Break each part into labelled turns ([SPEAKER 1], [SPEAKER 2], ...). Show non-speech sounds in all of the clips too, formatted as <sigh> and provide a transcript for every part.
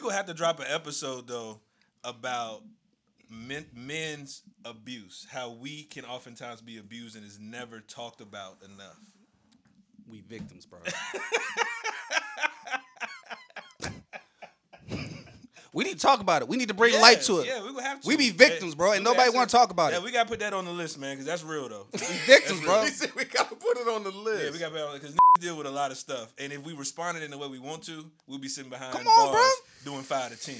[SPEAKER 1] gonna have to drop an episode though about men, men's abuse, how we can oftentimes be abused and is never talked about enough.
[SPEAKER 2] We victims, bro. we need to talk about it. We need to bring
[SPEAKER 1] Yeah,
[SPEAKER 2] light to it.
[SPEAKER 1] Yeah, we gonna have to.
[SPEAKER 2] We be victims, bro, and
[SPEAKER 1] we
[SPEAKER 2] nobody
[SPEAKER 1] actually-
[SPEAKER 2] wanna talk about
[SPEAKER 1] yeah,
[SPEAKER 2] it.
[SPEAKER 1] we gotta put that on the list, man, because that's real
[SPEAKER 2] <laughs>
[SPEAKER 1] though.
[SPEAKER 2] We victims, bro.
[SPEAKER 3] He said we gotta put it on the list.
[SPEAKER 1] yeah, we gotta put that on because deal with a lot of stuff, and if we responded in the way we want to, we'll be sitting behind
[SPEAKER 2] Come on,
[SPEAKER 1] bars doing five to ten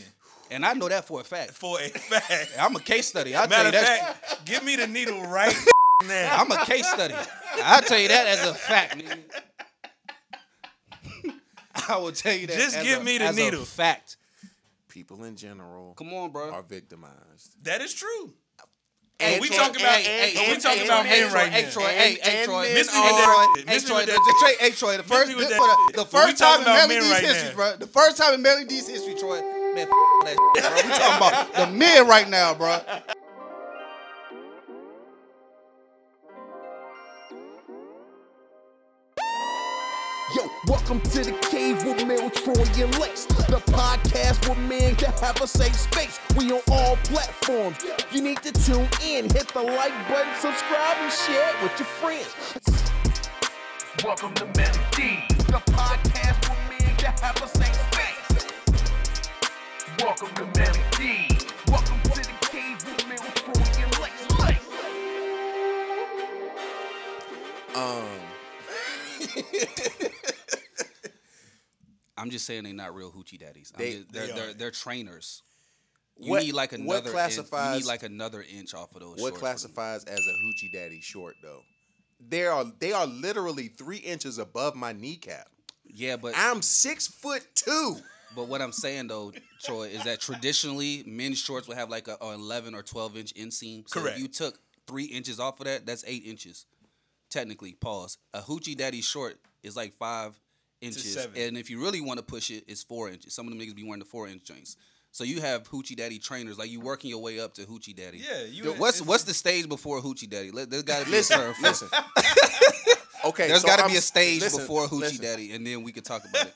[SPEAKER 2] And I know that for a fact.
[SPEAKER 1] for a fact.
[SPEAKER 2] I'm a case study. I'll tell
[SPEAKER 1] Matter
[SPEAKER 2] you
[SPEAKER 1] of
[SPEAKER 2] that.
[SPEAKER 1] fact, give me the needle
[SPEAKER 2] <laughs>
[SPEAKER 1] right now.
[SPEAKER 2] I'm a case study. I'll tell you that as a
[SPEAKER 1] <laughs>
[SPEAKER 2] fact, nigga. I will tell you that.
[SPEAKER 1] Just
[SPEAKER 2] as
[SPEAKER 1] give
[SPEAKER 2] a-
[SPEAKER 1] me the
[SPEAKER 2] as a
[SPEAKER 1] needle.
[SPEAKER 2] fact.
[SPEAKER 3] People in general
[SPEAKER 2] Come on,
[SPEAKER 3] are
[SPEAKER 2] bro.
[SPEAKER 3] victimized.
[SPEAKER 1] That is true.
[SPEAKER 2] Hey,
[SPEAKER 1] we
[SPEAKER 2] Troy,
[SPEAKER 1] talking about-
[SPEAKER 2] hey,
[SPEAKER 1] but
[SPEAKER 2] hey,
[SPEAKER 1] we
[SPEAKER 2] hey,
[SPEAKER 1] talking
[SPEAKER 2] hey,
[SPEAKER 1] about
[SPEAKER 2] hey,
[SPEAKER 1] men right
[SPEAKER 2] Hey,
[SPEAKER 1] now.
[SPEAKER 2] Troy. Hey, hey,
[SPEAKER 3] And-
[SPEAKER 2] Troy. Um,
[SPEAKER 3] and
[SPEAKER 2] Hey,
[SPEAKER 3] miss
[SPEAKER 1] me with that
[SPEAKER 2] Troy.
[SPEAKER 1] shit.
[SPEAKER 2] Hey,
[SPEAKER 1] Miss me
[SPEAKER 2] Troy.
[SPEAKER 1] with
[SPEAKER 2] The
[SPEAKER 1] that
[SPEAKER 2] the-
[SPEAKER 1] shit.
[SPEAKER 2] hey, Troy. The
[SPEAKER 1] me
[SPEAKER 2] first,
[SPEAKER 1] with
[SPEAKER 2] this
[SPEAKER 1] that
[SPEAKER 2] for
[SPEAKER 1] shit.
[SPEAKER 2] the, the
[SPEAKER 1] But we
[SPEAKER 2] first time
[SPEAKER 1] talking
[SPEAKER 2] in
[SPEAKER 1] about
[SPEAKER 2] Melody
[SPEAKER 1] men
[SPEAKER 2] D's
[SPEAKER 1] right
[SPEAKER 2] history,
[SPEAKER 1] now.
[SPEAKER 2] bro. The first time in Melody D's history, Troy. Man, f- that shit, bro. We talking about the men right now, bro.
[SPEAKER 4] Yo, welcome to the cave with Mel Troy and Lex. The podcast with men to have a safe space. We on all platforms. You need to tune in, hit the like button, subscribe, and share it with your friends. Welcome to Melody, the podcast with men to have a safe space. Welcome to Melody. Welcome to the cave with Mel Troy and Lex. Lex.
[SPEAKER 3] Um,
[SPEAKER 2] I'm just saying they're not real hoochie daddies. I'm
[SPEAKER 3] They-
[SPEAKER 2] just, they're,
[SPEAKER 1] they
[SPEAKER 2] they
[SPEAKER 1] are.
[SPEAKER 2] are they are trainers. You
[SPEAKER 3] What-
[SPEAKER 2] need like
[SPEAKER 3] what
[SPEAKER 2] another. inch- you
[SPEAKER 3] classifies-
[SPEAKER 2] need like another inch off of those.
[SPEAKER 3] What
[SPEAKER 2] shorts for them.
[SPEAKER 3] classifies as a hoochie daddy short though? They are they are literally three inches above my kneecap.
[SPEAKER 2] Yeah, but
[SPEAKER 3] I'm six foot two.
[SPEAKER 2] But what I'm saying though, Troy, is that traditionally men's shorts would have like a, a 11 or 12 inch inseam. So
[SPEAKER 1] Correct.
[SPEAKER 2] If you took three inches off of that, that's eight inches. Technically, pause. A hoochie daddy short is like five inches,
[SPEAKER 1] seven.
[SPEAKER 2] and if you really want to push it, it's four inches. Some of them niggas be wearing the four inch joints. So you have hoochie daddy trainers, like you working your way up to hoochie daddy.
[SPEAKER 1] Yeah, you-
[SPEAKER 2] What's what's the stage before hoochie daddy? Let, there's got to be a term
[SPEAKER 3] Listen,
[SPEAKER 2] for it.
[SPEAKER 3] listen. <laughs> Okay,
[SPEAKER 2] There's
[SPEAKER 3] so
[SPEAKER 2] got to
[SPEAKER 3] I'm
[SPEAKER 2] be a
[SPEAKER 3] s-
[SPEAKER 2] stage
[SPEAKER 3] listen,
[SPEAKER 2] before hoochie
[SPEAKER 3] listen,
[SPEAKER 2] daddy, and then we could talk about it.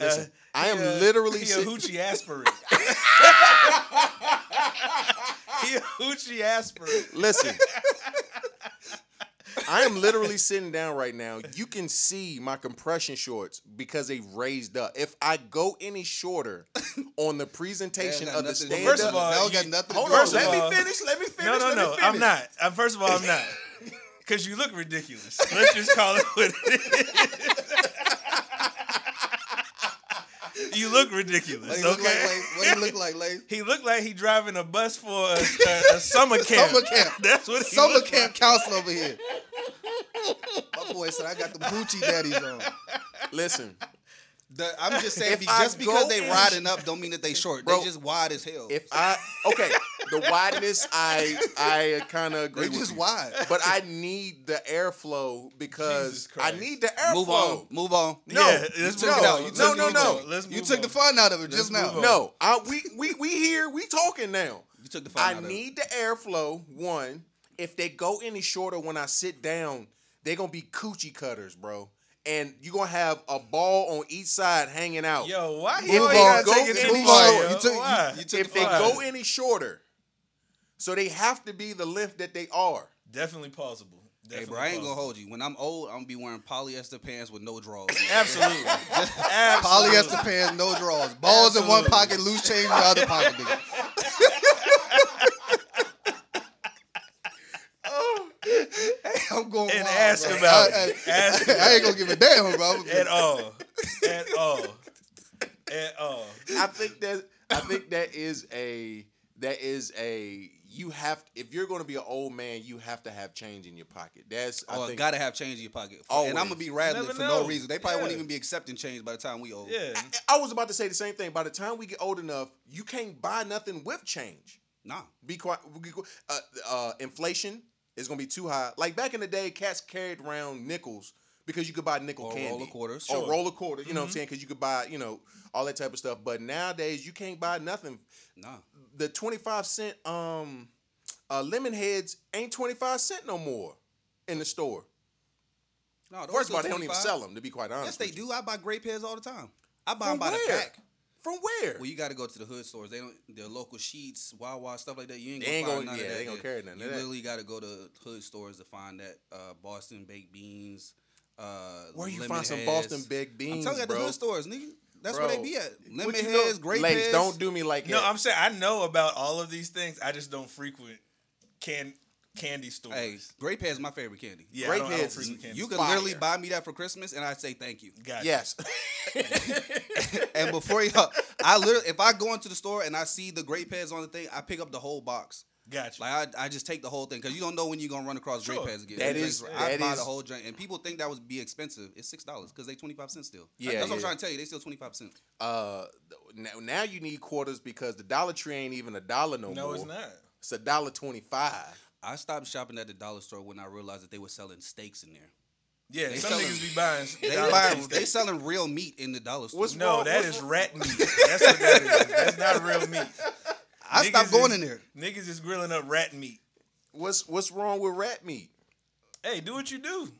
[SPEAKER 3] Listen, I am
[SPEAKER 1] He a-
[SPEAKER 3] literally
[SPEAKER 1] he a
[SPEAKER 3] sit-
[SPEAKER 1] hoochie aspirate. he a hoochie aspirate.
[SPEAKER 3] Listen. I am literally sitting down right now. You can see my compression shorts because they raised up. If I go any shorter on the presentation
[SPEAKER 2] That
[SPEAKER 3] of
[SPEAKER 2] got
[SPEAKER 3] the
[SPEAKER 2] nothing to do
[SPEAKER 3] stand
[SPEAKER 2] with
[SPEAKER 1] First of
[SPEAKER 2] that.
[SPEAKER 1] all,
[SPEAKER 2] That
[SPEAKER 1] you-
[SPEAKER 2] got nothing. to
[SPEAKER 3] Hold
[SPEAKER 2] do
[SPEAKER 3] on,
[SPEAKER 2] with
[SPEAKER 1] First
[SPEAKER 3] let
[SPEAKER 1] of
[SPEAKER 2] that.
[SPEAKER 3] me
[SPEAKER 1] all-
[SPEAKER 3] finish. Let me finish.
[SPEAKER 1] No, no,
[SPEAKER 3] let me
[SPEAKER 1] no.
[SPEAKER 3] finish.
[SPEAKER 1] I'm not. i first of all, I'm not. Cause you look ridiculous. Let's just call it what it is. you look ridiculous.
[SPEAKER 2] What
[SPEAKER 1] okay.
[SPEAKER 2] he look like, like, what he look like,
[SPEAKER 3] <laughs>
[SPEAKER 2] like
[SPEAKER 1] he looked like he driving a bus for a, a, a summer camp.
[SPEAKER 2] Summer
[SPEAKER 3] <laughs>
[SPEAKER 2] camp.
[SPEAKER 1] That's what he
[SPEAKER 2] summer
[SPEAKER 1] looked
[SPEAKER 2] camp counselor over here. My boy said I got the Gucci daddies on.
[SPEAKER 3] Listen,
[SPEAKER 2] The- I'm just saying,
[SPEAKER 3] If
[SPEAKER 2] be-
[SPEAKER 3] I
[SPEAKER 2] just because
[SPEAKER 3] go
[SPEAKER 2] they
[SPEAKER 3] in-
[SPEAKER 2] riding up don't mean that they short.
[SPEAKER 3] Bro,
[SPEAKER 2] they just wide as hell.
[SPEAKER 3] if I okay, the wideness I I kind of agree
[SPEAKER 2] they
[SPEAKER 3] with
[SPEAKER 2] just
[SPEAKER 3] you. <laughs>
[SPEAKER 2] wide.
[SPEAKER 3] but I need the airflow
[SPEAKER 1] Jesus
[SPEAKER 3] because I
[SPEAKER 1] Christ.
[SPEAKER 3] need the airflow.
[SPEAKER 2] Move on, move on.
[SPEAKER 3] No,
[SPEAKER 1] Yeah, let's
[SPEAKER 3] no,
[SPEAKER 1] move on. Let's
[SPEAKER 3] no, no,
[SPEAKER 1] move
[SPEAKER 3] no,
[SPEAKER 1] on. Let's
[SPEAKER 2] you
[SPEAKER 1] move
[SPEAKER 2] took
[SPEAKER 1] on.
[SPEAKER 2] the fun out of it just
[SPEAKER 1] move
[SPEAKER 2] now.
[SPEAKER 1] on.
[SPEAKER 3] no. I, we we we here. We talking now.
[SPEAKER 2] Oh. you took the fun
[SPEAKER 3] I
[SPEAKER 2] out
[SPEAKER 3] need the airflow. One, if they go any shorter when I sit down, they gonna be coochie cutters, bro. And you gonna have a ball on each side hanging out.
[SPEAKER 1] Yo, why he
[SPEAKER 3] Move
[SPEAKER 1] always
[SPEAKER 3] on,
[SPEAKER 1] gotta
[SPEAKER 3] go-
[SPEAKER 1] take it to the
[SPEAKER 3] move
[SPEAKER 1] show?
[SPEAKER 3] on.
[SPEAKER 1] yo?
[SPEAKER 2] You took- you-
[SPEAKER 1] Why?
[SPEAKER 2] you took-
[SPEAKER 3] if they
[SPEAKER 1] Why?
[SPEAKER 3] go any shorter, so they have to be the length that they are.
[SPEAKER 1] Definitely plausible.
[SPEAKER 2] of it. Hey,
[SPEAKER 1] Definitely
[SPEAKER 2] bro, I ain't gonna
[SPEAKER 1] plausible.
[SPEAKER 2] hold you. When I'm old, I'm gonna be wearing polyester pants with no drawers. <laughs>
[SPEAKER 1] Absolutely. Absolutely.
[SPEAKER 2] polyester pants, no drawers, balls in one
[SPEAKER 1] Absolutely.
[SPEAKER 2] pocket, loose change in the other
[SPEAKER 1] <laughs>
[SPEAKER 2] pocket. Nigga. Hey, I'm going
[SPEAKER 1] And
[SPEAKER 2] wild,
[SPEAKER 1] ask
[SPEAKER 2] bro.
[SPEAKER 1] about
[SPEAKER 2] I- I-
[SPEAKER 1] it. Ask
[SPEAKER 2] I ain't gonna give a damn, bro. <laughs> I'm
[SPEAKER 1] at
[SPEAKER 2] gonna-
[SPEAKER 1] all. At all. At all.
[SPEAKER 3] I think that I think that is a that is a you have if you're going to be an old man, you have to have change in your pocket. That's I
[SPEAKER 2] Oh,
[SPEAKER 3] think
[SPEAKER 2] gotta have change in your pocket.
[SPEAKER 3] Always.
[SPEAKER 2] And I'm gonna be rattling
[SPEAKER 1] Never
[SPEAKER 2] for no
[SPEAKER 1] know.
[SPEAKER 2] reason. They probably won't
[SPEAKER 1] Yeah.
[SPEAKER 2] even be accepting change by the time we old.
[SPEAKER 1] Yeah.
[SPEAKER 3] I was about to say the same thing. By the time we get old enough, you can't buy nothing with change.
[SPEAKER 2] Nah.
[SPEAKER 3] Be quiet. Uh, uh, inflation is going to be too high. Like back in the day, cats carried around nickels because you could buy nickel
[SPEAKER 2] Or
[SPEAKER 3] candy,
[SPEAKER 2] roll of quarters.
[SPEAKER 3] or
[SPEAKER 2] Sure. Mm-hmm.
[SPEAKER 3] roll of quarter. You know what I'm saying? Because you could buy, you know, all that type of stuff. But nowadays, you can't buy nothing.
[SPEAKER 2] Nah.
[SPEAKER 3] the 25 cent um uh lemon heads ain't 25 cent no more in the store.
[SPEAKER 2] No, those
[SPEAKER 3] First of all,
[SPEAKER 2] still
[SPEAKER 3] they don't even
[SPEAKER 2] 25.
[SPEAKER 3] sell them to be quite honest.
[SPEAKER 2] Yes, they
[SPEAKER 3] with you.
[SPEAKER 2] do. I buy grape heads all the time. I buy
[SPEAKER 3] From
[SPEAKER 2] them by the
[SPEAKER 3] where?
[SPEAKER 2] pack.
[SPEAKER 3] From where?
[SPEAKER 2] Well, you got to go to the hood stores. They don't. Their local sheets, Wawa, stuff like that. You ain't gonna
[SPEAKER 3] They ain't
[SPEAKER 2] find
[SPEAKER 3] gonna-
[SPEAKER 2] none
[SPEAKER 3] yeah,
[SPEAKER 2] of that.
[SPEAKER 3] they gonna
[SPEAKER 2] there.
[SPEAKER 3] carry none of
[SPEAKER 2] You
[SPEAKER 3] that.
[SPEAKER 2] literally got to go to hood stores to find that uh, Boston baked beans. Uh,
[SPEAKER 3] Where you
[SPEAKER 2] lemon
[SPEAKER 3] find some
[SPEAKER 2] heads.
[SPEAKER 3] Boston baked
[SPEAKER 2] I'm
[SPEAKER 3] beans,
[SPEAKER 2] telling you, at the
[SPEAKER 3] bro?
[SPEAKER 2] hood stores, nigga. That's where
[SPEAKER 3] Bro,
[SPEAKER 2] they be at. Lemon
[SPEAKER 3] What you know-
[SPEAKER 2] heads, grape
[SPEAKER 3] Lakes,
[SPEAKER 2] heads.
[SPEAKER 3] don't do me like
[SPEAKER 1] No,
[SPEAKER 3] that.
[SPEAKER 1] I'm saying I know about all of these things. I just don't frequent can candy stores.
[SPEAKER 2] Hey, grape heads, is my favorite candy.
[SPEAKER 1] yeah,
[SPEAKER 3] grape
[SPEAKER 1] I don't, I don't
[SPEAKER 3] heads is-
[SPEAKER 1] frequent candy
[SPEAKER 2] You
[SPEAKER 1] stores.
[SPEAKER 2] can
[SPEAKER 3] Fire.
[SPEAKER 2] literally buy me that for Christmas, and I say thank you. <laughs>
[SPEAKER 1] Gotcha.
[SPEAKER 3] Yes. <laughs>
[SPEAKER 2] And before you, I literally, if I go into the store and I see the grape heads on the thing, I pick up the whole box.
[SPEAKER 1] Gotcha.
[SPEAKER 2] Like I, I just take the whole thing because you don't know when you're gonna run across
[SPEAKER 1] Sure.
[SPEAKER 2] grape heads again.
[SPEAKER 3] That
[SPEAKER 2] It's
[SPEAKER 3] is-
[SPEAKER 2] like, I
[SPEAKER 3] that
[SPEAKER 2] buy
[SPEAKER 3] is-
[SPEAKER 2] the whole drink, and people think that would be expensive. It's six dollars because they twenty five cents still.
[SPEAKER 3] Yeah,
[SPEAKER 2] Yeah, that's what I'm
[SPEAKER 3] yeah.
[SPEAKER 2] trying to tell you. They still twenty five cents.
[SPEAKER 3] uh, now, now you need quarters because the Dollar Tree ain't even a dollar no,
[SPEAKER 1] no,
[SPEAKER 3] more.
[SPEAKER 1] it's not.
[SPEAKER 3] It's a dollar twenty-five.
[SPEAKER 2] I stopped shopping at the dollar store when I realized that they were selling steaks in there.
[SPEAKER 1] Yeah,
[SPEAKER 2] They
[SPEAKER 1] some
[SPEAKER 2] selling-
[SPEAKER 1] niggas be buying.
[SPEAKER 2] They
[SPEAKER 1] dollar
[SPEAKER 2] buying,
[SPEAKER 1] cheese
[SPEAKER 2] they
[SPEAKER 1] steaks.
[SPEAKER 2] selling real meat in the dollar store.
[SPEAKER 3] What's-
[SPEAKER 1] No,
[SPEAKER 3] Well,
[SPEAKER 1] that
[SPEAKER 2] <laughs>
[SPEAKER 3] what's-
[SPEAKER 1] is rat meat. That's what that is. That's not real meat.
[SPEAKER 2] I
[SPEAKER 1] Niggas
[SPEAKER 2] stopped going
[SPEAKER 1] is-
[SPEAKER 2] in there.
[SPEAKER 1] Niggas is grilling up rat meat.
[SPEAKER 3] What's what's wrong with rat meat?
[SPEAKER 1] Hey, do what you do.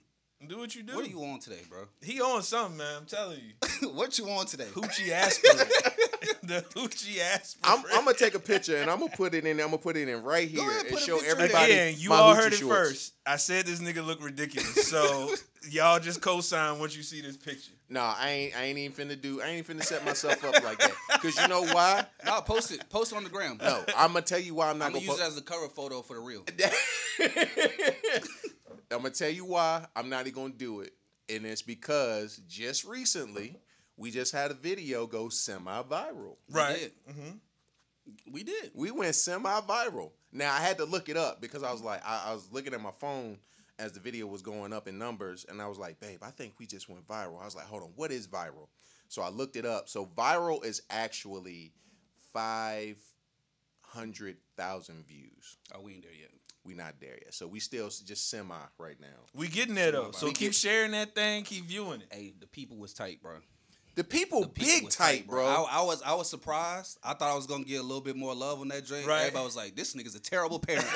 [SPEAKER 1] Do what you do.
[SPEAKER 2] What are you on today, bro?
[SPEAKER 1] He on something, man. I'm telling you.
[SPEAKER 2] what you on today?
[SPEAKER 1] Hoochie aspirin. <laughs> the hoochie aspirin.
[SPEAKER 3] I'm, I'm gonna take a picture and I'm gonna put it in. I'm gonna put it in right here
[SPEAKER 2] ahead,
[SPEAKER 3] and
[SPEAKER 2] put a
[SPEAKER 3] show
[SPEAKER 2] picture in.
[SPEAKER 3] everybody.
[SPEAKER 1] Again, you
[SPEAKER 3] my
[SPEAKER 1] all
[SPEAKER 3] Hoochie
[SPEAKER 1] heard it
[SPEAKER 3] shorts.
[SPEAKER 1] first. I said this nigga look ridiculous.
[SPEAKER 3] <laughs>
[SPEAKER 1] So y'all just co-sign once you see this picture.
[SPEAKER 3] Nah, I ain't. I ain't even finna do. I ain't even finna set myself up like that. Cause you know
[SPEAKER 2] <laughs>
[SPEAKER 3] why?
[SPEAKER 2] No, post it. Post it on the gram.
[SPEAKER 3] No, I'm gonna tell you why I'm not
[SPEAKER 2] I'm gonna
[SPEAKER 3] gonna.
[SPEAKER 2] use
[SPEAKER 3] post
[SPEAKER 2] it as the cover photo for the real.
[SPEAKER 3] I'm gonna tell you why I'm not even gonna do it, and it's because just recently we just had a video go semi-viral.
[SPEAKER 1] Right.
[SPEAKER 2] We did.
[SPEAKER 3] We went semi-viral. Now I had to look it up because I was like, I, I was looking at my phone as the video was going up in numbers, and I was like, babe, I think we just went viral. I was like, hold on, what is viral? So I looked it up. So viral is actually five hundred thousand views.
[SPEAKER 2] Oh, we ain't there yet.
[SPEAKER 3] We not there yet. So we still s- just semi right now.
[SPEAKER 1] We getting there though. So
[SPEAKER 2] We
[SPEAKER 1] keep
[SPEAKER 2] get-
[SPEAKER 1] sharing that thing, keep viewing it.
[SPEAKER 2] Hey, the people was tight, bro.
[SPEAKER 3] The people,
[SPEAKER 2] people
[SPEAKER 3] big
[SPEAKER 2] was
[SPEAKER 3] tight, bro.
[SPEAKER 2] I, I was I was surprised. I thought I was gonna get a little bit more love on that drink.
[SPEAKER 1] Right.
[SPEAKER 2] Everybody was like, "This nigga's
[SPEAKER 1] <laughs>
[SPEAKER 2] a terrible parent."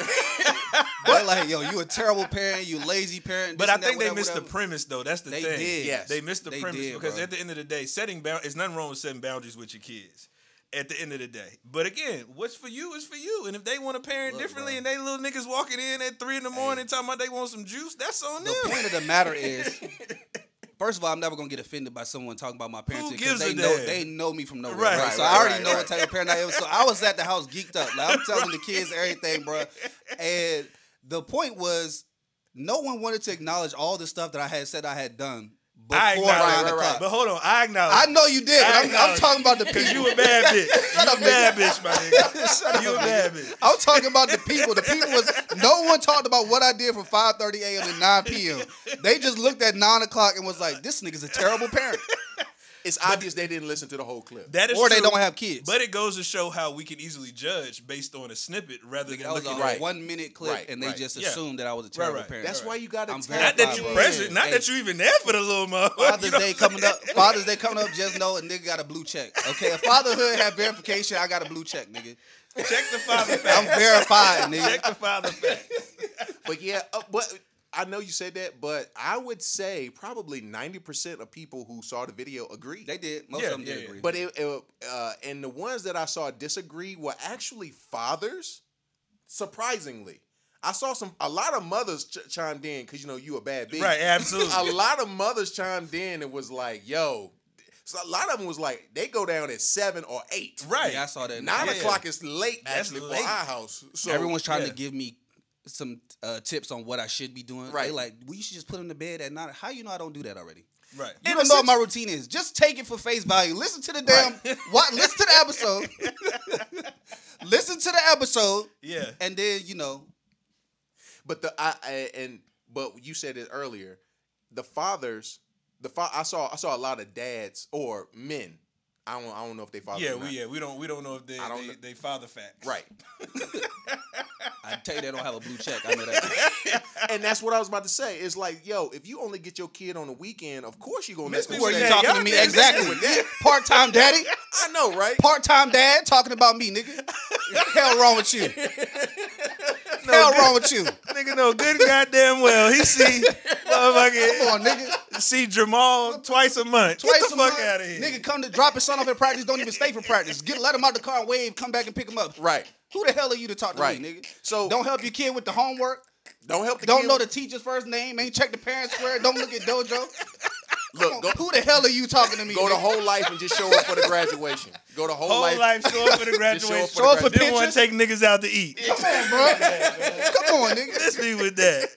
[SPEAKER 2] They're like, "Yo, you a terrible parent. You lazy parent."
[SPEAKER 1] But
[SPEAKER 2] this
[SPEAKER 1] I
[SPEAKER 2] and that,
[SPEAKER 1] think they
[SPEAKER 2] whatever,
[SPEAKER 1] missed the
[SPEAKER 2] whatever."
[SPEAKER 1] premise though. That's the
[SPEAKER 2] They
[SPEAKER 1] thing.
[SPEAKER 2] did.
[SPEAKER 3] Yes.
[SPEAKER 1] They missed the
[SPEAKER 2] They
[SPEAKER 1] premise
[SPEAKER 2] did,
[SPEAKER 1] because
[SPEAKER 2] bro.
[SPEAKER 1] at the end of the day, setting boundaries, it's nothing wrong with setting boundaries with your kids. At the end of the day, but again, what's for you is for you. And if they want to parent
[SPEAKER 2] Look,
[SPEAKER 1] differently,
[SPEAKER 2] bro.
[SPEAKER 1] and they little niggas walking in at three in the morning talking about they want some juice, that's on
[SPEAKER 2] The
[SPEAKER 1] them.
[SPEAKER 2] point of the
[SPEAKER 1] <laughs>
[SPEAKER 2] matter is, first of all, I'm never gonna get offended by someone talking about my parenting
[SPEAKER 1] gives
[SPEAKER 2] because they
[SPEAKER 1] a
[SPEAKER 2] know
[SPEAKER 1] damn?
[SPEAKER 2] they know me from nowhere.
[SPEAKER 1] Right,
[SPEAKER 2] Right, so
[SPEAKER 3] right,
[SPEAKER 2] I already
[SPEAKER 3] right,
[SPEAKER 2] know what
[SPEAKER 3] right.
[SPEAKER 2] type of parent I am. So I was at the house geeked up. Like
[SPEAKER 1] <laughs>
[SPEAKER 2] I'm telling the kids everything, bro. And the point was, no one wanted to acknowledge all the stuff that I had said I had done before
[SPEAKER 1] I acknowledge,
[SPEAKER 2] nine
[SPEAKER 1] it.
[SPEAKER 2] o'clock.
[SPEAKER 1] but hold on, I acknowledge.
[SPEAKER 2] I know you did.
[SPEAKER 1] I
[SPEAKER 2] But I'm, I'm
[SPEAKER 1] acknowledge
[SPEAKER 2] talking about
[SPEAKER 1] <laughs>
[SPEAKER 2] the
[SPEAKER 1] Cause
[SPEAKER 2] people.
[SPEAKER 1] you a
[SPEAKER 2] <laughs>
[SPEAKER 1] bad bitch. you a bad bitch, my nigga. You a bad bitch.
[SPEAKER 2] I'm talking about the people. The people was no one talked about what I did from 5:30 a.m. to 9 p.m. They just looked at nine o'clock and was like, "This nigga's a
[SPEAKER 1] <laughs>
[SPEAKER 2] terrible parent,"
[SPEAKER 3] it's obvious they didn't listen to the whole clip.
[SPEAKER 1] That is
[SPEAKER 2] or they
[SPEAKER 1] true,
[SPEAKER 2] don't have kids.
[SPEAKER 1] But it goes to show how we can easily judge based on a snippet rather than
[SPEAKER 2] that was a
[SPEAKER 1] looking
[SPEAKER 3] right.
[SPEAKER 1] at
[SPEAKER 2] one minute clip,
[SPEAKER 3] Right,
[SPEAKER 2] and they
[SPEAKER 3] right.
[SPEAKER 2] just
[SPEAKER 1] Yeah.
[SPEAKER 2] assumed that I was a terrible
[SPEAKER 1] right.
[SPEAKER 2] parent.
[SPEAKER 3] That's why
[SPEAKER 2] <laughs>
[SPEAKER 3] you got to
[SPEAKER 2] I'm
[SPEAKER 3] tell
[SPEAKER 1] Not that you
[SPEAKER 2] Five,
[SPEAKER 1] present, not
[SPEAKER 2] hey.
[SPEAKER 1] that you even there for the little <laughs> motherfucker.
[SPEAKER 2] Father's
[SPEAKER 1] you know
[SPEAKER 2] Day
[SPEAKER 1] what I'm
[SPEAKER 2] coming up. Father's Day coming up. Just know a nigga got a blue check. Okay, if fatherhood had verification, I got a blue check, nigga.
[SPEAKER 1] saying? Check the father
[SPEAKER 2] I'm
[SPEAKER 1] facts.
[SPEAKER 2] verified, nigga.
[SPEAKER 1] Check the father facts.
[SPEAKER 3] But yeah, uh, but I know you said that, but I would say probably ninety percent of people who saw the video agree.
[SPEAKER 2] They did. Most
[SPEAKER 1] Yeah,
[SPEAKER 2] of them
[SPEAKER 1] yeah,
[SPEAKER 2] did
[SPEAKER 1] yeah.
[SPEAKER 2] agree.
[SPEAKER 3] but it, it uh, and the ones that I saw disagree were actually fathers. Surprisingly, I saw some a lot of mothers ch- chimed in because you know you a bad bitch.
[SPEAKER 1] Right, absolutely.
[SPEAKER 3] a lot of mothers chimed in and was like, "Yo." So a lot of them was like they go down at seven or eight.
[SPEAKER 1] Right.
[SPEAKER 2] yeah, I saw that. in the
[SPEAKER 3] Nine
[SPEAKER 2] comments.
[SPEAKER 3] o'clock is late
[SPEAKER 1] That's
[SPEAKER 3] actually
[SPEAKER 1] late.
[SPEAKER 3] for our house. So
[SPEAKER 2] Everyone's trying
[SPEAKER 1] yeah.
[SPEAKER 2] to give me some uh, tips on what I should be doing. Right.
[SPEAKER 3] Right.
[SPEAKER 2] They like, we should just put him to bed at nine. How you know I don't do that already?
[SPEAKER 1] Right.
[SPEAKER 2] You don't
[SPEAKER 3] And
[SPEAKER 2] know what
[SPEAKER 3] essenti-
[SPEAKER 2] my routine is. Just take it for face value. Listen to the damn. What? Listen to the episode. <laughs> listen to the episode,
[SPEAKER 1] Yeah.
[SPEAKER 2] and then you know.
[SPEAKER 3] But the I, I and but you said it earlier. The fathers, the fa- I saw I saw a lot of dads or men. I don't I don't know if they fathers.
[SPEAKER 1] Yeah,
[SPEAKER 3] or
[SPEAKER 1] we
[SPEAKER 3] not.
[SPEAKER 1] yeah, we don't we don't know if they
[SPEAKER 3] I don't
[SPEAKER 1] they,
[SPEAKER 3] kn-
[SPEAKER 1] they father facts.
[SPEAKER 3] Right,
[SPEAKER 2] I tell you, they don't have a blue check. I know that.
[SPEAKER 3] and that's what I was about to say. It's like, yo, if you only get your kid on the weekend, of course you're gonna
[SPEAKER 1] Miss
[SPEAKER 3] let
[SPEAKER 1] me
[SPEAKER 3] them
[SPEAKER 1] with
[SPEAKER 2] Who are
[SPEAKER 3] stay.
[SPEAKER 2] you
[SPEAKER 1] that.
[SPEAKER 2] talking
[SPEAKER 1] y'all
[SPEAKER 2] to me?
[SPEAKER 1] niggas-
[SPEAKER 2] Exactly. Part time daddy.
[SPEAKER 3] I know, right?
[SPEAKER 2] Part time dad talking about me, nigga.
[SPEAKER 3] <laughs>
[SPEAKER 2] Hell wrong with you. Hell wrong with you.
[SPEAKER 1] Nigga know good goddamn well. He see motherfucker
[SPEAKER 2] Come on, nigga.
[SPEAKER 1] see Jamal twice a month. Get the
[SPEAKER 2] a
[SPEAKER 1] fuck
[SPEAKER 2] month,
[SPEAKER 1] out of here.
[SPEAKER 2] Nigga come to drop his son off at practice, don't even stay for practice. Get let him out the car, wave, come back and pick him up.
[SPEAKER 3] Right.
[SPEAKER 2] Who the hell are you to talk to
[SPEAKER 3] Right.
[SPEAKER 2] me, nigga?
[SPEAKER 3] So-
[SPEAKER 2] don't help your kid with the homework.
[SPEAKER 3] Don't help the
[SPEAKER 2] Don't
[SPEAKER 3] kid
[SPEAKER 2] know the
[SPEAKER 3] with-
[SPEAKER 2] teacher's first name. Ain't check the parents square. Don't look at dojo. Come on,
[SPEAKER 3] look. Go,
[SPEAKER 2] who the hell are you talking to me?
[SPEAKER 3] go the
[SPEAKER 2] nigga?
[SPEAKER 3] whole life and just show up for the graduation. Go the whole,
[SPEAKER 1] Whole life, show up for the
[SPEAKER 3] Just show
[SPEAKER 1] graduation.
[SPEAKER 3] up for the Show up for
[SPEAKER 1] Didn't want to
[SPEAKER 2] pictures?
[SPEAKER 1] take niggas out to eat.
[SPEAKER 2] Come on, bro. Come on, nigga.
[SPEAKER 1] Let's be with that.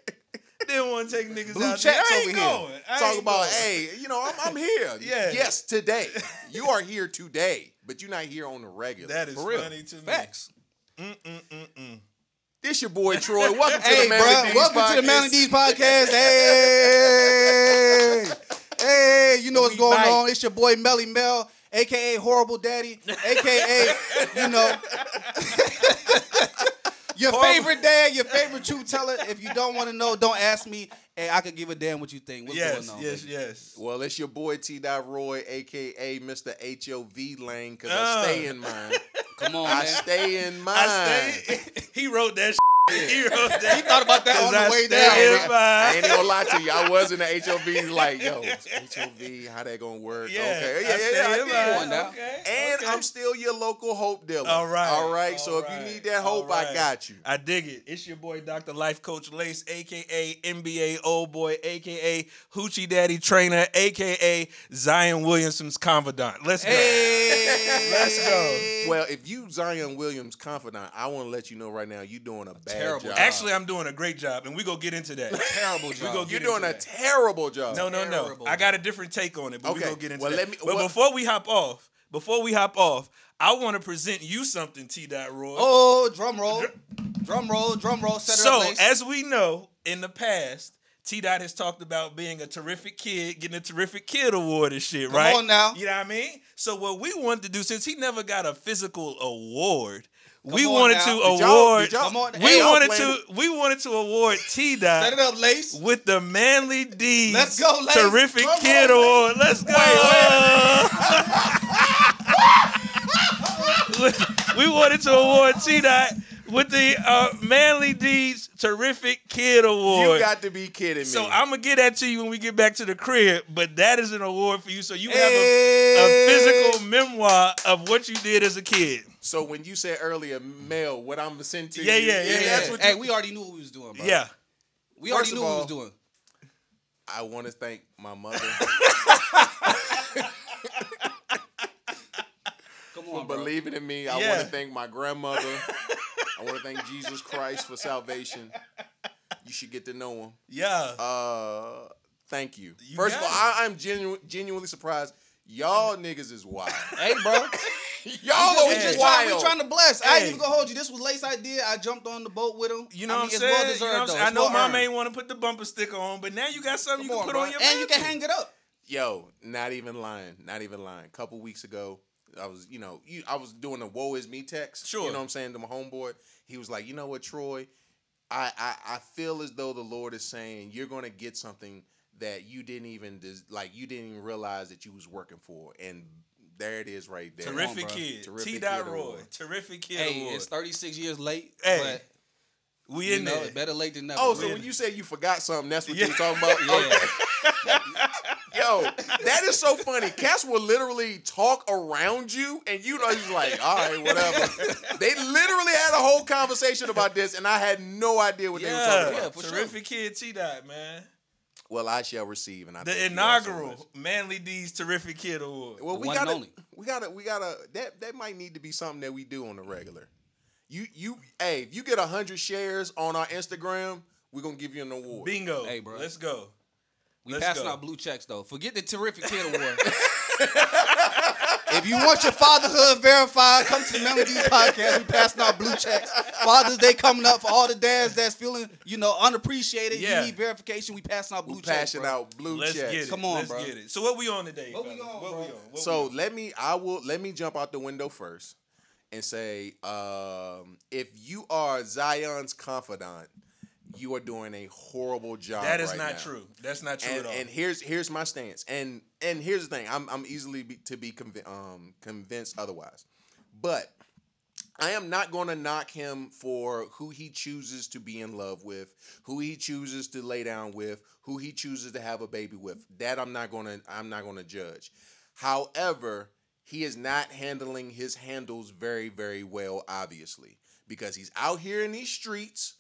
[SPEAKER 1] Didn't want to take niggas
[SPEAKER 2] Blue
[SPEAKER 1] out to eat.
[SPEAKER 2] checks
[SPEAKER 1] I ain't
[SPEAKER 2] over here.
[SPEAKER 1] going. I
[SPEAKER 3] Talk
[SPEAKER 1] ain't
[SPEAKER 3] about,
[SPEAKER 1] going. <laughs>
[SPEAKER 3] hey, you know, I'm, I'm here.
[SPEAKER 1] Yeah.
[SPEAKER 3] Yes,
[SPEAKER 1] <laughs>
[SPEAKER 3] today. You are here today, but you're not here on the regular.
[SPEAKER 1] That is
[SPEAKER 3] For real.
[SPEAKER 1] funny to me.
[SPEAKER 3] Facts. This your
[SPEAKER 1] <laughs>
[SPEAKER 3] boy Troy. Welcome to
[SPEAKER 2] Hey,
[SPEAKER 3] the
[SPEAKER 2] bro.
[SPEAKER 3] Man with These
[SPEAKER 2] Welcome to the
[SPEAKER 3] podcast.
[SPEAKER 2] Man of These podcast.
[SPEAKER 3] <laughs>
[SPEAKER 2] Hey, hey, you know what's
[SPEAKER 1] We
[SPEAKER 2] going
[SPEAKER 1] back.
[SPEAKER 2] on? It's your boy Melly Mel, aka Horrible Daddy, aka you know. <laughs> Your favorite dad, your favorite truth teller. If you don't want to know, don't ask me, and I could give a damn what you think. What's
[SPEAKER 1] Yes,
[SPEAKER 2] going on?
[SPEAKER 1] yes,
[SPEAKER 2] nigga?
[SPEAKER 1] yes.
[SPEAKER 3] Well, it's your boy T. Dot Roy, aka Mr. H O V Lane, because
[SPEAKER 1] Uh.
[SPEAKER 3] I stay in
[SPEAKER 1] <laughs>
[SPEAKER 3] mine.
[SPEAKER 2] Come on,
[SPEAKER 3] I
[SPEAKER 2] man.
[SPEAKER 3] stay in mine.
[SPEAKER 1] I stay, <laughs> he wrote that.
[SPEAKER 3] <laughs>
[SPEAKER 1] shit. He wrote that. He
[SPEAKER 2] thought
[SPEAKER 1] <laughs>
[SPEAKER 2] about that on the way down,
[SPEAKER 1] In
[SPEAKER 2] right?
[SPEAKER 3] I
[SPEAKER 1] <laughs> my-
[SPEAKER 3] ain't gonna lie to you. I
[SPEAKER 1] <laughs>
[SPEAKER 3] was in the HOV, like, yo, HOV, how that gonna work?
[SPEAKER 1] Yeah,
[SPEAKER 3] okay,
[SPEAKER 1] I
[SPEAKER 3] yeah, yeah,
[SPEAKER 1] stay
[SPEAKER 3] yeah.
[SPEAKER 1] in
[SPEAKER 3] I did.
[SPEAKER 1] my-
[SPEAKER 2] Come on now.
[SPEAKER 1] okay,
[SPEAKER 3] And
[SPEAKER 1] okay.
[SPEAKER 3] I'm still your local hope dealer.
[SPEAKER 1] All right.
[SPEAKER 3] All right. So if
[SPEAKER 1] all
[SPEAKER 3] you need
[SPEAKER 1] right,
[SPEAKER 3] that hope,
[SPEAKER 1] all
[SPEAKER 3] I
[SPEAKER 1] right.
[SPEAKER 3] got you.
[SPEAKER 1] I dig it. It's your boy, Dr. Life Coach Lace, aka NBA Old Boy, aka Hoochie Daddy Trainer, aka Zion Williamson's confidant. Let's go.
[SPEAKER 2] Hey,
[SPEAKER 1] Let's go.
[SPEAKER 3] Well, if you Zion Williams confidant, I want to let you know right now you're doing a bad
[SPEAKER 2] terrible
[SPEAKER 3] job.
[SPEAKER 2] job.
[SPEAKER 1] Actually, I'm doing a great job, and we go get into that.
[SPEAKER 2] terrible
[SPEAKER 1] We go
[SPEAKER 2] job.
[SPEAKER 1] get
[SPEAKER 3] you're doing
[SPEAKER 1] into
[SPEAKER 3] a
[SPEAKER 1] that.
[SPEAKER 3] terrible job.
[SPEAKER 1] No, no, no.
[SPEAKER 2] Terrible
[SPEAKER 1] I got a different take on it, but
[SPEAKER 3] Okay.
[SPEAKER 1] we're gonna get into
[SPEAKER 3] Well,
[SPEAKER 1] that.
[SPEAKER 3] let me-
[SPEAKER 1] but
[SPEAKER 3] what-
[SPEAKER 1] before we hop off, before we hop off, I want to present you something, T. Dot Roy.
[SPEAKER 2] Oh, drum roll, drum roll, drum roll. Set it
[SPEAKER 1] so
[SPEAKER 2] up, Lace.
[SPEAKER 1] as we know, in the past, T. Dot has talked about being a terrific kid, getting a terrific kid award and shit,
[SPEAKER 2] Come
[SPEAKER 1] right?
[SPEAKER 2] on now.
[SPEAKER 1] You know what I mean? So what we wanted to do, since he never got a physical award, we
[SPEAKER 2] on
[SPEAKER 1] wanted
[SPEAKER 2] now.
[SPEAKER 1] to
[SPEAKER 2] Did
[SPEAKER 3] Did y'all-
[SPEAKER 1] award.
[SPEAKER 3] did y'all-
[SPEAKER 2] Come on.
[SPEAKER 1] we
[SPEAKER 2] Hey, y'all
[SPEAKER 1] wanted
[SPEAKER 3] playing-
[SPEAKER 1] to. We wanted to award T. Dot.
[SPEAKER 2] set it up, Lace.
[SPEAKER 1] with the manly deeds.
[SPEAKER 2] Let's go, ladies.
[SPEAKER 1] Terrific
[SPEAKER 2] Come on,
[SPEAKER 1] kid
[SPEAKER 2] ladies.
[SPEAKER 1] award. Let's go. <laughs> we wanted to award T Dot with the uh, manly deeds terrific kid award.
[SPEAKER 3] You got to be kidding me.
[SPEAKER 1] so I'm gonna get that to you when we get back to the crib, but that is an award for you. So you have
[SPEAKER 2] Hey.
[SPEAKER 1] a, a physical memoir of what you did as a kid.
[SPEAKER 3] So when you said earlier, Mel, what I'm sending to
[SPEAKER 1] Yeah,
[SPEAKER 3] you,
[SPEAKER 1] yeah, yeah,
[SPEAKER 3] that's
[SPEAKER 1] yeah.
[SPEAKER 3] what
[SPEAKER 2] hey, we already knew what we was doing, bro.
[SPEAKER 1] Yeah,
[SPEAKER 2] we already
[SPEAKER 3] First
[SPEAKER 2] knew
[SPEAKER 3] of
[SPEAKER 2] what we
[SPEAKER 3] all-
[SPEAKER 2] was doing.
[SPEAKER 3] I want to thank my mother,
[SPEAKER 2] Come on, bro.
[SPEAKER 3] believing in me. I
[SPEAKER 1] Yeah.
[SPEAKER 3] want to thank my grandmother. I want to thank Jesus Christ for salvation. You should get to know him.
[SPEAKER 1] yeah.
[SPEAKER 3] Uh, thank you.
[SPEAKER 1] You
[SPEAKER 3] First of all,
[SPEAKER 1] got
[SPEAKER 3] I, I'm genu- genuinely surprised. Y'all niggas is wild.
[SPEAKER 2] Hey, bro.
[SPEAKER 3] Y'all
[SPEAKER 2] we
[SPEAKER 3] are
[SPEAKER 2] just trying, we
[SPEAKER 3] wild.
[SPEAKER 2] trying to bless. I ain't
[SPEAKER 1] Hey.
[SPEAKER 2] even gonna hold you. This was Lace idea. I jumped on the boat with him.
[SPEAKER 1] You know what
[SPEAKER 2] I
[SPEAKER 1] I'm
[SPEAKER 2] mean, it's
[SPEAKER 1] saying?
[SPEAKER 2] Well deserved,
[SPEAKER 1] you know what I'm
[SPEAKER 2] though.
[SPEAKER 1] saying? I
[SPEAKER 2] It's
[SPEAKER 1] know
[SPEAKER 2] well
[SPEAKER 1] mom
[SPEAKER 2] earned.
[SPEAKER 1] ain't want to put the bumper sticker on, but now you got something
[SPEAKER 2] Come
[SPEAKER 1] you
[SPEAKER 2] on,
[SPEAKER 1] can put
[SPEAKER 2] bro.
[SPEAKER 1] on your
[SPEAKER 2] and you can
[SPEAKER 1] mantle.
[SPEAKER 2] hang it up.
[SPEAKER 3] Yo, not even lying. Not even lying. A couple weeks ago, I was, you know, you, I was doing a woe is me text.
[SPEAKER 1] Sure.
[SPEAKER 3] You know what I'm saying? To my homeboy. He was like, you know what, Troy? I, I, I feel as though the Lord is saying you're going to get something that you didn't even, des- like, you didn't even realize that you was working for. And there it is right there.
[SPEAKER 1] Terrific
[SPEAKER 2] bro.
[SPEAKER 1] kid.
[SPEAKER 3] Terrific
[SPEAKER 1] T.
[SPEAKER 3] kid
[SPEAKER 1] Dot Roy.
[SPEAKER 3] award.
[SPEAKER 1] Terrific kid
[SPEAKER 2] Hey,
[SPEAKER 1] award.
[SPEAKER 2] it's 36 years late,
[SPEAKER 1] Hey,
[SPEAKER 2] but
[SPEAKER 1] we
[SPEAKER 2] you
[SPEAKER 1] in
[SPEAKER 2] know,
[SPEAKER 1] there.
[SPEAKER 2] better late than never.
[SPEAKER 3] Oh,
[SPEAKER 2] man.
[SPEAKER 3] so when you say you forgot something, that's
[SPEAKER 1] <laughs>
[SPEAKER 3] what
[SPEAKER 1] Yeah.
[SPEAKER 3] you're talking about?
[SPEAKER 2] yeah.
[SPEAKER 3] Yo, that is so funny. Cats will literally talk around you, and you know he's like, all right, whatever. they literally had a whole conversation about this, and I had no idea what they were
[SPEAKER 1] Yeah,
[SPEAKER 3] talking
[SPEAKER 2] Yeah,
[SPEAKER 3] about.
[SPEAKER 2] for sure.
[SPEAKER 1] terrific kid T. Dot, man.
[SPEAKER 3] Well, I shall receive, and I
[SPEAKER 1] The
[SPEAKER 3] thank you all so much.
[SPEAKER 1] inaugural Manly D's Terrific Kid Award.
[SPEAKER 3] Well, we
[SPEAKER 2] One and
[SPEAKER 3] gotta,
[SPEAKER 2] only.
[SPEAKER 3] we gotta, we gotta. That that might need to be something that we do on the regular. You you, hey, if you get hundred shares on our Instagram, we're gonna give you an award.
[SPEAKER 1] Bingo.
[SPEAKER 2] Hey, bro.
[SPEAKER 1] Let's go.
[SPEAKER 2] We
[SPEAKER 1] Let's
[SPEAKER 2] passing
[SPEAKER 1] go.
[SPEAKER 2] out blue checks though. Forget the terrific kid <laughs> award. if you want your fatherhood verified, come to the <laughs> Melodies podcast. We passing out blue checks. Father's Day coming up for all the dads that's feeling you know unappreciated.
[SPEAKER 1] Yeah.
[SPEAKER 2] You need verification. We passing out blue
[SPEAKER 3] Blue
[SPEAKER 2] checks.
[SPEAKER 3] passion
[SPEAKER 2] bro.
[SPEAKER 3] out blue
[SPEAKER 1] Let's
[SPEAKER 3] checks.
[SPEAKER 1] get it.
[SPEAKER 2] Come on,
[SPEAKER 1] Let's
[SPEAKER 2] bro.
[SPEAKER 1] get it. So what we on today?
[SPEAKER 2] What we
[SPEAKER 1] fellas?
[SPEAKER 2] on,
[SPEAKER 1] What
[SPEAKER 2] bro?
[SPEAKER 1] we on? What
[SPEAKER 3] So
[SPEAKER 1] we on?
[SPEAKER 3] let me, I will, let me jump out the window first and say, um, if you are Zion's confidant, you are doing a horrible job.
[SPEAKER 1] that is
[SPEAKER 3] right
[SPEAKER 1] not
[SPEAKER 3] now.
[SPEAKER 1] true. That's not true
[SPEAKER 3] And,
[SPEAKER 1] at all.
[SPEAKER 3] and here's here's my stance. And and here's the thing. I'm I'm easily be, to be convi- um, convinced otherwise. But I am not going to knock him for who he chooses to be in love with, who he chooses to lay down with, who he chooses to have a baby with. That I'm not going to I'm not going to judge. However, he is not handling his handles very very well obviously because he's out here in these streets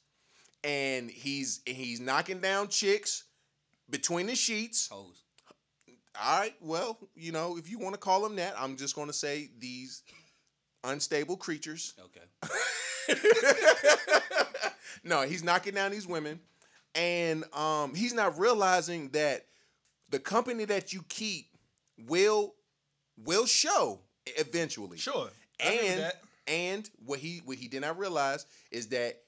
[SPEAKER 3] and he's he's knocking down chicks between the sheets.
[SPEAKER 1] Oh.
[SPEAKER 2] Hoes.
[SPEAKER 3] All right, well, you know, if you want to call them that, I'm just going to say these unstable creatures.
[SPEAKER 2] Okay.
[SPEAKER 3] no, he's knocking down these women, and um, he's not realizing that the company that you keep will will show eventually.
[SPEAKER 1] Sure. I agree with
[SPEAKER 3] And
[SPEAKER 1] that.
[SPEAKER 3] and what he what he did not realize is that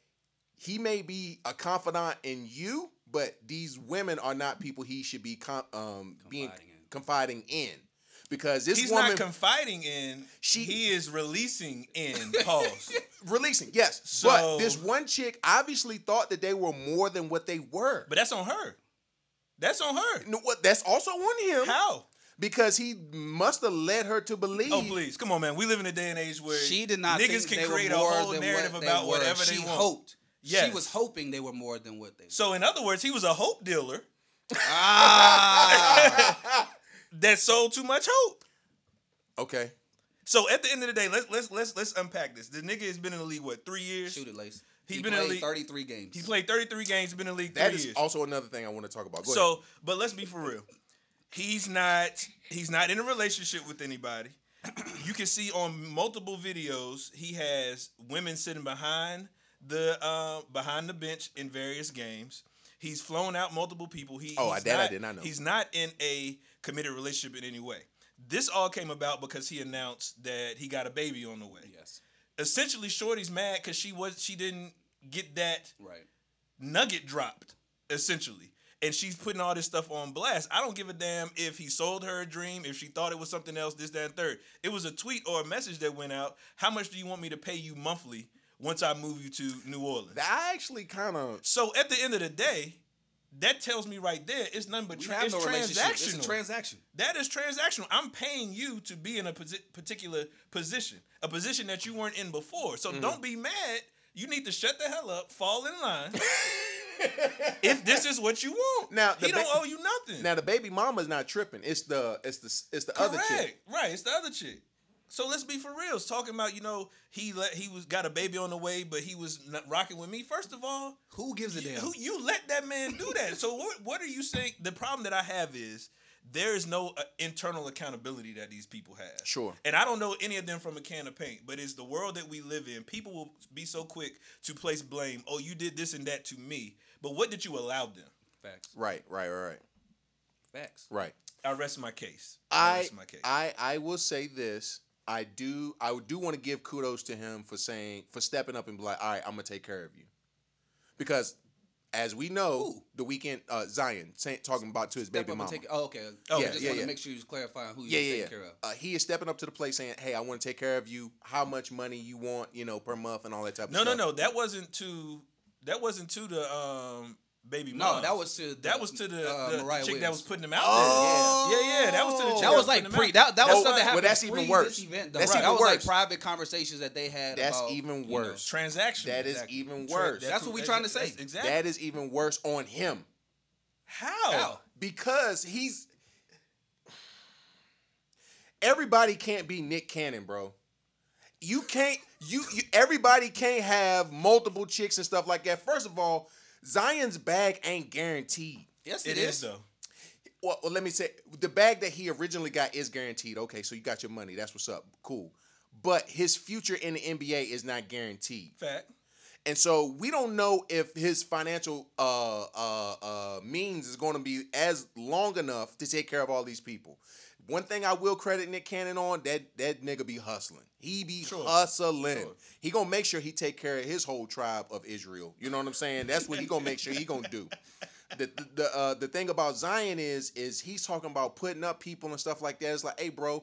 [SPEAKER 3] he may be a confidant in you, but these women are not people he should be con- um being
[SPEAKER 2] Confiding in.
[SPEAKER 3] confiding in. Because this
[SPEAKER 1] He's
[SPEAKER 3] woman
[SPEAKER 1] not confiding in.
[SPEAKER 3] She-
[SPEAKER 1] he is releasing
[SPEAKER 3] <laughs>
[SPEAKER 1] in. Pause.
[SPEAKER 3] releasing, yes.
[SPEAKER 1] So-
[SPEAKER 3] but this one chick obviously thought that they were more than what they were.
[SPEAKER 1] but that's on her. That's on her.
[SPEAKER 3] No, what? That's also on him
[SPEAKER 1] How?
[SPEAKER 3] because he must have led her to believe.
[SPEAKER 1] Oh please, come on, man. We live in a day and age where
[SPEAKER 2] She did not
[SPEAKER 1] niggas
[SPEAKER 2] think
[SPEAKER 1] can
[SPEAKER 2] they
[SPEAKER 1] create
[SPEAKER 2] were
[SPEAKER 1] a
[SPEAKER 2] more
[SPEAKER 1] whole
[SPEAKER 2] than
[SPEAKER 1] narrative
[SPEAKER 2] what they
[SPEAKER 1] about
[SPEAKER 2] were.
[SPEAKER 1] whatever
[SPEAKER 2] she
[SPEAKER 1] they want.
[SPEAKER 2] hoped. She
[SPEAKER 1] Yes.
[SPEAKER 2] was hoping they were more than what they were.
[SPEAKER 1] So in other words, he was a hope dealer
[SPEAKER 2] ah,
[SPEAKER 1] <laughs> that sold too much hope.
[SPEAKER 3] Okay.
[SPEAKER 1] So at the end of the day, let's let's let's let's unpack this. The nigga has been in the league what three years?
[SPEAKER 2] shoot it, Lace.
[SPEAKER 1] He's
[SPEAKER 2] he
[SPEAKER 1] been in the
[SPEAKER 2] played
[SPEAKER 1] league-
[SPEAKER 2] 33 games.
[SPEAKER 1] He played 33 games, been in the league
[SPEAKER 3] that
[SPEAKER 1] three
[SPEAKER 3] is
[SPEAKER 1] years.
[SPEAKER 3] also another thing I want to talk about. Go
[SPEAKER 1] so,
[SPEAKER 3] ahead.
[SPEAKER 1] but let's be for real. He's not he's not in a relationship with anybody. You can see on multiple videos he has women sitting behind the uh, behind the bench in various games. He's flown out multiple people. He
[SPEAKER 3] Oh,
[SPEAKER 1] he's
[SPEAKER 3] that I did not know.
[SPEAKER 1] He's not in a committed relationship in any way. This all came about because he announced that he got a baby on the way.
[SPEAKER 2] yes,
[SPEAKER 1] Essentially, Shorty's mad because she was she didn't get that
[SPEAKER 2] right.
[SPEAKER 1] nugget dropped essentially and she's putting all this stuff on blast i don't give a damn if he sold her a dream if she thought it was something else this that and third it was a tweet or a message that went out how much do you want me to pay you monthly once i move you to new orleans
[SPEAKER 3] I actually kind of
[SPEAKER 1] so at the end of the day that tells me right there it's nothing but
[SPEAKER 2] We
[SPEAKER 1] tra-
[SPEAKER 2] have
[SPEAKER 1] it's
[SPEAKER 2] no relationship. It's a
[SPEAKER 1] transactional.
[SPEAKER 2] transaction.
[SPEAKER 1] that is transactional i'm paying you to be in a posi- particular position a position that you weren't in before so
[SPEAKER 3] Mm.
[SPEAKER 1] don't be mad you need to shut the hell up fall in line
[SPEAKER 3] <laughs>
[SPEAKER 1] if this is what you want.
[SPEAKER 3] Now,
[SPEAKER 1] he
[SPEAKER 3] the
[SPEAKER 1] don't
[SPEAKER 3] ba-
[SPEAKER 1] owe you nothing.
[SPEAKER 3] now the baby mama's not tripping. It's the it's the it's the other
[SPEAKER 1] correct,
[SPEAKER 3] chick.
[SPEAKER 1] right? It's the other chick. So let's be for real. It's talking about you know he let he was got a baby on the way, but he was not rocking with me. First of all,
[SPEAKER 2] Who gives a damn?
[SPEAKER 1] who you let that man do that? so what what are you saying? The problem that I have is there is no uh, internal accountability that these people have.
[SPEAKER 3] Sure.
[SPEAKER 1] And I don't know any of them from a can of paint, but it's the world that we live in. People will be so quick to place blame. Oh, you did this and that to me, but what did you allow them?
[SPEAKER 2] Facts.
[SPEAKER 3] Right, right, right, right,
[SPEAKER 2] Facts.
[SPEAKER 3] right.
[SPEAKER 1] I rest my case. I
[SPEAKER 3] I
[SPEAKER 1] rest my case.
[SPEAKER 3] I I will say this. I do I do want to give kudos to him for saying for stepping up and be like, all right, I'm gonna take care of you, because as we know,
[SPEAKER 2] Who?
[SPEAKER 3] the weekend uh, Zion saying, talking about to his
[SPEAKER 2] Step
[SPEAKER 3] baby
[SPEAKER 2] up
[SPEAKER 3] mama.
[SPEAKER 2] and take. Oh, okay.
[SPEAKER 1] Oh,
[SPEAKER 2] I
[SPEAKER 1] yeah,
[SPEAKER 2] just
[SPEAKER 1] yeah,
[SPEAKER 2] want
[SPEAKER 3] yeah.
[SPEAKER 2] to make sure you're clarifying who
[SPEAKER 3] yeah,
[SPEAKER 2] you're
[SPEAKER 3] yeah,
[SPEAKER 2] taking
[SPEAKER 3] yeah.
[SPEAKER 2] care of.
[SPEAKER 3] Uh, he is stepping up to the plate saying, "Hey, I want to take care of you. How much money you want, you know, per month and all that type
[SPEAKER 1] No,
[SPEAKER 3] of
[SPEAKER 1] no,
[SPEAKER 3] stuff."
[SPEAKER 1] no. That wasn't to that wasn't to the um baby.
[SPEAKER 2] No,
[SPEAKER 1] moms.
[SPEAKER 2] that was to the,
[SPEAKER 1] that was to the,
[SPEAKER 2] uh,
[SPEAKER 1] the, the
[SPEAKER 2] Mariah
[SPEAKER 1] chick that
[SPEAKER 2] Williams.
[SPEAKER 1] was putting them out
[SPEAKER 3] Oh.
[SPEAKER 1] there. Yeah, yeah, that was to the chick
[SPEAKER 2] That was like
[SPEAKER 1] putting them
[SPEAKER 2] pre.
[SPEAKER 1] out.
[SPEAKER 2] That, that was
[SPEAKER 1] Oh,
[SPEAKER 2] something that
[SPEAKER 1] well,
[SPEAKER 2] happened.
[SPEAKER 3] that's even
[SPEAKER 2] pre
[SPEAKER 3] worse.
[SPEAKER 2] This event, though.
[SPEAKER 3] That's
[SPEAKER 2] Right.
[SPEAKER 3] even
[SPEAKER 2] that was
[SPEAKER 3] worse.
[SPEAKER 2] Like private conversations that they had.
[SPEAKER 3] That's e-
[SPEAKER 2] about,
[SPEAKER 3] even
[SPEAKER 2] you know,
[SPEAKER 3] worse.
[SPEAKER 1] Transactional.
[SPEAKER 3] That is even worse.
[SPEAKER 2] That's what we trying to say.
[SPEAKER 1] that's Exactly.
[SPEAKER 3] That is even worse on him
[SPEAKER 1] how?
[SPEAKER 2] How?
[SPEAKER 3] because he's everybody can't be Nick Cannon, bro. You can't you, you everybody can't have multiple chicks and stuff like that. First of all, Zion's bag ain't guaranteed.
[SPEAKER 2] Yes,
[SPEAKER 1] It is though.
[SPEAKER 3] Well, well, let me say the bag that he originally got is guaranteed. Okay, so you got your money. That's what's up. Cool. But his future in the NBA is not guaranteed.
[SPEAKER 1] Fact.
[SPEAKER 3] And so we don't know if his financial uh, uh, uh, means is going to be as long enough to take care of all these people. One thing I will credit Nick Cannon on that that nigga be hustling. He be
[SPEAKER 1] Sure.
[SPEAKER 3] hustling.
[SPEAKER 1] Sure.
[SPEAKER 3] He gonna make sure he take care of his whole tribe of Israel. You know what I'm saying? That's what he gonna make sure he gonna do. The the the, uh, the thing about Zion is is he's talking about putting up people and stuff like that. It's like, hey, bro,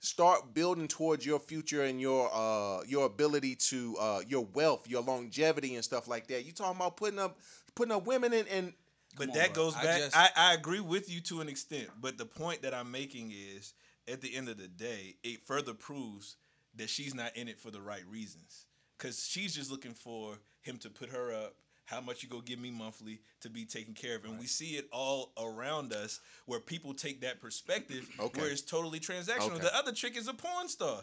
[SPEAKER 3] start building towards your future and your uh your ability to uh your wealth, your longevity and stuff like that. You talking about putting up putting up women and, and
[SPEAKER 1] But
[SPEAKER 2] on,
[SPEAKER 1] that
[SPEAKER 2] bro.
[SPEAKER 1] goes
[SPEAKER 2] I
[SPEAKER 1] back. I,
[SPEAKER 2] just-
[SPEAKER 1] I, agree with you to an extent, but the point that I'm making is, at the end of the day, it further proves that she's not in it for the right reasons. Cause she's just looking for him to put her up. How much you go give me monthly to be taken care of, and we see it all around us where people take that perspective,
[SPEAKER 3] Okay.
[SPEAKER 1] where it's totally transactional.
[SPEAKER 3] Okay.
[SPEAKER 1] The other chick is a porn star,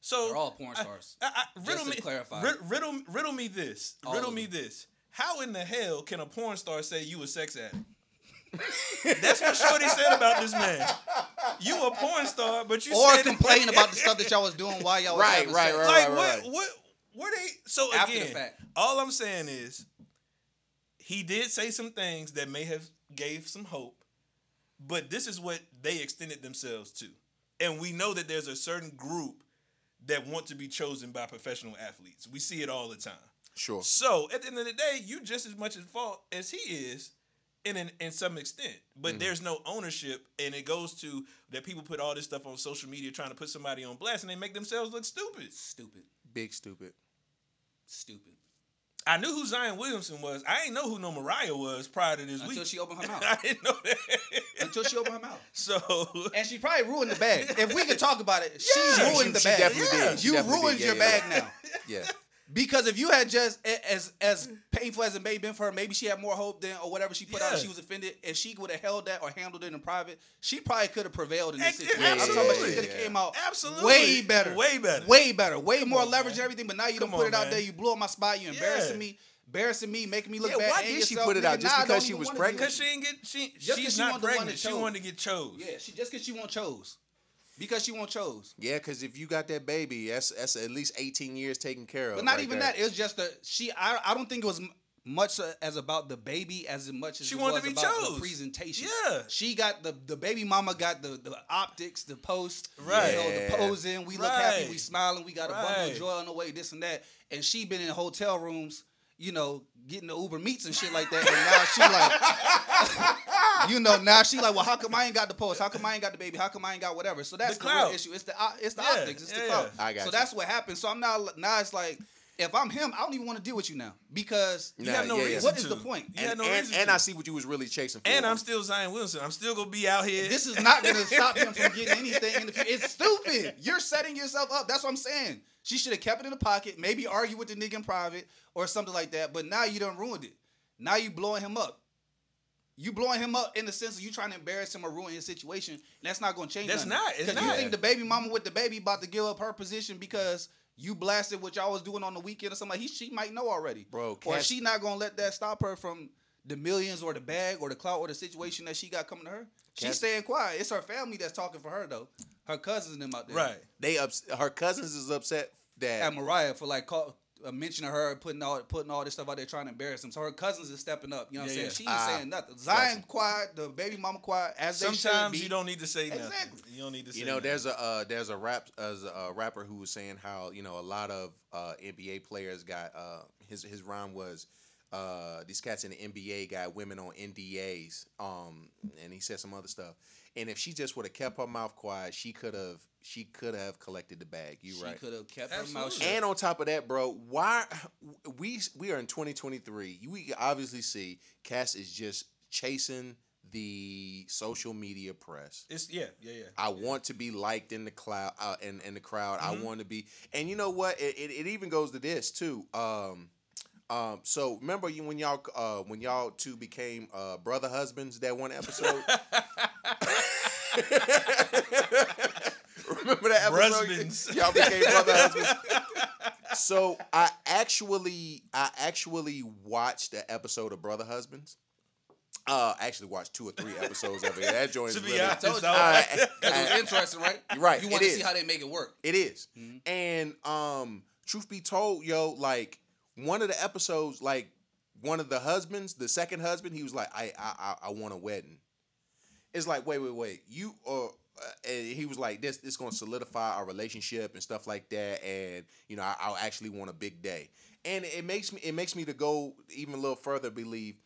[SPEAKER 1] so
[SPEAKER 2] They're all porn
[SPEAKER 1] I-
[SPEAKER 2] stars.
[SPEAKER 1] I, I, riddle
[SPEAKER 2] to
[SPEAKER 1] me,
[SPEAKER 2] clarify.
[SPEAKER 1] rid- riddle, riddle me this.
[SPEAKER 2] All
[SPEAKER 1] riddle
[SPEAKER 2] of
[SPEAKER 1] me
[SPEAKER 2] them.
[SPEAKER 1] this. How in the hell can a porn star say you a sex
[SPEAKER 2] <laughs>
[SPEAKER 1] addict? That's what Shorty said about this man. You a porn star, but you
[SPEAKER 2] Or
[SPEAKER 1] said
[SPEAKER 2] <laughs>
[SPEAKER 1] <laughs>
[SPEAKER 2] complain about the stuff that y'all was doing while y'all was
[SPEAKER 3] Right,
[SPEAKER 2] having
[SPEAKER 3] right,
[SPEAKER 2] sex.
[SPEAKER 1] Like
[SPEAKER 3] right. right,
[SPEAKER 1] what? What? Were they? So
[SPEAKER 2] After the
[SPEAKER 1] again,
[SPEAKER 2] fact.
[SPEAKER 1] all I'm saying is, he did say some things that may have gave some hope, but this is what they extended themselves to, and we know that there's a certain group that want to be chosen by professional athletes. We see it all the time.
[SPEAKER 3] Sure.
[SPEAKER 1] So at the end of the day, you just as much at fault as he is, in an, in some extent. But there's no ownership, and it goes to that people put all this stuff on social media trying to put somebody on blast, and they make themselves look stupid.
[SPEAKER 2] Stupid.
[SPEAKER 3] Big stupid.
[SPEAKER 2] Stupid.
[SPEAKER 1] I knew who Zion Williamson was. I ain't know who no Mariah was prior to this
[SPEAKER 2] Until
[SPEAKER 1] week. <laughs>
[SPEAKER 2] she opened her
[SPEAKER 1] I
[SPEAKER 2] mouth.
[SPEAKER 1] didn't know that. <laughs>
[SPEAKER 2] Until she opened her mouth.
[SPEAKER 1] so
[SPEAKER 2] And she probably ruined the bag. If we could talk about it, she
[SPEAKER 3] Yeah.
[SPEAKER 2] ruined the
[SPEAKER 3] She- she
[SPEAKER 2] bag.
[SPEAKER 3] definitely did. She
[SPEAKER 2] You
[SPEAKER 3] definitely did.
[SPEAKER 2] ruined
[SPEAKER 3] Yeah,
[SPEAKER 2] your
[SPEAKER 3] yeah,
[SPEAKER 2] bag now.
[SPEAKER 3] Yeah. <laughs>
[SPEAKER 2] Because if you had just a- as as painful as it may have been for her, maybe she had more hope than or whatever she put out.
[SPEAKER 1] Yeah.
[SPEAKER 2] She was offended. If she would have held that or handled it in private, she probably could have prevailed in this
[SPEAKER 1] Ex-
[SPEAKER 2] situation.
[SPEAKER 1] absolutely.
[SPEAKER 2] I'm talking about she could have
[SPEAKER 3] Yeah.
[SPEAKER 2] came out
[SPEAKER 1] absolutely,
[SPEAKER 2] way better,
[SPEAKER 1] way better,
[SPEAKER 2] way better, way more
[SPEAKER 1] on,
[SPEAKER 2] leverage
[SPEAKER 1] man.
[SPEAKER 2] and everything. But now you
[SPEAKER 1] Come
[SPEAKER 2] don't put
[SPEAKER 1] on,
[SPEAKER 2] it out
[SPEAKER 1] man.
[SPEAKER 2] there. You blew up my spot. You embarrassing
[SPEAKER 1] Yeah.
[SPEAKER 2] me, embarrassing me, making me look
[SPEAKER 3] Yeah,
[SPEAKER 2] bad.
[SPEAKER 3] why
[SPEAKER 2] and
[SPEAKER 3] did she
[SPEAKER 2] yourself.
[SPEAKER 3] put it out?
[SPEAKER 2] Nigga,
[SPEAKER 3] Just
[SPEAKER 2] nah, I
[SPEAKER 3] because
[SPEAKER 2] don't
[SPEAKER 3] she
[SPEAKER 2] even
[SPEAKER 3] was
[SPEAKER 2] wanna do
[SPEAKER 3] pregnant?
[SPEAKER 2] this.
[SPEAKER 1] because she didn't get she
[SPEAKER 2] Just 'cause
[SPEAKER 1] she's
[SPEAKER 2] she
[SPEAKER 1] not
[SPEAKER 2] wasn't the one
[SPEAKER 1] pregnant.
[SPEAKER 2] that
[SPEAKER 1] She
[SPEAKER 2] chose.
[SPEAKER 1] wanted to get chose.
[SPEAKER 2] Yeah, she just because she won't chose. Because she won't chose.
[SPEAKER 3] Yeah, because if you got that baby, that's that's at least eighteen years taken care of.
[SPEAKER 2] But not
[SPEAKER 3] right
[SPEAKER 2] even
[SPEAKER 3] there.
[SPEAKER 2] that. It's just the she. I I don't think it was m- much uh, as about the baby as much as
[SPEAKER 1] She
[SPEAKER 2] it
[SPEAKER 1] wanted
[SPEAKER 2] was
[SPEAKER 1] to be
[SPEAKER 2] about
[SPEAKER 1] chose.
[SPEAKER 2] the presentation.
[SPEAKER 1] Yeah.
[SPEAKER 2] she got the the baby mama got the the optics, the post,
[SPEAKER 1] Right.
[SPEAKER 2] You know, the posing. We look
[SPEAKER 1] Right.
[SPEAKER 2] happy, we smiling, we got a bundle
[SPEAKER 1] Right.
[SPEAKER 2] of joy on the way, this and that. And she been in hotel rooms. You know, getting the Uber meets and shit like that, and now she like, you know, now she like, <laughs> well, how come I ain't got the post? How come I ain't got the baby? How come I ain't got whatever? So that's
[SPEAKER 1] The
[SPEAKER 2] the, real
[SPEAKER 1] clout.
[SPEAKER 2] issue. It's the op- it's the
[SPEAKER 1] Yeah,
[SPEAKER 2] optics. It's
[SPEAKER 1] yeah,
[SPEAKER 2] the clout.
[SPEAKER 3] yeah. I got
[SPEAKER 2] so
[SPEAKER 3] you.
[SPEAKER 2] that's what happened. So I'm now now it's like if I'm him, I don't even want to deal with you now because
[SPEAKER 1] You have
[SPEAKER 3] Nah,
[SPEAKER 1] no
[SPEAKER 3] yeah, yeah.
[SPEAKER 1] reason.
[SPEAKER 2] What is
[SPEAKER 1] to.
[SPEAKER 2] the point?
[SPEAKER 1] You had
[SPEAKER 3] and,
[SPEAKER 1] no
[SPEAKER 3] and,
[SPEAKER 1] reason.
[SPEAKER 3] and
[SPEAKER 1] to.
[SPEAKER 3] I see what you was really chasing for.
[SPEAKER 1] And I'm still Zion Williamson. I'm still gonna be out here.
[SPEAKER 2] this is
[SPEAKER 1] <laughs>
[SPEAKER 2] not going to stop him from getting anything in the future. It's stupid. You're setting yourself up. That's what I'm saying. She should have kept it in the pocket, maybe argue with the nigga in private or something like that. But now you done ruined it. Now you blowing him up. You blowing him up in the sense of you trying to embarrass him or ruin his situation. And that's not going to change.
[SPEAKER 1] That's
[SPEAKER 2] nothing.
[SPEAKER 1] not. It's
[SPEAKER 2] 'Cause You
[SPEAKER 1] not.
[SPEAKER 2] think the baby mama with the baby about to give up her position because you blasted what y'all was doing on the weekend or something? He she might know already,
[SPEAKER 3] Bro,
[SPEAKER 2] Or
[SPEAKER 3] Cass-
[SPEAKER 2] she not going to let that stop her from the millions or the bag or the clout or the situation that she got coming to her. She's
[SPEAKER 3] Cass-
[SPEAKER 2] staying quiet. It's her family that's talking for her though. Her cousins and them out there.
[SPEAKER 1] right.
[SPEAKER 3] they ups, her cousins is upset that
[SPEAKER 2] At Mariah for like call, uh, mentioning her putting all putting all this stuff out there trying to embarrass them. So her cousins is stepping up. You know what
[SPEAKER 1] Yeah,
[SPEAKER 2] I'm
[SPEAKER 1] yeah.
[SPEAKER 2] saying? She
[SPEAKER 3] Ah,
[SPEAKER 2] ain't saying nothing. Zion quiet, the baby mama quiet as they should
[SPEAKER 1] Sometimes
[SPEAKER 2] be.
[SPEAKER 1] you don't need to say nothing.
[SPEAKER 2] Exactly.
[SPEAKER 1] You don't need to say.
[SPEAKER 3] you know
[SPEAKER 1] nothing.
[SPEAKER 3] there's a uh, there's a rap as a uh, rapper who was saying how you know a lot of uh, NBA players got uh, his his rhyme was uh, these cats in the NBA got women on NDAs um and he said some other stuff and if she just would have kept her mouth quiet she could have she could have collected the bag you
[SPEAKER 2] She
[SPEAKER 3] right
[SPEAKER 2] could have kept her mouth
[SPEAKER 1] Absolutely.
[SPEAKER 2] shut.
[SPEAKER 3] and on top of that, bro, why we we are in 2023. We can obviously see Cass is just chasing the social media press.
[SPEAKER 1] It's yeah, yeah, yeah.
[SPEAKER 3] I want to be liked in the cloud uh, in, in the crowd.
[SPEAKER 1] Mm-hmm.
[SPEAKER 3] I want to be and you know what? It, it, it even goes to this too. Um um, so remember you when y'all uh, when y'all two became uh, brother husbands that
[SPEAKER 1] <laughs>
[SPEAKER 3] one episode. remember that episode?
[SPEAKER 1] Brusbands.
[SPEAKER 3] <laughs> Y'all became brother husbands. so I actually I actually watched the episode of Brother Husbands. Uh, I actually watched two or three episodes of it. That joint
[SPEAKER 1] To
[SPEAKER 3] is
[SPEAKER 1] be
[SPEAKER 3] really.
[SPEAKER 1] honest,
[SPEAKER 3] <laughs>
[SPEAKER 2] told you.
[SPEAKER 1] I-
[SPEAKER 3] I-
[SPEAKER 1] <laughs>
[SPEAKER 2] Because it was interesting, right?
[SPEAKER 3] <laughs> You're right,
[SPEAKER 2] You
[SPEAKER 3] it
[SPEAKER 2] want to
[SPEAKER 3] is.
[SPEAKER 2] see how they make it work.
[SPEAKER 3] Uh, It is.
[SPEAKER 1] Mm-hmm.
[SPEAKER 3] And um, truth be told, yo, like one of the episodes, like one of the husbands, the second husband, he was like, I I I, I want a wedding. It's like, wait, wait, wait, you or. Uh, and he was like, "This this gonna solidify our relationship and stuff like that." And you know, I, I'll actually want a big day. And it makes me it makes me to go even a little further. Believe,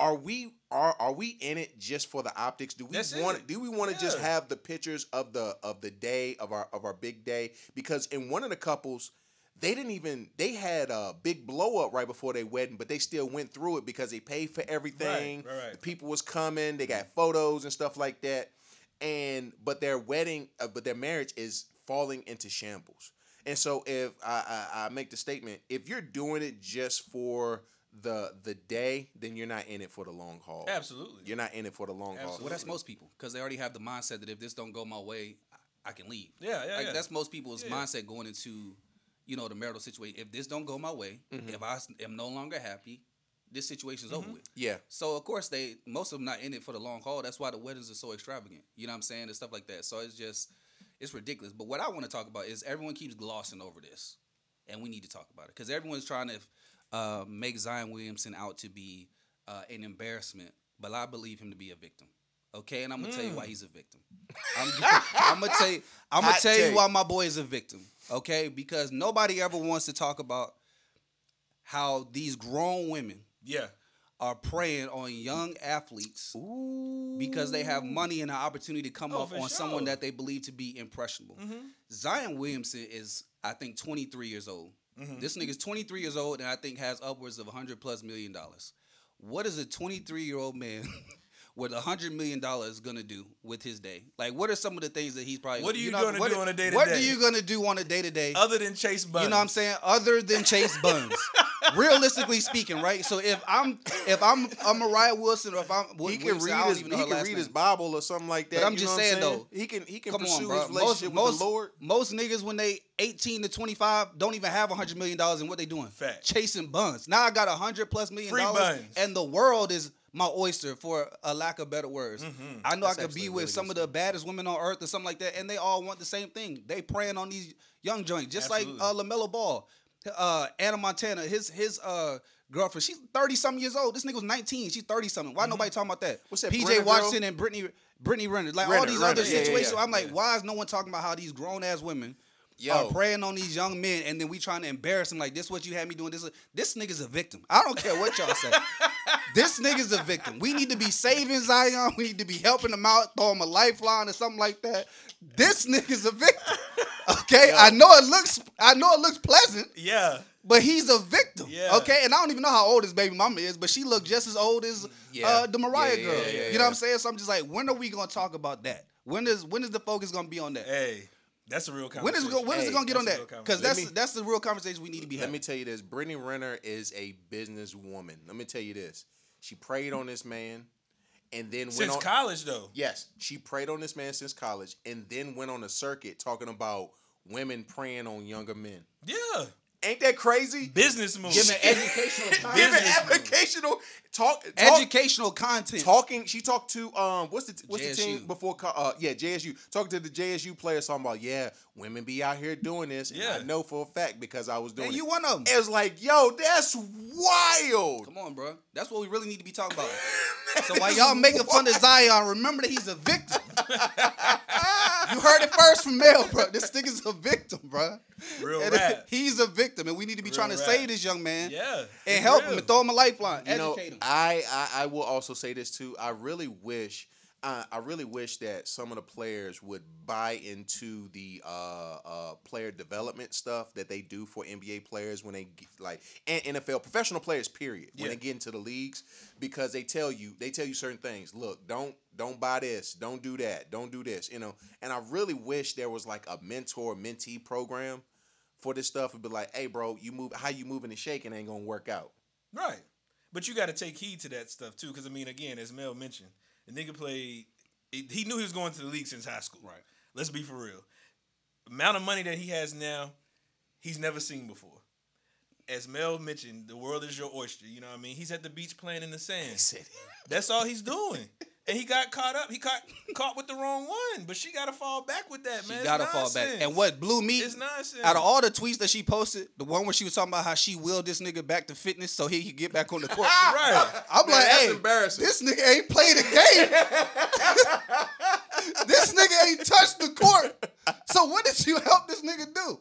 [SPEAKER 3] are we are are we in it just for the optics? Do we
[SPEAKER 1] That's
[SPEAKER 3] want
[SPEAKER 1] it.
[SPEAKER 3] do we want to just
[SPEAKER 1] Yeah.
[SPEAKER 3] have have the pictures of the of the day of our of our big day because in one of the couples they didn't even they had a big blow up right before their wedding but they still went through it because they paid for everything
[SPEAKER 1] right, Mm-hmm. right.
[SPEAKER 3] the people was coming they got photos and stuff like that and but their wedding uh, but their marriage is falling into shambles And so if I, I I make the statement, if you're doing it just for the the day, then you're not in it for the long haul.
[SPEAKER 1] Absolutely.
[SPEAKER 3] You're not in it for the long haul.
[SPEAKER 1] Absolutely.
[SPEAKER 2] Well, that's most people because they already have the mindset that if this don't go my way, I, I can leave.
[SPEAKER 1] Yeah, yeah,
[SPEAKER 2] like
[SPEAKER 1] yeah.
[SPEAKER 2] that's most people's
[SPEAKER 1] Yeah, yeah.
[SPEAKER 2] mindset going into, you know, the marital situation. If this don't go my way, if I s- am no longer happy, this situation's over with.
[SPEAKER 3] Yeah.
[SPEAKER 2] So of course they most of them not in it for the long haul. That's why the weddings are so extravagant. You know what I'm saying and stuff like that. So it's just it's ridiculous. But what I want to talk about is everyone keeps glossing over this, and we need to talk about it because everyone's trying to uh, make Zion Williamson out to be uh, an embarrassment, but I believe him to be a victim. Okay, and I'm gonna tell
[SPEAKER 3] Hmm.
[SPEAKER 2] you why he's a victim. I'm, <laughs> I'm gonna tell you. I'm gonna
[SPEAKER 3] Hot
[SPEAKER 2] tell
[SPEAKER 3] take.
[SPEAKER 2] you why my boy is a victim. Okay, because nobody ever wants to talk about how these grown women
[SPEAKER 1] Yeah.
[SPEAKER 2] are preying on young athletes because they have money and an opportunity to come
[SPEAKER 1] Oh,
[SPEAKER 2] up
[SPEAKER 1] for
[SPEAKER 2] on someone
[SPEAKER 1] sure. Mm-hmm.
[SPEAKER 2] that they believe to be impressionable. Zion Williamson is, I think, 23 years old.
[SPEAKER 1] Mm-hmm.
[SPEAKER 2] This nigga's 23 years old and I think has upwards of 100 plus million dollars. What is a 23 year old man <laughs> with 100 million dollars gonna do with his day? Like, what are some of the things that he's probably
[SPEAKER 1] What are you
[SPEAKER 2] know,
[SPEAKER 1] gonna
[SPEAKER 2] what-
[SPEAKER 1] do on a day-to-day?
[SPEAKER 2] What are you gonna do on a day to day?
[SPEAKER 1] Other than Chase Button.
[SPEAKER 2] You know what I'm saying? Other than Chase
[SPEAKER 3] <laughs>
[SPEAKER 2] Buns. Realistically speaking, right? So if I'm if I'm I'm Mariah Wilson or if I'm Wi-
[SPEAKER 3] He can
[SPEAKER 2] Williamson, I
[SPEAKER 3] read
[SPEAKER 2] don't
[SPEAKER 3] his he
[SPEAKER 2] even know her
[SPEAKER 3] can
[SPEAKER 2] last
[SPEAKER 3] read
[SPEAKER 2] name.
[SPEAKER 3] his Bible or something like that.
[SPEAKER 2] But I'm
[SPEAKER 3] you
[SPEAKER 2] just
[SPEAKER 3] know what
[SPEAKER 2] saying, though,
[SPEAKER 3] He can he can
[SPEAKER 2] Come on,
[SPEAKER 3] pursue
[SPEAKER 2] bro.
[SPEAKER 3] his relationship
[SPEAKER 2] most,
[SPEAKER 3] with the Lord.
[SPEAKER 2] most niggas when they 18 to 25 don't even have 100 million dollars and what they doing?
[SPEAKER 1] Fact.
[SPEAKER 2] Chasing buns. Now I got 100 plus million
[SPEAKER 1] Free
[SPEAKER 2] dollars
[SPEAKER 1] buns.
[SPEAKER 2] and the world is my oyster for a lack of better words.
[SPEAKER 3] Mm-hmm.
[SPEAKER 2] I know
[SPEAKER 3] That's
[SPEAKER 2] I could be
[SPEAKER 3] actually
[SPEAKER 2] with
[SPEAKER 3] really
[SPEAKER 2] some
[SPEAKER 3] good
[SPEAKER 2] of the baddest women on earth or something like that and they all want the same thing. They preying on these young joints just
[SPEAKER 1] Absolutely.
[SPEAKER 2] like uh, LaMelo Ball. Uh, Anna Montana, his his uh girlfriend, she's 30 something years old. This nigga was 19, she's 30 something. Why nobody talking about that?
[SPEAKER 3] Mm-hmm. What's that
[SPEAKER 2] PJ
[SPEAKER 3] Brenner girl?
[SPEAKER 2] Watson and Brittany Brittany Renner, like all
[SPEAKER 3] Renner,
[SPEAKER 2] these
[SPEAKER 3] Renner.
[SPEAKER 2] other
[SPEAKER 3] Yeah, yeah, yeah.
[SPEAKER 2] situations. I'm like, why is no one talking about how these grown ass women
[SPEAKER 3] Yo.
[SPEAKER 2] are preying on these young men and then we trying to embarrass them like this what you had me doing this this nigga's a victim. I don't care what y'all
[SPEAKER 3] <laughs>
[SPEAKER 2] say. this nigga's a victim. We need to be saving Zion. We need to be helping him out, throw him a lifeline or something like that. This nigga's a
[SPEAKER 3] <laughs>
[SPEAKER 2] victim. Okay? I know it looks I know it looks pleasant,
[SPEAKER 1] Yeah.
[SPEAKER 2] but he's a victim.
[SPEAKER 1] Yeah.
[SPEAKER 2] Okay? And I don't even know how old his baby mama is, but she looked just as old as
[SPEAKER 3] Yeah.
[SPEAKER 2] uh, the Mariah
[SPEAKER 3] Yeah, yeah,
[SPEAKER 2] girl.
[SPEAKER 3] yeah, yeah,
[SPEAKER 2] you know what
[SPEAKER 3] yeah.
[SPEAKER 2] I'm saying? So I'm just like, when are we gonna talk about that? When is when is the focus gonna be on that?
[SPEAKER 1] Hey, that's a real conversation.
[SPEAKER 2] When is it gonna, when is
[SPEAKER 3] Hey,
[SPEAKER 2] it gonna get on
[SPEAKER 1] that's a
[SPEAKER 2] that?
[SPEAKER 1] real
[SPEAKER 2] Because
[SPEAKER 1] conversation.
[SPEAKER 2] that's
[SPEAKER 3] Let me-
[SPEAKER 2] that's the real conversation we need to be
[SPEAKER 3] Let me
[SPEAKER 2] having.
[SPEAKER 3] tell you this. Brittany Renner is a businesswoman. Let me tell you this. She preyed on this man and then went
[SPEAKER 1] Since
[SPEAKER 3] on
[SPEAKER 1] college, though.
[SPEAKER 3] Yes, she preyed on this man since college and then went on a circuit talking about women preying on younger men.
[SPEAKER 1] Yeah.
[SPEAKER 3] Ain't that crazy?
[SPEAKER 1] Business move.
[SPEAKER 3] Give me
[SPEAKER 2] educational
[SPEAKER 3] <laughs> Give an
[SPEAKER 1] business move.
[SPEAKER 3] educational talk, talk
[SPEAKER 2] educational content.
[SPEAKER 3] talking. She talked to um what's the t- what's the
[SPEAKER 2] JSU.
[SPEAKER 3] team before co- uh yeah JSU talking to the JSU players talking about yeah women be out here doing this and
[SPEAKER 1] Yeah.
[SPEAKER 3] I know for a fact because I was doing
[SPEAKER 2] and
[SPEAKER 3] it.
[SPEAKER 2] you one of them.
[SPEAKER 3] it was like yo that's wild.
[SPEAKER 2] Come on, bro. That's what we really need to be talking
[SPEAKER 3] <laughs>
[SPEAKER 2] about. so
[SPEAKER 3] That
[SPEAKER 2] while
[SPEAKER 3] is
[SPEAKER 2] y'all making fun of Zion, remember that he's a victim. <laughs> you heard it first from Mel, bro. This nigga's a victim, bro.
[SPEAKER 1] Real
[SPEAKER 2] And
[SPEAKER 1] rap.
[SPEAKER 2] <laughs> He's a victim, and we need to be
[SPEAKER 1] Real
[SPEAKER 2] trying to
[SPEAKER 1] rap.
[SPEAKER 2] save this young man
[SPEAKER 1] Yeah.
[SPEAKER 2] and help
[SPEAKER 1] real.
[SPEAKER 2] him and throw him a lifeline.
[SPEAKER 3] you know,
[SPEAKER 2] Educate him.
[SPEAKER 3] I, I I will also say this too. I really wish, uh, I really wish that some of the players would buy into the uh, uh, player development stuff that they do for NBA players when they get, like and NFL professional players. Period. When
[SPEAKER 1] Yeah.
[SPEAKER 3] they get into the leagues, because they tell you they tell you certain things. Look, don't don't buy this. Don't do that. Don't do this. You know. And I really wish there was like a mentor mentee program. For this stuff, it'd be like, hey, bro, you move how you moving and shaking ain't gonna work out.
[SPEAKER 1] Right. But you got to take heed to that stuff too, because I mean, again, as Mel mentioned, the nigga played. He he knew he was going to the league since high school. Right. Let's be for real. Amount of money that he has now, he's never seen before. As Mel mentioned, the world is your oyster. You know what I mean? He's at the beach playing in the sand. That's all he's doing. And he got caught up. He caught caught with the wrong one. But she got to fall back with that,
[SPEAKER 2] She
[SPEAKER 1] man. It's
[SPEAKER 2] gotta fall back.
[SPEAKER 1] nonsense.
[SPEAKER 2] And what blew me
[SPEAKER 1] It's nonsense.
[SPEAKER 2] out of all the tweets that she posted, the one where she was talking about how she willed this nigga back to fitness so he could get back on the court.
[SPEAKER 1] <laughs> Right.
[SPEAKER 2] I'm
[SPEAKER 3] Man,
[SPEAKER 2] like,
[SPEAKER 3] that's
[SPEAKER 2] hey,
[SPEAKER 3] embarrassing.
[SPEAKER 2] this nigga ain't played a
[SPEAKER 1] <laughs>
[SPEAKER 2] game. this nigga ain't touched the court. So what did you help this nigga do?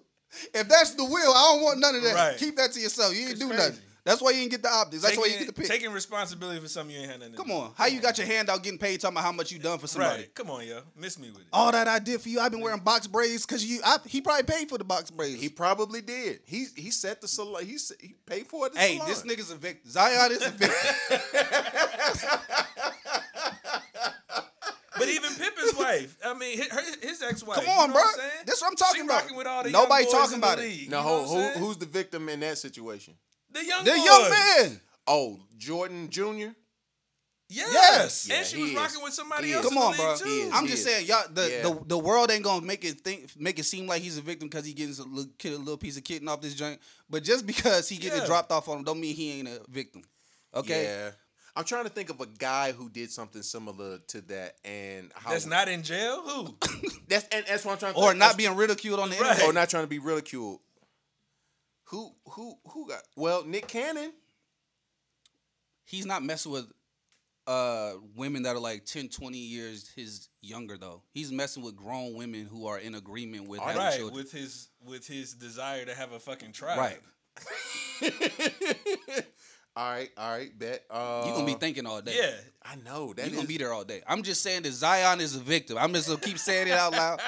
[SPEAKER 2] If that's the will, I don't want none of that.
[SPEAKER 1] Right.
[SPEAKER 2] Keep that to yourself. You didn't
[SPEAKER 1] It's
[SPEAKER 2] do
[SPEAKER 1] crazy.
[SPEAKER 2] nothing. That's why you didn't get the optics. That's why you didn't get the pick.
[SPEAKER 1] Taking responsibility for something you ain't had nothing to
[SPEAKER 2] Come
[SPEAKER 1] do.
[SPEAKER 2] on. How you got your hand out getting paid talking about how much you done for somebody?
[SPEAKER 1] Right. Come on, yo. Miss me with it.
[SPEAKER 2] All that I did for you, I've been wearing box braids because you. I, he probably paid for the box braids.
[SPEAKER 3] He probably did. He he set the salon. He s- he paid for it. at the
[SPEAKER 2] Hey,
[SPEAKER 3] salon.
[SPEAKER 2] this nigga's a victim. Zion <laughs> is a victim. <laughs>
[SPEAKER 1] But even Pippin's wife. I mean, his, her- his ex-wife.
[SPEAKER 2] Come on,
[SPEAKER 1] you know
[SPEAKER 2] bro.
[SPEAKER 1] What I'm saying?
[SPEAKER 2] That's what I'm talking
[SPEAKER 1] She
[SPEAKER 2] about.
[SPEAKER 1] rocking With all the
[SPEAKER 2] Nobody
[SPEAKER 1] young boys
[SPEAKER 2] talking
[SPEAKER 1] in the
[SPEAKER 2] about it.
[SPEAKER 1] league,
[SPEAKER 3] Now,
[SPEAKER 1] you know
[SPEAKER 3] hold,
[SPEAKER 1] what I'm
[SPEAKER 3] who,
[SPEAKER 1] saying?
[SPEAKER 3] who's the victim in that situation?
[SPEAKER 1] the young
[SPEAKER 2] The
[SPEAKER 1] boys.
[SPEAKER 2] young man.
[SPEAKER 3] Oh, Jordan Jr.
[SPEAKER 1] Yes.
[SPEAKER 2] Yes.
[SPEAKER 3] Yeah,
[SPEAKER 1] and she was
[SPEAKER 3] he
[SPEAKER 1] rocking
[SPEAKER 3] is.
[SPEAKER 1] with somebody
[SPEAKER 3] He
[SPEAKER 1] else.
[SPEAKER 3] is.
[SPEAKER 1] in
[SPEAKER 2] Come on,
[SPEAKER 1] the league,
[SPEAKER 2] bro.
[SPEAKER 1] Too.
[SPEAKER 3] He is.
[SPEAKER 2] I'm just saying, y'all. The,
[SPEAKER 3] Yeah.
[SPEAKER 2] the the world ain't gonna make it think make it seem like he's a victim because he getting a little kid a little piece of kitten off this joint. But just because he getting
[SPEAKER 1] Yeah.
[SPEAKER 2] dropped off on him, don't mean he ain't a victim. Okay.
[SPEAKER 3] Yeah. I'm trying to think of a guy who did something similar to that and how
[SPEAKER 1] That's not in jail. Who?
[SPEAKER 3] that's and that's what I'm trying to
[SPEAKER 2] Or
[SPEAKER 3] think.
[SPEAKER 2] not being ridiculed on the
[SPEAKER 1] Right.
[SPEAKER 2] internet.
[SPEAKER 3] or not trying to be ridiculed. Who who who got well Nick Cannon?
[SPEAKER 2] He's not messing with uh women that are like 10, 20 years his younger though. He's messing with grown women who are in agreement with having
[SPEAKER 1] right.
[SPEAKER 2] children.
[SPEAKER 1] With his with his desire to have a fucking tribe.
[SPEAKER 2] Right.
[SPEAKER 3] all right, all right, bet. Uh,
[SPEAKER 2] You're gonna be thinking all day.
[SPEAKER 1] Yeah.
[SPEAKER 3] I know that
[SPEAKER 2] You're gonna
[SPEAKER 3] is-
[SPEAKER 2] be there all day. I'm just saying that Zion is a victim. I'm just gonna keep saying it out
[SPEAKER 1] <laughs>
[SPEAKER 2] loud.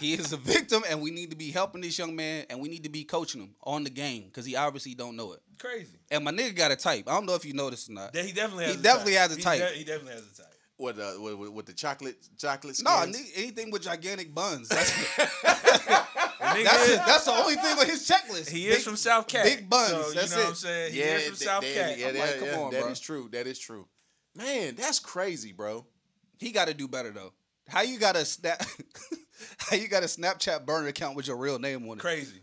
[SPEAKER 2] He is a victim, and we need to be helping this young man, and we need to be coaching him on the game because he obviously don't know it.
[SPEAKER 1] Crazy.
[SPEAKER 2] And my nigga got a type. I don't know if you noticed or not.
[SPEAKER 1] That he definitely
[SPEAKER 2] He
[SPEAKER 1] has. a
[SPEAKER 2] definitely
[SPEAKER 1] type.
[SPEAKER 2] has a
[SPEAKER 1] He
[SPEAKER 2] type.
[SPEAKER 1] de- He definitely has a type.
[SPEAKER 3] what, uh, what, what with the chocolate chocolate.
[SPEAKER 2] No,
[SPEAKER 3] skins?
[SPEAKER 2] nigga, anything with gigantic buns.
[SPEAKER 1] <laughs>
[SPEAKER 2] That's
[SPEAKER 1] The nigga
[SPEAKER 2] Ah, that's,
[SPEAKER 1] is-
[SPEAKER 2] it. that's the only thing with his checklist.
[SPEAKER 1] He is
[SPEAKER 2] Big-
[SPEAKER 1] from South Cat.
[SPEAKER 2] big buns,
[SPEAKER 1] So, you
[SPEAKER 2] that's
[SPEAKER 1] know what
[SPEAKER 2] it.
[SPEAKER 1] I'm saying? He
[SPEAKER 3] yeah,
[SPEAKER 1] is from
[SPEAKER 3] th-
[SPEAKER 1] South
[SPEAKER 3] that-
[SPEAKER 1] Cat.
[SPEAKER 3] yeah,
[SPEAKER 2] I'm
[SPEAKER 3] that-
[SPEAKER 2] like, come
[SPEAKER 3] yeah,
[SPEAKER 2] on,
[SPEAKER 3] that
[SPEAKER 2] bro.
[SPEAKER 3] is true. That is true. Man, that's crazy, bro.
[SPEAKER 2] He got to do better though. How you got a snap? <laughs> how you got a Snapchat burner account with your real name on it?
[SPEAKER 1] Crazy.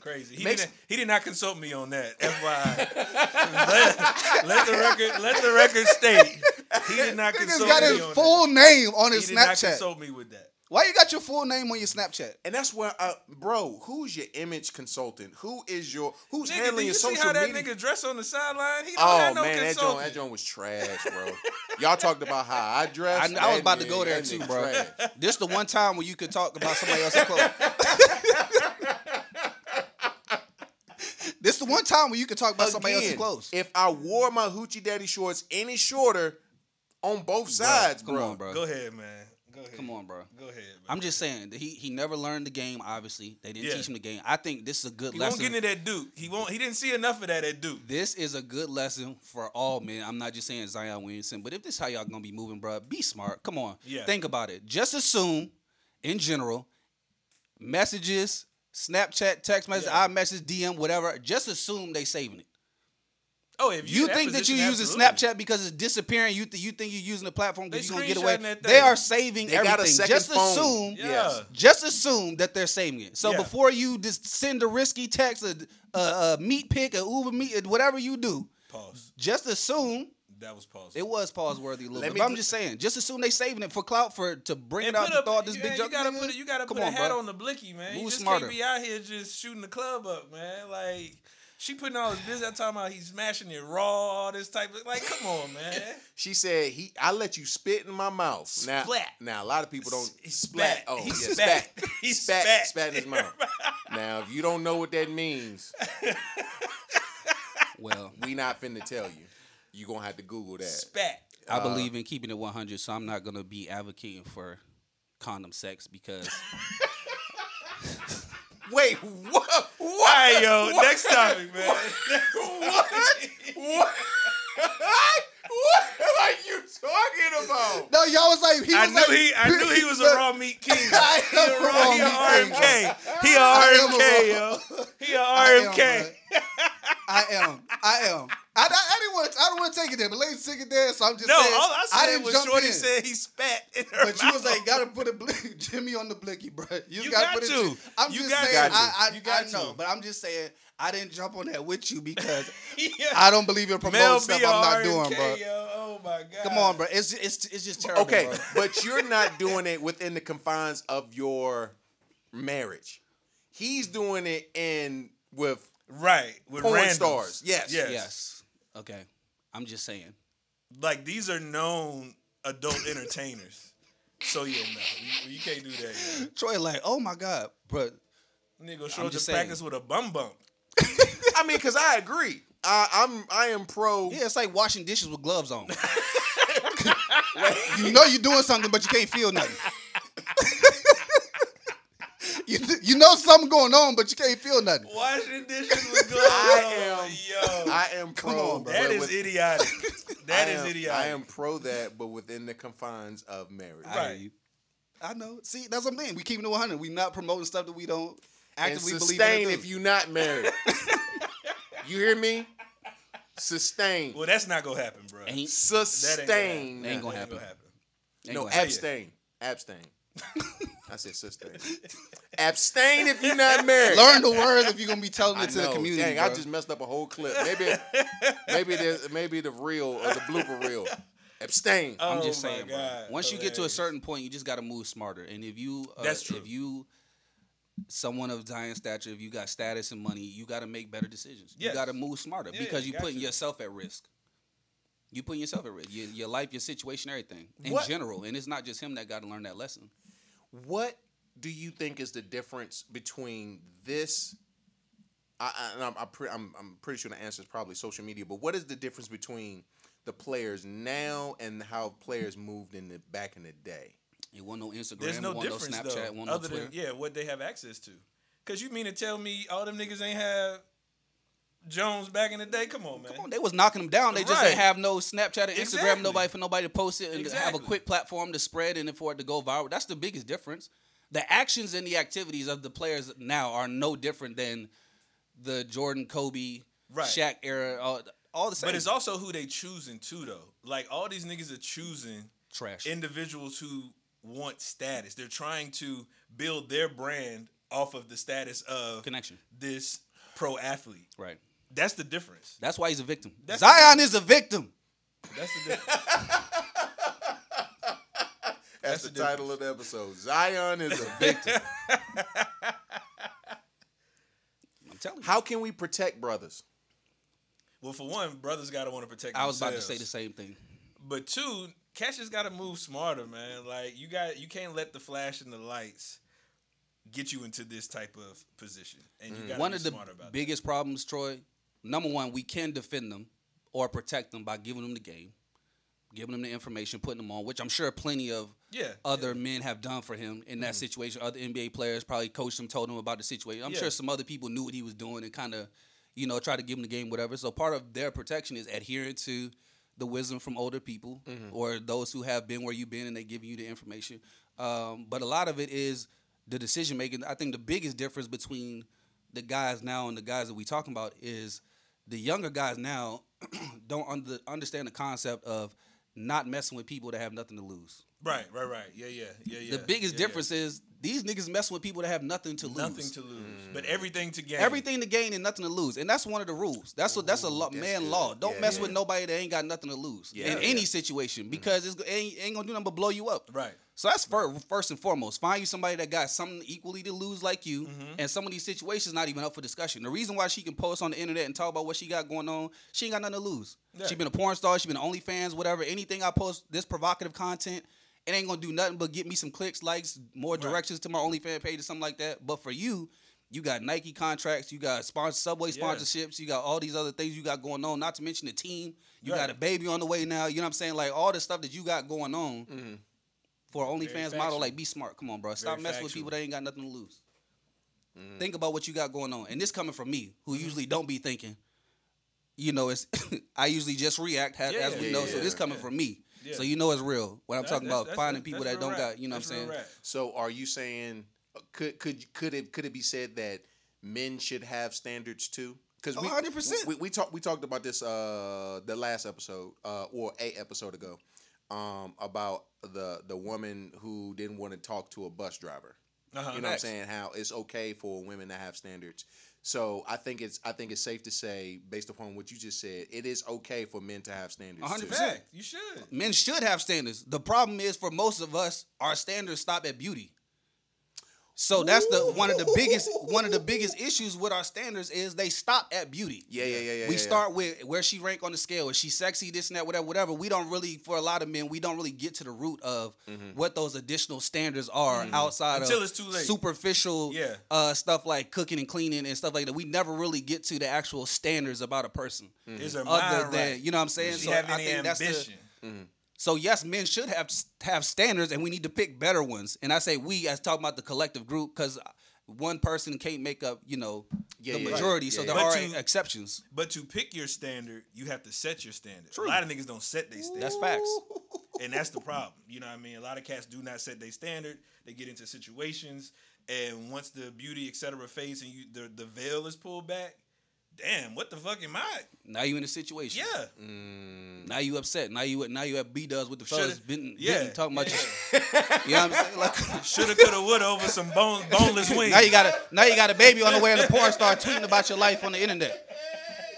[SPEAKER 1] Crazy. He,
[SPEAKER 3] Makes-
[SPEAKER 1] didn't, he did not consult me on that.
[SPEAKER 2] <laughs>
[SPEAKER 1] FYI. let, let the record let the record state. He did not
[SPEAKER 2] Niggas
[SPEAKER 1] consult
[SPEAKER 2] got
[SPEAKER 1] me
[SPEAKER 2] his
[SPEAKER 1] on
[SPEAKER 2] full
[SPEAKER 1] that.
[SPEAKER 2] name on
[SPEAKER 1] He
[SPEAKER 2] his
[SPEAKER 1] did not
[SPEAKER 2] Snapchat.
[SPEAKER 1] consult me with that.
[SPEAKER 2] Why you got your full name on your Snapchat?
[SPEAKER 3] And that's where, uh, bro, who's your image consultant? Who is your who's
[SPEAKER 1] Nigga, do
[SPEAKER 3] handling
[SPEAKER 1] you
[SPEAKER 3] your
[SPEAKER 1] see
[SPEAKER 3] social
[SPEAKER 1] how that
[SPEAKER 3] media?
[SPEAKER 1] nigga dress on the sideline? He don't
[SPEAKER 3] Oh
[SPEAKER 1] have no
[SPEAKER 3] man, that joint,
[SPEAKER 1] consultant.
[SPEAKER 3] that joint was trash, bro. Y'all talked about how I
[SPEAKER 2] I,
[SPEAKER 3] dressed.
[SPEAKER 2] I was
[SPEAKER 3] That
[SPEAKER 2] about to go
[SPEAKER 3] nigga-
[SPEAKER 2] there
[SPEAKER 3] that
[SPEAKER 2] too,
[SPEAKER 3] nigga
[SPEAKER 2] bro.
[SPEAKER 3] trash.
[SPEAKER 2] This the one time where you could talk about somebody else's clothes. <laughs> this the one time where you could talk about <laughs> somebody else's
[SPEAKER 3] Again,
[SPEAKER 2] clothes.
[SPEAKER 3] If I wore my hoochie daddy shorts any shorter, on both sides,
[SPEAKER 2] Come
[SPEAKER 3] bro.
[SPEAKER 2] on, bro.
[SPEAKER 1] Go ahead, man. Go ahead.
[SPEAKER 2] Come on, bro.
[SPEAKER 1] Go ahead, man.
[SPEAKER 2] I'm just saying that he he never learned the game. Obviously, they didn't
[SPEAKER 1] Yeah.
[SPEAKER 2] teach him the game. I think this is a good
[SPEAKER 1] He won't
[SPEAKER 2] lesson.
[SPEAKER 1] get into that Duke. He won't he didn't see enough of that at Duke.
[SPEAKER 2] this is a good lesson for all men. I'm not just saying Zion Williamson, but if this how y'all gonna be moving, bro, be smart. Come on,
[SPEAKER 1] Yeah.
[SPEAKER 2] think about it. Just assume, in general, messages, Snapchat, text message,
[SPEAKER 1] Yeah.
[SPEAKER 2] iMessage, DM, whatever. Just assume they saving it.
[SPEAKER 1] Oh, if
[SPEAKER 2] You
[SPEAKER 1] in
[SPEAKER 2] think that
[SPEAKER 1] position,
[SPEAKER 2] you using
[SPEAKER 1] absolutely.
[SPEAKER 2] Snapchat because it's disappearing? You th- you think you're using the platform
[SPEAKER 1] They
[SPEAKER 2] because you're gonna get away?
[SPEAKER 1] screenshotting that
[SPEAKER 2] They
[SPEAKER 1] thing.
[SPEAKER 2] are saving
[SPEAKER 3] They
[SPEAKER 2] everything.
[SPEAKER 3] got a second
[SPEAKER 2] just
[SPEAKER 3] phone.
[SPEAKER 2] assume.
[SPEAKER 1] Yeah.
[SPEAKER 3] Yes.
[SPEAKER 2] Just assume that they're saving it. So
[SPEAKER 1] Yeah.
[SPEAKER 2] before you just send a risky text, a, a, a meat pick, a Uber meet, whatever you do,
[SPEAKER 1] Pause.
[SPEAKER 2] just assume
[SPEAKER 1] That was pause.
[SPEAKER 2] it was pause worthy a little
[SPEAKER 3] Let
[SPEAKER 2] bit.
[SPEAKER 3] me
[SPEAKER 2] But I'm
[SPEAKER 3] do-
[SPEAKER 2] just saying, just assume they saving it for clout for to bring
[SPEAKER 1] And
[SPEAKER 2] it out
[SPEAKER 1] put
[SPEAKER 2] the
[SPEAKER 1] up-
[SPEAKER 2] thought this
[SPEAKER 1] yeah,
[SPEAKER 2] big
[SPEAKER 1] you
[SPEAKER 2] junk.
[SPEAKER 1] gotta
[SPEAKER 2] nigga.
[SPEAKER 1] put a- you gotta
[SPEAKER 2] Come
[SPEAKER 1] put a
[SPEAKER 2] on,
[SPEAKER 1] hat
[SPEAKER 2] bro.
[SPEAKER 1] on the blicky, man. you
[SPEAKER 2] Move
[SPEAKER 1] just
[SPEAKER 2] smarter.
[SPEAKER 1] can't be out here just shooting the club up, man. Like she putting all his business out talking about he's smashing it raw, all this type of like, come on, man.
[SPEAKER 3] She said, "He, I let you spit in my mouth." Now,
[SPEAKER 1] Splat.
[SPEAKER 3] now a lot of people don't
[SPEAKER 1] He
[SPEAKER 3] splat.
[SPEAKER 1] spat.
[SPEAKER 3] Oh,
[SPEAKER 1] He
[SPEAKER 3] yeah,
[SPEAKER 1] spat.
[SPEAKER 3] spat.
[SPEAKER 1] <laughs> He
[SPEAKER 3] spat,
[SPEAKER 1] spat.
[SPEAKER 3] spat, in
[SPEAKER 1] <laughs>
[SPEAKER 3] his mouth. now, if you don't know what that means,
[SPEAKER 2] Well,
[SPEAKER 3] we not finna tell you. You gonna have to Google that.
[SPEAKER 1] Spat.
[SPEAKER 2] I believe in keeping it 100, so I'm not gonna be advocating for condom sex because
[SPEAKER 3] Wait, what? What?
[SPEAKER 1] Why yo, next topic, man.
[SPEAKER 3] What?
[SPEAKER 1] <laughs>
[SPEAKER 3] What? What are you talking
[SPEAKER 2] <laughs>
[SPEAKER 3] about?
[SPEAKER 2] no, y'all was like he
[SPEAKER 1] I knew he I knew he was
[SPEAKER 2] <laughs>
[SPEAKER 1] a raw meat king. He a raw
[SPEAKER 2] I
[SPEAKER 1] he a
[SPEAKER 2] am a raw meat king,
[SPEAKER 1] RMK. He a
[SPEAKER 2] am a
[SPEAKER 1] RMK,
[SPEAKER 2] raw-
[SPEAKER 1] yo.
[SPEAKER 2] <laughs>
[SPEAKER 1] He a
[SPEAKER 2] I am,
[SPEAKER 1] RMK.
[SPEAKER 2] bro. I am. I am. I, I, I didn't want. I don't want to take it there, but ladies took it there, so I'm just
[SPEAKER 1] No, all
[SPEAKER 2] saying.
[SPEAKER 1] I said
[SPEAKER 2] didn't
[SPEAKER 1] was
[SPEAKER 2] jump
[SPEAKER 1] Shorty
[SPEAKER 2] in.
[SPEAKER 1] said he spat in her
[SPEAKER 2] But you was
[SPEAKER 1] mouth.
[SPEAKER 2] like, gotta put a blick, <laughs> Jimmy on the blicky, bro. You,
[SPEAKER 1] You
[SPEAKER 2] gotta
[SPEAKER 1] got
[SPEAKER 2] put it.
[SPEAKER 1] to.
[SPEAKER 2] I'm
[SPEAKER 1] You
[SPEAKER 2] just
[SPEAKER 1] got
[SPEAKER 2] saying.
[SPEAKER 3] to.
[SPEAKER 2] I, I,
[SPEAKER 1] You got
[SPEAKER 2] I know,
[SPEAKER 1] to.
[SPEAKER 2] but I'm just saying. I didn't jump on that with you because
[SPEAKER 1] <laughs> Yeah.
[SPEAKER 2] I don't believe in promoting
[SPEAKER 1] Mel
[SPEAKER 2] stuff
[SPEAKER 1] B or
[SPEAKER 2] I'm not doing,
[SPEAKER 1] RMK,
[SPEAKER 2] bro.
[SPEAKER 1] Yo. Oh my god.
[SPEAKER 2] Come on, bro. It's it's it's just terrible.
[SPEAKER 3] Okay,
[SPEAKER 2] bro.
[SPEAKER 3] but you're not doing it within the confines of your marriage. He's doing it in with
[SPEAKER 1] Right. With
[SPEAKER 3] porn
[SPEAKER 1] randoms.
[SPEAKER 3] stars. Yes.
[SPEAKER 1] Yes.
[SPEAKER 2] Yes. Okay. I'm just saying.
[SPEAKER 1] Like these are known adult <laughs> entertainers. So yeah, no. You, you can't do that.
[SPEAKER 2] Troy, like, oh my god, bro.
[SPEAKER 1] Yeah. Nigga showed
[SPEAKER 2] just
[SPEAKER 1] just
[SPEAKER 2] saying.
[SPEAKER 1] practice with a bum bump.
[SPEAKER 3] I mean, because I agree. I, I'm I am pro.
[SPEAKER 2] Yeah, it's like washing dishes with gloves on. <laughs> you know you're doing something, but you can't feel nothing. you, you know something going on, but you can't feel nothing.
[SPEAKER 1] Washing dishes
[SPEAKER 2] <laughs>
[SPEAKER 1] was going on.
[SPEAKER 3] I am.
[SPEAKER 1] Yo,
[SPEAKER 3] I am pro.
[SPEAKER 2] Come on, bro.
[SPEAKER 1] that
[SPEAKER 3] but
[SPEAKER 1] is
[SPEAKER 2] <laughs>
[SPEAKER 3] with-
[SPEAKER 1] idiotic. That
[SPEAKER 3] I
[SPEAKER 1] is
[SPEAKER 3] am-
[SPEAKER 1] idiotic.
[SPEAKER 3] I am pro that, but within the confines of marriage.
[SPEAKER 1] Right.
[SPEAKER 2] I know. See, that's what I'm saying. We keeping it 100. We not promoting stuff that we don't
[SPEAKER 3] And
[SPEAKER 2] actively believe
[SPEAKER 3] sustain
[SPEAKER 2] in. or do.
[SPEAKER 3] if you not married.
[SPEAKER 2] <laughs>
[SPEAKER 3] you hear me? Sustain.
[SPEAKER 1] Well, that's not gonna happen, bro.
[SPEAKER 2] Ain't-
[SPEAKER 3] Sustain.
[SPEAKER 2] Ain't gonna
[SPEAKER 1] That
[SPEAKER 2] happen. Ain't
[SPEAKER 3] No,
[SPEAKER 2] gonna happen.
[SPEAKER 3] abstain. Abstain.
[SPEAKER 2] <laughs>
[SPEAKER 3] I said sustain. abstain if
[SPEAKER 2] <laughs>
[SPEAKER 3] you're not married.
[SPEAKER 2] Learn the words if you're gonna be telling
[SPEAKER 3] <laughs> I
[SPEAKER 2] it to the
[SPEAKER 3] know.
[SPEAKER 2] community.
[SPEAKER 3] Dang, I
[SPEAKER 2] bro.
[SPEAKER 3] just messed up a whole clip. Maybe, maybe there's maybe the real or the
[SPEAKER 2] <laughs>
[SPEAKER 3] blooper reel. Abstain.
[SPEAKER 1] Oh,
[SPEAKER 2] I'm just
[SPEAKER 1] my
[SPEAKER 2] saying,
[SPEAKER 1] God.
[SPEAKER 2] bro. Once you get to a
[SPEAKER 1] Hilarious.
[SPEAKER 2] certain point, you just got to move smarter. And if you, uh,
[SPEAKER 1] That's true.
[SPEAKER 2] If you, someone of Zion stature, if you got status and money, you got to make better decisions.
[SPEAKER 1] Yes.
[SPEAKER 2] You got to move smarter
[SPEAKER 1] Yeah,
[SPEAKER 2] because you're
[SPEAKER 1] got
[SPEAKER 2] putting
[SPEAKER 1] you.
[SPEAKER 2] yourself at risk. You putting yourself at risk. Your, your life, your situation, everything in
[SPEAKER 3] What-
[SPEAKER 2] general. And it's not just him that got to learn that lesson.
[SPEAKER 3] What do you think is the difference between this? I, I, and I'm, I'm, pre- I'm, I'm pretty sure the answer is probably social media, but what is the difference between the players now and how players moved in the back in the day?
[SPEAKER 2] It wasn't no Instagram.
[SPEAKER 1] There's no
[SPEAKER 2] it wasn't
[SPEAKER 1] difference
[SPEAKER 2] no Snapchat.
[SPEAKER 1] though,
[SPEAKER 2] wasn't no
[SPEAKER 1] other
[SPEAKER 2] Twitter.
[SPEAKER 1] than yeah, what they have access to. Cause you mean to tell me all them niggas ain't have Jones back in the day? Come on, man.
[SPEAKER 2] Come on, they was knocking them down. They just
[SPEAKER 1] Right.
[SPEAKER 2] didn't have no Snapchat or Instagram,
[SPEAKER 1] Exactly.
[SPEAKER 2] nobody for nobody to post it and to have a
[SPEAKER 1] Exactly.
[SPEAKER 2] quick platform to spread and for it to go viral. That's the biggest difference. The actions and the activities of the players now are no different than the Jordan, Kobe,
[SPEAKER 1] Right.
[SPEAKER 2] Shaq era. All, all the same.
[SPEAKER 1] But it's also who they choosing too, though. Like all these niggas are choosing
[SPEAKER 2] trash.
[SPEAKER 1] individuals who want status. They're trying to build their brand off of the status of
[SPEAKER 2] Connection.
[SPEAKER 1] this pro athlete.
[SPEAKER 2] Right.
[SPEAKER 1] That's the difference.
[SPEAKER 2] That's why he's a victim.
[SPEAKER 1] That's-
[SPEAKER 2] Zion is a victim.
[SPEAKER 1] That's the
[SPEAKER 2] <laughs>
[SPEAKER 1] difference.
[SPEAKER 3] That's,
[SPEAKER 1] the
[SPEAKER 3] the, title of the episode. Zion is a
[SPEAKER 2] <laughs>
[SPEAKER 3] victim.
[SPEAKER 1] <laughs>
[SPEAKER 2] I'm telling you.
[SPEAKER 3] how can we protect brothers?
[SPEAKER 1] well, for one, brothers gotta want to protect.
[SPEAKER 2] I was about to say
[SPEAKER 1] themselves.
[SPEAKER 2] the same thing.
[SPEAKER 1] But two, Cash has got to move smarter, man. Like you got, you can't let the flash and the lights get you into this type of position. And you got to
[SPEAKER 2] Mm. one
[SPEAKER 1] be
[SPEAKER 2] of the
[SPEAKER 1] smarter about that.
[SPEAKER 2] biggest problems, Troy. Number one, we can defend them or protect them by giving them the game, giving them the information, putting them on, which I'm sure plenty of
[SPEAKER 1] Yeah, Mm-hmm.
[SPEAKER 2] other men have done for him in that situation. Other NBA players probably coached him, told him about the situation. I'm
[SPEAKER 1] Yeah.
[SPEAKER 2] sure some other people knew what he was doing and kind of, you know, try to give him the game, whatever. So part of their protection is adhering to the wisdom from older people
[SPEAKER 1] Mm-hmm.
[SPEAKER 2] or those who have been where you've been and they give you the information. Um, but a lot of it is the decision making. I think the biggest difference between the guys now and the guys that we talking about is the younger guys now <clears throat> don't under, understand the concept of not messing with people that have nothing to lose.
[SPEAKER 1] Right, right, right. Yeah, yeah, yeah, yeah.
[SPEAKER 2] The biggest
[SPEAKER 1] yeah, yeah.
[SPEAKER 2] difference is these niggas messing with people that have nothing to lose.
[SPEAKER 1] Nothing to lose, but everything to gain.
[SPEAKER 2] Everything to gain and nothing to lose, and that's one of the rules. That's what that's a law,
[SPEAKER 3] Ooh, that's
[SPEAKER 2] man
[SPEAKER 3] good.
[SPEAKER 2] law. Don't
[SPEAKER 3] Yeah,
[SPEAKER 2] mess
[SPEAKER 3] yeah.
[SPEAKER 2] with nobody that ain't got nothing to lose
[SPEAKER 3] Yeah,
[SPEAKER 2] in
[SPEAKER 3] yeah.
[SPEAKER 2] any situation because it's it ain't, ain't gonna do nothing but blow you up.
[SPEAKER 1] Right.
[SPEAKER 2] So that's fir- first and foremost. Find you somebody that got something equally to lose like you,
[SPEAKER 1] Mm-hmm.
[SPEAKER 2] and some of these situations not even up for discussion. The reason why she can post on the internet and talk about what she got going on, she ain't got nothing to lose.
[SPEAKER 1] Yeah.
[SPEAKER 2] She been a porn star, she been on OnlyFans, whatever. Anything I post, this provocative content, it ain't gonna do nothing but get me some clicks, likes, more directions to my OnlyFans page or something like that. But for you, you got Nike contracts, you got sponsor Subway
[SPEAKER 1] Yeah.
[SPEAKER 2] sponsorships, you got all these other things you got going on. Not to mention the team, you
[SPEAKER 1] Right.
[SPEAKER 2] got a baby on the way now. You know what I'm saying? Like all the stuff that you got going on for an OnlyFans model,
[SPEAKER 1] factual.
[SPEAKER 2] like be smart. Come on, bro. Stop
[SPEAKER 1] Very
[SPEAKER 2] messing with
[SPEAKER 1] factual. Mm-hmm.
[SPEAKER 2] people that ain't got nothing to lose. Think about what you got going on. And this coming from me, who usually don't be thinking. You know, it's <laughs> I usually just react ha-
[SPEAKER 1] Yeah,
[SPEAKER 2] as we
[SPEAKER 1] yeah,
[SPEAKER 2] know.
[SPEAKER 3] yeah,
[SPEAKER 2] so this
[SPEAKER 3] yeah.
[SPEAKER 2] coming from me.
[SPEAKER 1] Yeah.
[SPEAKER 2] So you know it's real. When I'm
[SPEAKER 1] That's-
[SPEAKER 2] talking
[SPEAKER 1] that's-
[SPEAKER 2] about
[SPEAKER 1] that's-
[SPEAKER 2] finding
[SPEAKER 1] that's
[SPEAKER 2] people
[SPEAKER 1] real
[SPEAKER 2] that don't
[SPEAKER 1] rap.
[SPEAKER 2] got, you know
[SPEAKER 1] That's
[SPEAKER 2] what I'm
[SPEAKER 1] real
[SPEAKER 2] saying?
[SPEAKER 1] rap.
[SPEAKER 3] So are you saying uh, could could could it could it be said that men should have standards too? Because
[SPEAKER 2] Oh, 100%.
[SPEAKER 3] we, we talked we talked about this uh the last episode uh or a episode ago um about the the woman who didn't want to talk to a bus driver.
[SPEAKER 1] Uh-huh,
[SPEAKER 3] you know
[SPEAKER 1] facts.
[SPEAKER 3] what I'm saying? How it's okay for women to have standards. So I think it's I think it's safe to say based upon what you just said, it is okay for men to have standards. too.
[SPEAKER 2] 100%.
[SPEAKER 1] Fact, you should.
[SPEAKER 2] Men should have standards. The problem is for most of us, our standards stop at beauty. So that's the one of the biggest one of the biggest issues with our standards is they stop at beauty.
[SPEAKER 3] Yeah, yeah, yeah, yeah.
[SPEAKER 2] we
[SPEAKER 3] yeah.
[SPEAKER 2] start with where she rank on the scale. Is she sexy? This and that, whatever, whatever. We don't really, for a lot of men, we don't really get to the root of
[SPEAKER 3] Mm-hmm.
[SPEAKER 2] what those additional standards are outside
[SPEAKER 1] Until
[SPEAKER 2] of
[SPEAKER 1] it's too late.
[SPEAKER 2] superficial
[SPEAKER 1] Yeah.
[SPEAKER 2] uh, stuff like cooking and cleaning and stuff like that. We never really get to the actual standards about a person,
[SPEAKER 3] Mm.
[SPEAKER 1] Is her
[SPEAKER 2] other
[SPEAKER 1] mind
[SPEAKER 2] than
[SPEAKER 1] right?
[SPEAKER 2] you know what I'm saying.
[SPEAKER 1] Does she have any
[SPEAKER 2] that's
[SPEAKER 1] ambition?
[SPEAKER 2] the, so yes, men should have have standards, and we need to pick better ones. And I say we as talking about the collective group because one person can't make up, you know,
[SPEAKER 3] Yeah,
[SPEAKER 2] the
[SPEAKER 3] yeah, yeah.
[SPEAKER 2] majority. So
[SPEAKER 3] Yeah,
[SPEAKER 2] there
[SPEAKER 1] yeah.
[SPEAKER 2] are
[SPEAKER 1] But you-
[SPEAKER 2] exceptions.
[SPEAKER 1] But to pick your standard, you have to set your standard. A lot of niggas don't set their standard.
[SPEAKER 2] That's facts.
[SPEAKER 1] and that's the problem. You know what I mean? A lot of cats do not set their standard. They get into situations, and once the beauty, et cetera, fades and you the, the veil is pulled back, damn, what the fuck am I?
[SPEAKER 2] Now you in a situation.
[SPEAKER 1] Yeah.
[SPEAKER 2] Mm. Now you upset. Now you now you at B does with the fellas.
[SPEAKER 1] Shoulda-
[SPEAKER 2] Been,
[SPEAKER 1] yeah.
[SPEAKER 2] yeah. talking about you. You know what I'm saying?
[SPEAKER 1] <laughs>
[SPEAKER 2] Like, <laughs>
[SPEAKER 1] Shoulda, coulda, woulda over some bone, boneless wings.
[SPEAKER 2] now you got a now you got a baby on the way and a porn star tweeting about your life on the internet.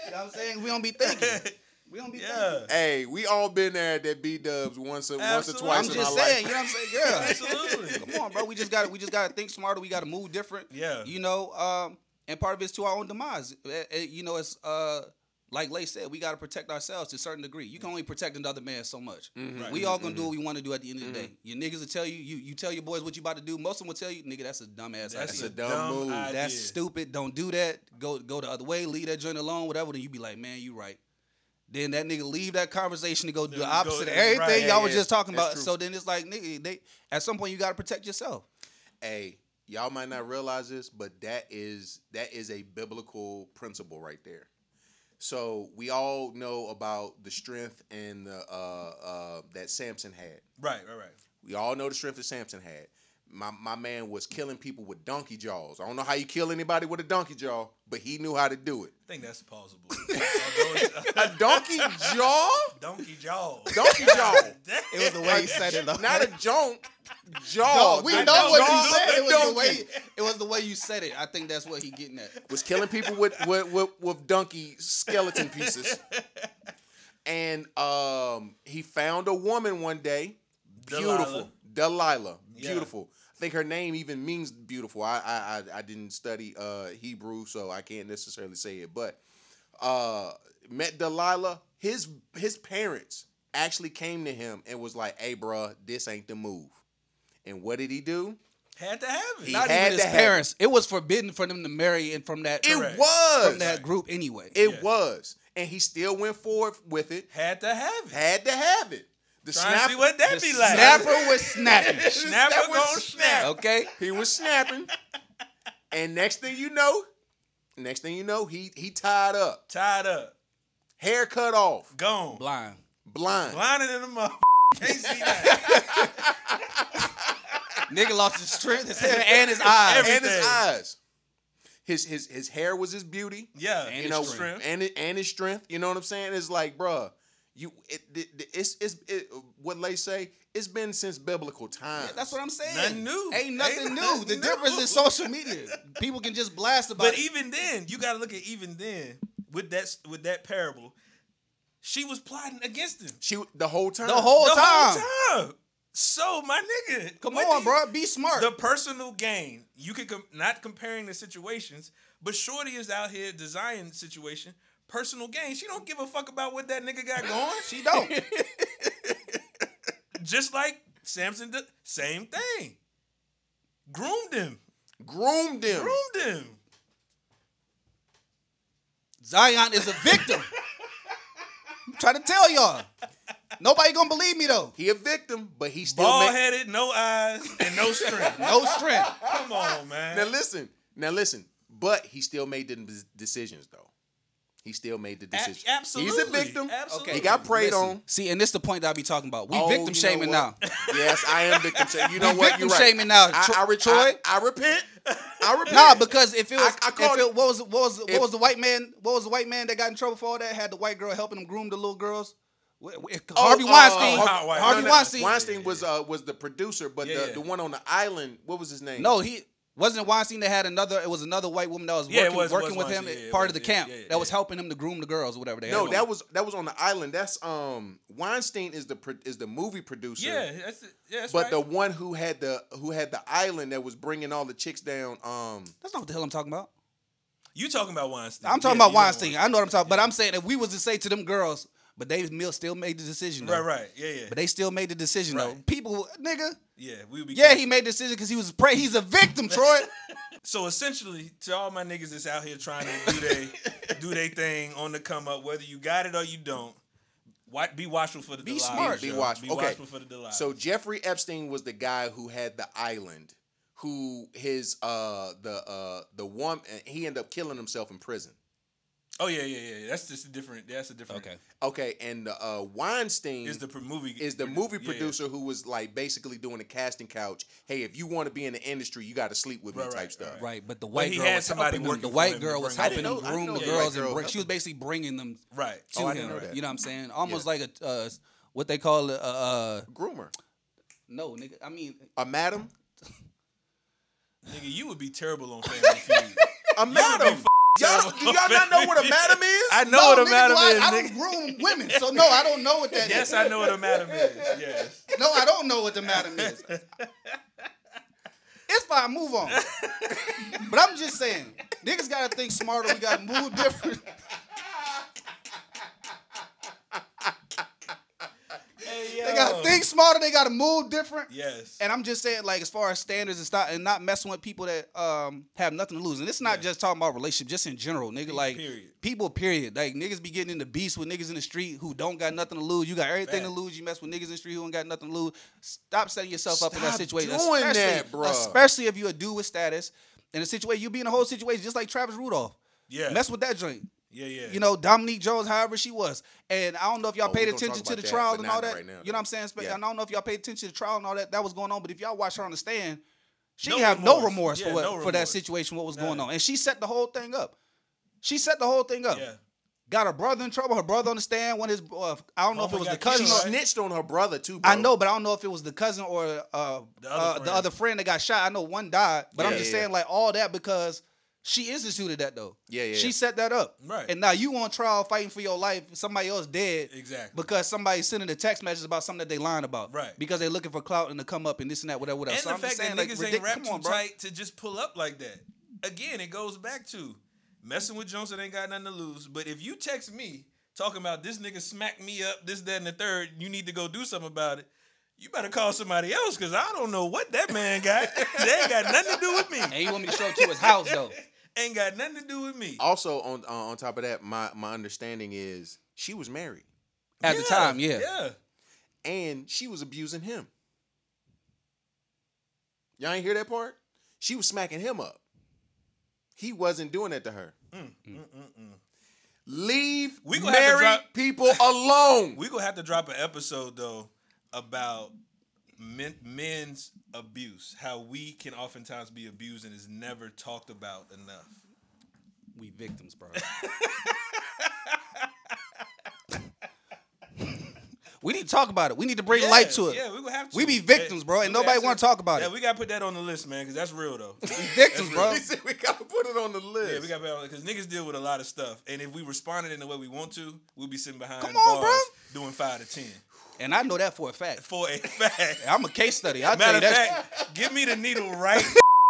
[SPEAKER 2] You know what I'm saying? We don't be thinking. We don't be thinking.
[SPEAKER 1] yeah.
[SPEAKER 3] Hey, we all been there at that B Dubs once or once or
[SPEAKER 1] Absolutely.
[SPEAKER 3] twice
[SPEAKER 2] I'm
[SPEAKER 3] in our
[SPEAKER 2] just saying,
[SPEAKER 3] life.
[SPEAKER 2] you know what I'm saying, girl.
[SPEAKER 1] Absolutely.
[SPEAKER 2] <laughs> Come on, bro. We just got to we just got to think smarter. We got to move different.
[SPEAKER 1] Yeah.
[SPEAKER 2] You know, um, and part of it's to our own demise. Eh, eh, you know, it's uh, like Lay said, we got to protect ourselves to a certain degree. You can only protect another man so much.
[SPEAKER 1] Right.
[SPEAKER 2] We all gonna do what we want to do at the end of the day. Your niggas will tell you, you you tell your boys what you about to do. Most of them will tell you, nigga, that's a dumbass.
[SPEAKER 1] That's
[SPEAKER 2] idea.
[SPEAKER 1] a dumb move. idea.
[SPEAKER 2] That's stupid. Don't do that. Go go the other way. Leave that joint alone. Whatever. Then you be like, man, you right. Then that nigga leave that conversation to go do the
[SPEAKER 1] Then go-
[SPEAKER 2] opposite of
[SPEAKER 1] that's
[SPEAKER 2] everything
[SPEAKER 1] right.
[SPEAKER 2] y'all
[SPEAKER 1] Yeah,
[SPEAKER 2] was
[SPEAKER 1] yeah.
[SPEAKER 2] just talking
[SPEAKER 3] That's
[SPEAKER 2] about.
[SPEAKER 3] true.
[SPEAKER 2] So then it's like, nigga, they at some point you gotta protect yourself.
[SPEAKER 3] Hey, y'all might not realize this, but that is that is a biblical principle right there. So we all know about the strength and the uh, uh, that Samson had.
[SPEAKER 1] Right, right, right.
[SPEAKER 3] We all know the strength that Samson had. My my man was killing people with donkey jaws. I don't know how you kill anybody with a donkey jaw, but he knew how to do it.
[SPEAKER 1] I think that's
[SPEAKER 2] <laughs>
[SPEAKER 1] plausible. Although it's-
[SPEAKER 3] A donkey jaw?
[SPEAKER 1] Donkey jaw.
[SPEAKER 3] Donkey jaw.
[SPEAKER 1] Damn.
[SPEAKER 5] It was the way he said it. though.
[SPEAKER 2] <laughs>
[SPEAKER 3] Not a junk jaw.
[SPEAKER 5] <laughs> No, we
[SPEAKER 3] The
[SPEAKER 5] know what you
[SPEAKER 3] jaw
[SPEAKER 5] said.
[SPEAKER 3] of
[SPEAKER 5] It
[SPEAKER 3] the
[SPEAKER 5] was the
[SPEAKER 3] donkey.
[SPEAKER 5] way-
[SPEAKER 2] It was the way you said it. I think that's what he getting at.
[SPEAKER 3] was killing people with with, with with donkey skeleton pieces. And um, he found a woman one day, beautiful Delilah,
[SPEAKER 1] Yeah.
[SPEAKER 3] beautiful. I think her name even means beautiful. I I I, I didn't study uh, Hebrew, so I can't necessarily say it, but uh, met Delilah. His his parents actually came to him and was like, "Hey, bruh, this ain't the move." And what did he do?
[SPEAKER 1] Had to have it.
[SPEAKER 3] He
[SPEAKER 1] Not
[SPEAKER 2] Not
[SPEAKER 1] even-
[SPEAKER 3] had
[SPEAKER 2] even his
[SPEAKER 3] to have it.
[SPEAKER 2] parents. It was forbidden for them to marry and from that
[SPEAKER 1] Correct.
[SPEAKER 3] It was
[SPEAKER 2] from that group anyway.
[SPEAKER 3] It
[SPEAKER 1] Yeah.
[SPEAKER 3] was. And he still went forward with it.
[SPEAKER 1] had to have it.
[SPEAKER 3] Had to have it. The
[SPEAKER 1] Trying to see
[SPEAKER 3] snapper,
[SPEAKER 1] what that
[SPEAKER 2] The
[SPEAKER 1] be like.
[SPEAKER 2] snapper was snapping.
[SPEAKER 3] <laughs>
[SPEAKER 1] Snapper
[SPEAKER 3] That was
[SPEAKER 1] gonna snap.
[SPEAKER 2] Okay?
[SPEAKER 3] he was snapping. and next thing you know, next thing you know, he he tied up,
[SPEAKER 1] Tied up.
[SPEAKER 3] hair cut off,
[SPEAKER 1] Gone.
[SPEAKER 2] Blind.
[SPEAKER 3] blind.
[SPEAKER 1] Blinded in the mother.
[SPEAKER 2] <laughs>
[SPEAKER 1] Can't see that.
[SPEAKER 2] Nigga lost his strength, his head, and his eyes.
[SPEAKER 1] Every-
[SPEAKER 3] And his
[SPEAKER 1] everything.
[SPEAKER 3] eyes. His his his hair was his beauty.
[SPEAKER 1] Yeah,
[SPEAKER 2] And
[SPEAKER 3] you
[SPEAKER 2] his
[SPEAKER 3] know,
[SPEAKER 1] strength.
[SPEAKER 3] and it- and his strength. You know what I'm saying? It's like, bruh, you it, it- it's it's it, what they say. It's been since biblical times.
[SPEAKER 2] That's what I'm saying.
[SPEAKER 1] Nothing new.
[SPEAKER 2] Ain't nothing
[SPEAKER 1] Ain't
[SPEAKER 2] new.
[SPEAKER 1] nothing
[SPEAKER 2] the
[SPEAKER 1] new.
[SPEAKER 2] difference is social media. People can just blast about
[SPEAKER 1] but e-,
[SPEAKER 2] it.
[SPEAKER 1] even then, you gotta look at even then with that with that parable, she was plotting against him
[SPEAKER 3] she the whole time.
[SPEAKER 2] the whole
[SPEAKER 1] the
[SPEAKER 2] time.
[SPEAKER 1] whole time. So my nigga,
[SPEAKER 2] Come
[SPEAKER 1] what
[SPEAKER 2] on,
[SPEAKER 1] do you-
[SPEAKER 2] bro. Be smart.
[SPEAKER 1] The personal gain you can com- not comparing the situations, but Shorty is out here designing situation. Personal gain. She don't give a fuck about what that nigga got going.
[SPEAKER 2] she don't.
[SPEAKER 1] Just like Samson, did, same thing. Groomed him.
[SPEAKER 3] <laughs> groomed him.
[SPEAKER 1] Groomed him.
[SPEAKER 2] Zion is a victim. I'm trying to tell y'all. Nobody gonna believe me though.
[SPEAKER 3] He a victim, but he still
[SPEAKER 1] Bald
[SPEAKER 3] ma-
[SPEAKER 1] headed, no eyes, and no strength.
[SPEAKER 2] <laughs> No
[SPEAKER 3] <laughs>
[SPEAKER 2] strength.
[SPEAKER 1] Come on, man.
[SPEAKER 3] Now listen, now listen. But he still made the des- decisions though. He still made the
[SPEAKER 1] A-
[SPEAKER 3] decisions.
[SPEAKER 1] absolutely.
[SPEAKER 3] He's a victim.
[SPEAKER 1] Absolutely.
[SPEAKER 3] He got preyed
[SPEAKER 2] Listen,
[SPEAKER 3] on.
[SPEAKER 2] See, and this the point that I be talking about. We
[SPEAKER 3] Oh, you know
[SPEAKER 2] victim shaming now.
[SPEAKER 3] what? <laughs> Yes, I am victim shaming. You know
[SPEAKER 2] We
[SPEAKER 3] what?
[SPEAKER 2] victim
[SPEAKER 3] You're right.
[SPEAKER 2] shaming now.
[SPEAKER 3] I, I, re-
[SPEAKER 2] Troy?
[SPEAKER 3] I, I repent. I
[SPEAKER 2] <laughs>
[SPEAKER 3] repent.
[SPEAKER 2] Nah, because if it was,
[SPEAKER 3] I- I called
[SPEAKER 2] if it, what was what was what
[SPEAKER 3] if-
[SPEAKER 2] was the white man? What was the white man that got in trouble for all that? Had the white girl helping him groom the little girls? Wh- wh- Harvey
[SPEAKER 3] uh,
[SPEAKER 2] Weinstein.
[SPEAKER 1] Har-
[SPEAKER 2] Harvey,
[SPEAKER 1] Har- no, no,
[SPEAKER 2] Weinstein.
[SPEAKER 3] Weinstein was uh, was the producer, but
[SPEAKER 1] Yeah,
[SPEAKER 3] the,
[SPEAKER 1] yeah.
[SPEAKER 3] the one on the island, what was his name?
[SPEAKER 2] No, he wasn't it Weinstein that had another. It was another white woman that was
[SPEAKER 1] Yeah, it
[SPEAKER 2] working,
[SPEAKER 1] was-
[SPEAKER 2] working
[SPEAKER 1] was
[SPEAKER 2] with him,
[SPEAKER 1] Weinstein. Yeah,
[SPEAKER 2] at
[SPEAKER 1] it
[SPEAKER 2] part
[SPEAKER 1] was.
[SPEAKER 2] of the
[SPEAKER 1] Yeah,
[SPEAKER 2] camp
[SPEAKER 1] yeah, yeah,
[SPEAKER 2] that was
[SPEAKER 1] yeah.
[SPEAKER 2] helping him to groom the girls or whatever. They had
[SPEAKER 3] no,
[SPEAKER 2] going.
[SPEAKER 3] that was that was on the island. That's um Weinstein is the pro- is the movie producer.
[SPEAKER 1] Yeah, that's it. Yeah, that's
[SPEAKER 3] But
[SPEAKER 1] right.
[SPEAKER 3] the one who had the who had the island that was bringing all the chicks down, um,
[SPEAKER 2] That's not what the hell I'm talking about.
[SPEAKER 1] you talking about Weinstein?
[SPEAKER 2] I'm talking
[SPEAKER 1] Yeah,
[SPEAKER 2] about
[SPEAKER 1] you know
[SPEAKER 2] Weinstein. I know what I'm talking. But I'm saying if we was to say to them girls, but they mil- still made the decision.
[SPEAKER 1] Right,
[SPEAKER 2] Though.
[SPEAKER 1] right. Yeah, yeah.
[SPEAKER 2] But they still made the decision though.
[SPEAKER 1] Right.
[SPEAKER 2] People, nigga.
[SPEAKER 1] yeah, we would be.
[SPEAKER 2] Yeah, he made the decision because he was prey. He's
[SPEAKER 1] <laughs>
[SPEAKER 2] a victim, Troy.
[SPEAKER 1] So essentially, to all my niggas that's out here trying to do they do they thing on the come up, whether you got it or you don't, wa- be watchful for the
[SPEAKER 2] Be
[SPEAKER 1] Delilah,
[SPEAKER 2] smart.
[SPEAKER 1] yo.
[SPEAKER 3] Be watchful.
[SPEAKER 1] Be
[SPEAKER 3] Okay.
[SPEAKER 1] watchful for the Delilah.
[SPEAKER 3] So Jeffrey Epstein was the guy who had the island, who his uh the uh the one he ended up killing himself in prison.
[SPEAKER 1] Oh yeah, yeah, yeah. That's just a different. That's a different.
[SPEAKER 2] Okay.
[SPEAKER 3] Okay, and the uh, Weinstein
[SPEAKER 1] Is the pr- movie
[SPEAKER 3] is the movie
[SPEAKER 1] yeah, yeah.
[SPEAKER 3] producer who was like basically doing a casting couch. Hey, if you want to be in the industry, you got to sleep with me
[SPEAKER 1] Right,
[SPEAKER 3] type
[SPEAKER 1] right,
[SPEAKER 3] stuff.
[SPEAKER 1] right.
[SPEAKER 2] Right, but the white
[SPEAKER 1] he
[SPEAKER 2] girl
[SPEAKER 1] had
[SPEAKER 2] was
[SPEAKER 1] somebody
[SPEAKER 2] helping them. The
[SPEAKER 1] working for him
[SPEAKER 2] white
[SPEAKER 1] to
[SPEAKER 2] girl was
[SPEAKER 1] bring- I
[SPEAKER 2] helping
[SPEAKER 1] didn't
[SPEAKER 2] him
[SPEAKER 3] know- I
[SPEAKER 2] groom the
[SPEAKER 3] didn't know the white
[SPEAKER 2] girls and
[SPEAKER 3] girl
[SPEAKER 2] bring,
[SPEAKER 3] was
[SPEAKER 2] she was basically bringing them
[SPEAKER 1] Right.
[SPEAKER 2] to
[SPEAKER 3] I didn't
[SPEAKER 2] him.
[SPEAKER 3] know that.
[SPEAKER 2] You know what I'm saying? Almost like a uh, what they call it. Uh, uh,
[SPEAKER 3] Groomer,
[SPEAKER 2] no, nigga. I mean,
[SPEAKER 3] a madam,
[SPEAKER 1] Nigga, you would be terrible on Family
[SPEAKER 2] <laughs>
[SPEAKER 1] Feud.
[SPEAKER 3] <laughs> a madam. Y'all, do y'all not
[SPEAKER 1] <laughs>
[SPEAKER 3] know what a madam is?
[SPEAKER 1] I know
[SPEAKER 2] no,
[SPEAKER 1] what a
[SPEAKER 2] niggas
[SPEAKER 1] madam
[SPEAKER 2] lie.
[SPEAKER 1] is. <laughs>
[SPEAKER 2] I don't
[SPEAKER 1] Nigga.
[SPEAKER 2] groom women, so no, I don't know what that
[SPEAKER 1] <laughs>
[SPEAKER 2] is.
[SPEAKER 1] Yes, I know what a madam is. Yes.
[SPEAKER 2] No, I don't know what the madam is. It's fine. Move on. but I'm just saying, niggas gotta think smarter. We gotta move different. They
[SPEAKER 1] Oh.
[SPEAKER 2] gotta think smarter. They gotta move different.
[SPEAKER 1] Yes.
[SPEAKER 2] And I'm just saying, like, as far as standards and stuff, and not messing with people that um have nothing to lose. And it's not just talking about relationship, just in general, nigga. Like,
[SPEAKER 1] Period.
[SPEAKER 2] people, period. Like, niggas be getting into beasts with niggas in the street who don't got nothing to lose. You got everything to
[SPEAKER 1] Facts.
[SPEAKER 2] lose. You mess with niggas in the street who don't got nothing to lose. Stop setting yourself up in that
[SPEAKER 3] Stop
[SPEAKER 2] situation,
[SPEAKER 3] doing
[SPEAKER 2] especially,
[SPEAKER 3] that, bruh.
[SPEAKER 2] especially if you a dude with status in a situation. You be in a whole situation just like Travis Rudolph.
[SPEAKER 1] Yeah.
[SPEAKER 2] Mess with that joint.
[SPEAKER 1] yeah, yeah.
[SPEAKER 2] You know, Dominique Jones, however she was. And I don't know if y'all
[SPEAKER 3] Oh,
[SPEAKER 2] paid
[SPEAKER 3] we gonna
[SPEAKER 2] attention
[SPEAKER 3] talk
[SPEAKER 2] to
[SPEAKER 3] about
[SPEAKER 2] the
[SPEAKER 3] that,
[SPEAKER 2] trial
[SPEAKER 3] but
[SPEAKER 2] and
[SPEAKER 3] not
[SPEAKER 2] all that.
[SPEAKER 3] right now,
[SPEAKER 2] you know what
[SPEAKER 3] though.
[SPEAKER 2] I'm saying? Spe-
[SPEAKER 3] Yeah.
[SPEAKER 2] I don't know if y'all paid attention to the trial and all that that was going on, but if y'all watch her on the stand, she
[SPEAKER 1] No
[SPEAKER 2] didn't have no
[SPEAKER 1] remorse.
[SPEAKER 2] remorse
[SPEAKER 1] Yeah,
[SPEAKER 2] for what,
[SPEAKER 1] no
[SPEAKER 2] for that
[SPEAKER 1] remorse.
[SPEAKER 2] situation, what was
[SPEAKER 1] Nah.
[SPEAKER 2] going on. And she set the whole thing up. She set the whole thing up.
[SPEAKER 1] yeah.
[SPEAKER 2] Got her brother in trouble. Her brother on the stand. One of his, uh, I don't know
[SPEAKER 1] Oh,
[SPEAKER 2] if it
[SPEAKER 1] we
[SPEAKER 2] was the
[SPEAKER 1] got
[SPEAKER 2] cousin.
[SPEAKER 3] She
[SPEAKER 1] Right.
[SPEAKER 2] Or,
[SPEAKER 3] snitched on her brother too. Bro.
[SPEAKER 2] I know, but I don't know if it was the cousin or uh,
[SPEAKER 1] The other
[SPEAKER 2] the, other uh, the
[SPEAKER 1] friend.
[SPEAKER 2] other friend that got shot. I know one died, but I'm
[SPEAKER 3] Yeah,
[SPEAKER 2] just
[SPEAKER 3] yeah.
[SPEAKER 2] saying like all that because she instituted that though.
[SPEAKER 3] Yeah, yeah.
[SPEAKER 2] She set that up.
[SPEAKER 1] Right.
[SPEAKER 2] And now you on trial fighting for your life. Somebody else dead.
[SPEAKER 1] Exactly.
[SPEAKER 2] Because somebody's sending a text message about something that they lying about.
[SPEAKER 1] Right.
[SPEAKER 2] Because they're looking for clout and to come up and this and that, whatever, whatever.
[SPEAKER 1] and
[SPEAKER 2] so
[SPEAKER 1] the
[SPEAKER 2] I'm
[SPEAKER 1] fact
[SPEAKER 2] just saying,
[SPEAKER 1] that
[SPEAKER 2] like,
[SPEAKER 1] niggas
[SPEAKER 2] ridic-
[SPEAKER 1] ain't wrapped
[SPEAKER 2] come
[SPEAKER 1] too
[SPEAKER 2] on, bro.
[SPEAKER 1] tight to just pull up like that. Again, it goes back to messing with Johnson ain't got nothing to lose. But if you text me talking about this nigga smacked me up, this, that, and the third, you need to go do something about it. You better call somebody else because I don't know what that man got. <laughs> they ain't got nothing to do with me.
[SPEAKER 2] And you want me to show it to his
[SPEAKER 1] <laughs>
[SPEAKER 2] house though.
[SPEAKER 1] Ain't got nothing to do with me.
[SPEAKER 3] Also, on uh, on top of that, my my understanding is she was married
[SPEAKER 2] At the
[SPEAKER 1] Yeah,
[SPEAKER 2] time, yeah.
[SPEAKER 1] Yeah.
[SPEAKER 3] and she was abusing him. Y'all ain't hear that part? She was smacking him up. He wasn't doing that to her.
[SPEAKER 1] Mm,
[SPEAKER 3] Leave
[SPEAKER 1] We gonna have to
[SPEAKER 3] married
[SPEAKER 1] drop-
[SPEAKER 3] people
[SPEAKER 1] <laughs>
[SPEAKER 3] alone.
[SPEAKER 1] We gonna have to drop an episode though about men, men's abuse, how we can oftentimes be abused and is never talked about enough.
[SPEAKER 2] We victims,
[SPEAKER 1] <laughs>
[SPEAKER 2] bro. we need to talk about it. We need to bring
[SPEAKER 1] Yeah,
[SPEAKER 2] light to it.
[SPEAKER 1] Yeah, we gonna have to.
[SPEAKER 2] We be victims, bro, and
[SPEAKER 1] we
[SPEAKER 2] nobody
[SPEAKER 1] have
[SPEAKER 2] wanna talk about
[SPEAKER 1] yeah,
[SPEAKER 2] it.
[SPEAKER 1] we gotta put that on the list, man, because that's real though.
[SPEAKER 2] We victims,
[SPEAKER 1] <laughs>
[SPEAKER 2] bro.
[SPEAKER 3] He said we gotta put it on the list.
[SPEAKER 1] yeah, we gotta put that on because niggas deal with a lot of stuff, and if we responded in the way we want to, we'll be sitting behind
[SPEAKER 2] Come on,
[SPEAKER 1] bars doing five to ten
[SPEAKER 2] And I know that for a fact.
[SPEAKER 1] for a
[SPEAKER 2] <laughs>
[SPEAKER 1] fact.
[SPEAKER 2] I'm a case study. I'll tell
[SPEAKER 1] Matter
[SPEAKER 2] you
[SPEAKER 1] of
[SPEAKER 2] that.
[SPEAKER 1] fact, give me the needle
[SPEAKER 2] <laughs>
[SPEAKER 1] right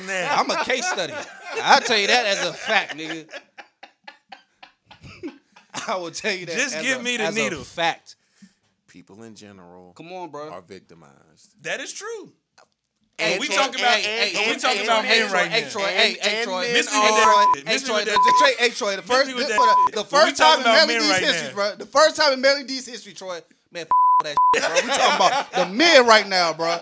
[SPEAKER 1] now.
[SPEAKER 2] I'm a case study. I'll tell you that as a fact, nigga. <laughs> I will tell you that.
[SPEAKER 1] Just
[SPEAKER 2] as
[SPEAKER 1] give
[SPEAKER 2] a-
[SPEAKER 1] me the
[SPEAKER 2] as a
[SPEAKER 1] needle.
[SPEAKER 2] fact.
[SPEAKER 3] People in general
[SPEAKER 2] Come on,
[SPEAKER 3] are
[SPEAKER 2] bro.
[SPEAKER 3] victimized.
[SPEAKER 1] that is true.
[SPEAKER 2] Hey,
[SPEAKER 1] we
[SPEAKER 2] Troy,
[SPEAKER 1] talking about-
[SPEAKER 2] hey,
[SPEAKER 1] but
[SPEAKER 2] hey,
[SPEAKER 1] we
[SPEAKER 2] hey,
[SPEAKER 1] talking
[SPEAKER 2] hey,
[SPEAKER 1] about
[SPEAKER 2] Troy,
[SPEAKER 1] men
[SPEAKER 2] hey, Troy,
[SPEAKER 1] right
[SPEAKER 2] hey,
[SPEAKER 1] now.
[SPEAKER 2] Troy, hey,
[SPEAKER 3] And-
[SPEAKER 2] hey, Troy,
[SPEAKER 3] and
[SPEAKER 1] are-
[SPEAKER 2] hey, Troy, hey,
[SPEAKER 3] men
[SPEAKER 1] Miss me
[SPEAKER 2] Troy,
[SPEAKER 1] with
[SPEAKER 2] the-
[SPEAKER 1] that
[SPEAKER 2] the
[SPEAKER 1] shit.
[SPEAKER 2] tra- hey, Troy, the
[SPEAKER 1] me
[SPEAKER 2] first,
[SPEAKER 1] with
[SPEAKER 2] this-
[SPEAKER 1] that
[SPEAKER 2] for the-
[SPEAKER 1] shit.
[SPEAKER 2] the
[SPEAKER 1] When we
[SPEAKER 2] first
[SPEAKER 1] talking
[SPEAKER 2] time in
[SPEAKER 1] about
[SPEAKER 2] Melly
[SPEAKER 1] men
[SPEAKER 2] D's
[SPEAKER 1] right
[SPEAKER 2] history,
[SPEAKER 1] now.
[SPEAKER 2] bro. The first time in Melly D's history, Troy. Man, f- all that shit, bro. We talking about
[SPEAKER 1] <laughs>
[SPEAKER 2] the men right now, bro.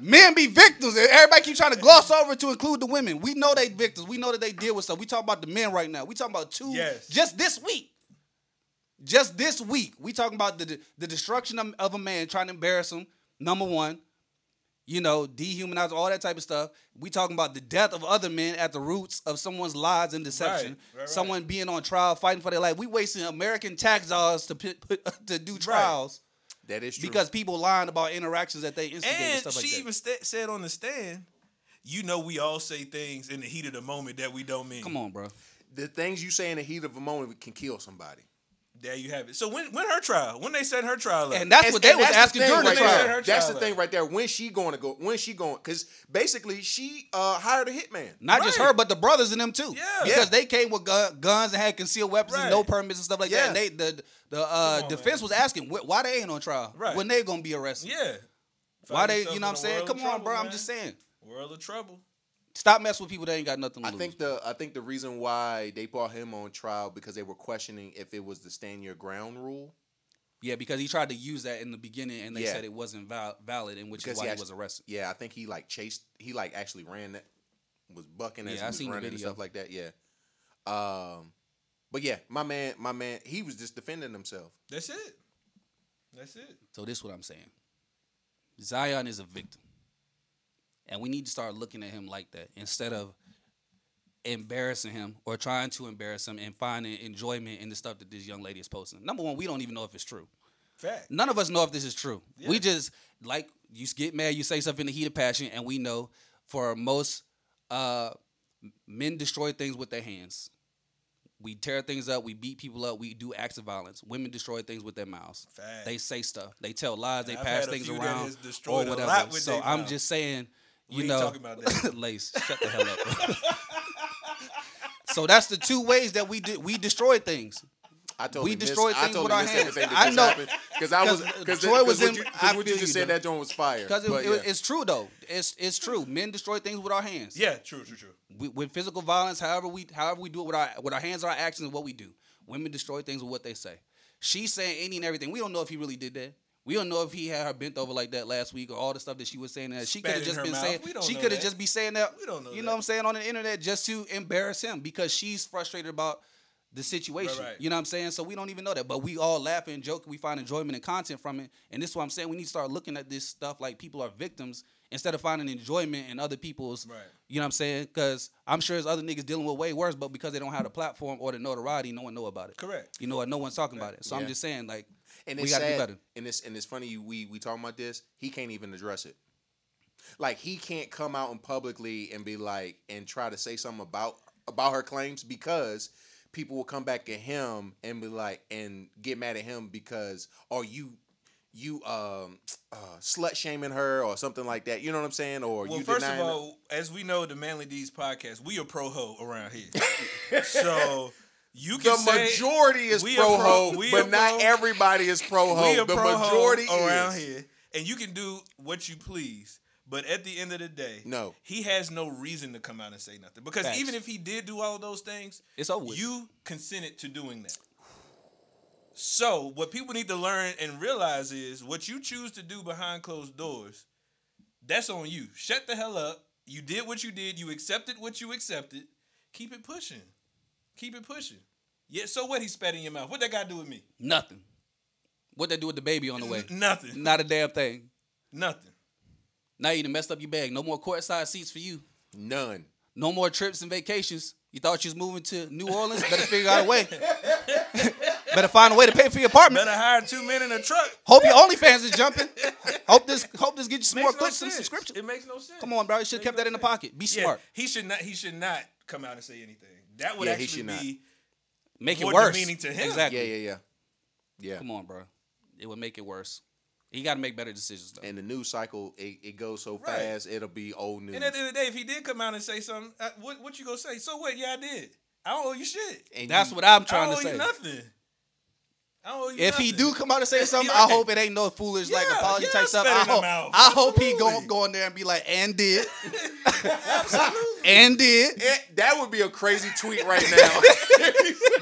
[SPEAKER 2] Men be victims. and Everybody keep trying to gloss over to include the women. We know they victims. We know that they deal with stuff. We talking about the men right now. We talking about two
[SPEAKER 1] Yes.
[SPEAKER 2] just this week. Just this week, we talking about the the destruction of, of a man trying to embarrass him. Number one, you know, dehumanize all that type of stuff. We talking about the death of other men at the roots of someone's lies and deception.
[SPEAKER 1] right, right.
[SPEAKER 2] Someone being on trial, fighting for their life. We wasting American tax dollars to put, <laughs> put, to do trials
[SPEAKER 3] That is true.
[SPEAKER 2] because people lying about interactions that they instigate and,
[SPEAKER 1] And
[SPEAKER 2] stuff
[SPEAKER 1] she
[SPEAKER 2] like that.
[SPEAKER 1] even sta said on the stand, "You know, we all say things in the heat of the moment that we don't mean."
[SPEAKER 2] Come on, bro.
[SPEAKER 3] the things you say in the heat of a moment can kill somebody.
[SPEAKER 1] there you have it. So when when her trial, when they set her trial up,
[SPEAKER 2] And that's
[SPEAKER 3] And-
[SPEAKER 2] what they
[SPEAKER 3] and
[SPEAKER 2] was
[SPEAKER 3] that's
[SPEAKER 2] asking
[SPEAKER 3] the thing
[SPEAKER 2] during the
[SPEAKER 3] right
[SPEAKER 2] trial.
[SPEAKER 3] there.
[SPEAKER 1] Her
[SPEAKER 3] That's
[SPEAKER 1] trial
[SPEAKER 3] the thing
[SPEAKER 1] up.
[SPEAKER 3] right there. When she going to go? When she going? Because basically, she uh, hired a hitman.
[SPEAKER 2] Not just
[SPEAKER 1] Right.
[SPEAKER 2] her, but the brothers and them too.
[SPEAKER 1] Yeah.
[SPEAKER 2] Because
[SPEAKER 1] Yeah.
[SPEAKER 2] they came with gu- guns and had concealed weapons and
[SPEAKER 1] Right.
[SPEAKER 2] no permits and stuff like that.
[SPEAKER 3] Yeah.
[SPEAKER 2] And they the the uh,
[SPEAKER 1] Come on, man.
[SPEAKER 2] defense was asking "Wh- why they ain't on trial,
[SPEAKER 1] Right.
[SPEAKER 2] when they gonna be arrested,
[SPEAKER 1] yeah,
[SPEAKER 2] why
[SPEAKER 1] Find
[SPEAKER 2] they,
[SPEAKER 1] yourself
[SPEAKER 2] you know
[SPEAKER 1] in
[SPEAKER 2] what I'm
[SPEAKER 1] a
[SPEAKER 2] saying?
[SPEAKER 1] world of
[SPEAKER 2] Come on,
[SPEAKER 1] trouble,
[SPEAKER 2] bro. I'm
[SPEAKER 1] man.
[SPEAKER 2] just saying,
[SPEAKER 1] world of trouble.
[SPEAKER 2] stop messing with people that ain't got nothing to
[SPEAKER 3] I
[SPEAKER 2] lose.
[SPEAKER 3] think the I think the reason why they brought him on trial because they were questioning if it was the stand your ground rule
[SPEAKER 2] Yeah, because he tried to use that in the beginning, and they
[SPEAKER 3] Yeah.
[SPEAKER 2] said it wasn't val- valid, and which
[SPEAKER 3] Because
[SPEAKER 2] is why
[SPEAKER 3] he
[SPEAKER 2] he,
[SPEAKER 3] actu-
[SPEAKER 2] was arrested.
[SPEAKER 3] Yeah, I think he like chased. He like actually ran that was bucking as
[SPEAKER 2] Yeah,
[SPEAKER 3] he
[SPEAKER 2] I
[SPEAKER 3] was
[SPEAKER 2] seen the
[SPEAKER 3] running and
[SPEAKER 2] video.
[SPEAKER 3] stuff like that. Yeah. Um, but yeah, my man, my man, he was just defending himself.
[SPEAKER 1] That's it. That's it.
[SPEAKER 2] So this is what I'm saying. Zion is a victim. And we need to start looking at him like that instead of embarrassing him or trying to embarrass him and finding enjoyment in the stuff that this young lady is posting. Number one, we don't even know if it's true.
[SPEAKER 1] Fact.
[SPEAKER 2] None of us know if this is true.
[SPEAKER 1] Yeah.
[SPEAKER 2] We just like you get mad, you say something in the heat of passion, and we know for most uh, men destroy things with their hands. We tear things up, we beat people up, we do acts of violence. Women destroy things with their mouths.
[SPEAKER 1] Fact.
[SPEAKER 2] They say stuff, they tell lies, they
[SPEAKER 1] I've
[SPEAKER 2] pass
[SPEAKER 1] had a
[SPEAKER 2] things
[SPEAKER 1] few that
[SPEAKER 2] around
[SPEAKER 1] has destroyed a
[SPEAKER 2] or whatever.
[SPEAKER 1] lot with
[SPEAKER 2] so
[SPEAKER 1] they
[SPEAKER 2] I'm
[SPEAKER 1] mouth.
[SPEAKER 2] just saying, you
[SPEAKER 1] ain't
[SPEAKER 2] know,
[SPEAKER 1] talking about that.
[SPEAKER 2] <laughs> Lace, shut the hell up. <laughs> so that's the two ways that we do, we destroy things.
[SPEAKER 3] I told
[SPEAKER 2] We destroyed things with our hands. I know.
[SPEAKER 3] because I was
[SPEAKER 2] 'Cause
[SPEAKER 3] because
[SPEAKER 2] Troy was
[SPEAKER 3] what
[SPEAKER 2] in-
[SPEAKER 3] you, 'cause
[SPEAKER 2] I
[SPEAKER 3] what you
[SPEAKER 2] feel
[SPEAKER 3] just
[SPEAKER 2] you,
[SPEAKER 3] said
[SPEAKER 2] though.
[SPEAKER 3] that joint was fire.
[SPEAKER 2] Because it,
[SPEAKER 3] But
[SPEAKER 2] it-
[SPEAKER 3] yeah.
[SPEAKER 2] it's true though. It's it's true. Men destroy things with our hands.
[SPEAKER 1] Yeah, true, true, true.
[SPEAKER 2] With, with physical violence, however we however we do it with our with our hands, our actions, and what we do. Women destroy things with what they say. She's saying any and everything. We don't know if he really did that. We don't know if he had her bent over like that last week or all the stuff that she was saying. That she
[SPEAKER 1] Spat
[SPEAKER 2] could have
[SPEAKER 1] in
[SPEAKER 2] just
[SPEAKER 1] her
[SPEAKER 2] been
[SPEAKER 1] mouth.
[SPEAKER 2] saying.
[SPEAKER 1] We don't
[SPEAKER 2] She
[SPEAKER 1] know
[SPEAKER 2] could have
[SPEAKER 1] that.
[SPEAKER 2] just be saying that.
[SPEAKER 1] We don't know
[SPEAKER 2] You
[SPEAKER 1] that.
[SPEAKER 2] know what I'm saying on the internet just to embarrass him because she's frustrated about the situation.
[SPEAKER 1] right.
[SPEAKER 2] You know what I'm saying? So we don't even know that, but we all laugh and joke. We find enjoyment and content from it, and this is what I'm saying. We need to start looking at this stuff like people are victims instead of finding enjoyment in other people's.
[SPEAKER 1] Right.
[SPEAKER 2] You know what I'm saying? Because I'm sure there's other niggas dealing with way worse, but because they don't have the platform or the notoriety, no one know about it.
[SPEAKER 1] Correct.
[SPEAKER 2] You know what? No one's talking about it. So
[SPEAKER 3] Yeah.
[SPEAKER 2] I'm just saying, like,
[SPEAKER 3] and
[SPEAKER 2] we
[SPEAKER 3] it's
[SPEAKER 2] gotta
[SPEAKER 3] sad,
[SPEAKER 2] do better.
[SPEAKER 3] And it's and it's funny you- we we talking about this. He can't even address it. Like he can't come out and publicly and be like and try to say something about about her claims because people will come back at him and be like and get mad at him because are you you um uh, slut shaming her or something like that. You know what I'm saying? Or
[SPEAKER 1] Well,
[SPEAKER 3] you
[SPEAKER 1] first of
[SPEAKER 3] denying her-
[SPEAKER 1] all, as we know, the Manly D's podcast, we are pro ho around here. so you
[SPEAKER 3] the
[SPEAKER 1] can say
[SPEAKER 3] majority is
[SPEAKER 1] we
[SPEAKER 3] pro
[SPEAKER 1] are pro-
[SPEAKER 3] ho,
[SPEAKER 1] we
[SPEAKER 3] but
[SPEAKER 1] are
[SPEAKER 3] not
[SPEAKER 1] pro-
[SPEAKER 3] everybody is pro
[SPEAKER 1] we
[SPEAKER 3] ho.
[SPEAKER 1] are
[SPEAKER 3] Oh, The
[SPEAKER 1] pro
[SPEAKER 3] majority
[SPEAKER 1] ho around
[SPEAKER 3] is.
[SPEAKER 1] here, and you can do what you please. But at the end of the day,
[SPEAKER 3] No.
[SPEAKER 1] he has no reason to come out and say nothing because
[SPEAKER 2] Facts.
[SPEAKER 1] even if he did do all of those things,
[SPEAKER 2] It's over with.
[SPEAKER 1] You consented to doing that. So what people need to learn and realize is what you choose to do behind closed doors, that's on you. Shut the hell up. You did what you did. You accepted what you accepted. Keep it pushing. Keep it pushing. Yeah. So what? He spat in your mouth. What that got to do with me?
[SPEAKER 2] nothing. What they do with the baby on the way?
[SPEAKER 1] N- nothing.
[SPEAKER 2] Not a damn thing.
[SPEAKER 1] Nothing.
[SPEAKER 2] Now you done messed up your bag. No more courtside seats for you.
[SPEAKER 3] None.
[SPEAKER 2] No more trips and vacations. You thought you was moving to New Orleans? Better figure out a way. <laughs> Better find a way to pay for your apartment.
[SPEAKER 1] Better hire two men in a truck.
[SPEAKER 2] Hope your OnlyFans is jumping. hope this hope this gets you some more
[SPEAKER 1] Makes no
[SPEAKER 2] clicks and
[SPEAKER 1] sense.
[SPEAKER 2] subscriptions.
[SPEAKER 1] It makes no sense.
[SPEAKER 2] Come on, bro. You should have kept that in the pocket. Be
[SPEAKER 1] Yeah,
[SPEAKER 2] smart.
[SPEAKER 1] he should not. He should not come out and say anything. That would
[SPEAKER 3] Yeah, he
[SPEAKER 1] actually
[SPEAKER 3] should not.
[SPEAKER 1] be
[SPEAKER 2] Make it
[SPEAKER 1] More
[SPEAKER 2] worse.
[SPEAKER 1] demeaning to him.
[SPEAKER 2] Exactly.
[SPEAKER 3] Yeah, yeah, yeah. Yeah.
[SPEAKER 2] Come on, bro. It would make it worse. You got to make better decisions though.
[SPEAKER 3] and the news cycle it, it goes so
[SPEAKER 1] Right.
[SPEAKER 3] fast it'll be old news
[SPEAKER 1] And at the end of the day, if he did come out and say something, uh, what what you gonna say? So what? Yeah, I did. I don't owe you shit.
[SPEAKER 3] And
[SPEAKER 2] That's
[SPEAKER 3] you-
[SPEAKER 2] what I'm
[SPEAKER 1] I
[SPEAKER 2] trying
[SPEAKER 1] don't
[SPEAKER 2] to
[SPEAKER 1] owe
[SPEAKER 2] say.
[SPEAKER 1] you nothing. I don't owe you
[SPEAKER 2] If he
[SPEAKER 1] nothing.
[SPEAKER 2] do come out and
[SPEAKER 1] <laughs>
[SPEAKER 2] say something,
[SPEAKER 1] Yeah.
[SPEAKER 2] I hope it ain't no foolish like
[SPEAKER 1] Yeah,
[SPEAKER 2] apology
[SPEAKER 1] yeah,
[SPEAKER 2] type stuff.
[SPEAKER 1] spit
[SPEAKER 2] I
[SPEAKER 1] in the
[SPEAKER 2] hope,
[SPEAKER 1] mouth.
[SPEAKER 2] I hope he go,
[SPEAKER 1] Absolutely.
[SPEAKER 2] go in there and be like, and did,
[SPEAKER 1] <laughs>
[SPEAKER 2] <laughs>
[SPEAKER 1] Absolutely.
[SPEAKER 2] and did.
[SPEAKER 3] Eh, that would be a crazy
[SPEAKER 1] <laughs>
[SPEAKER 3] tweet right now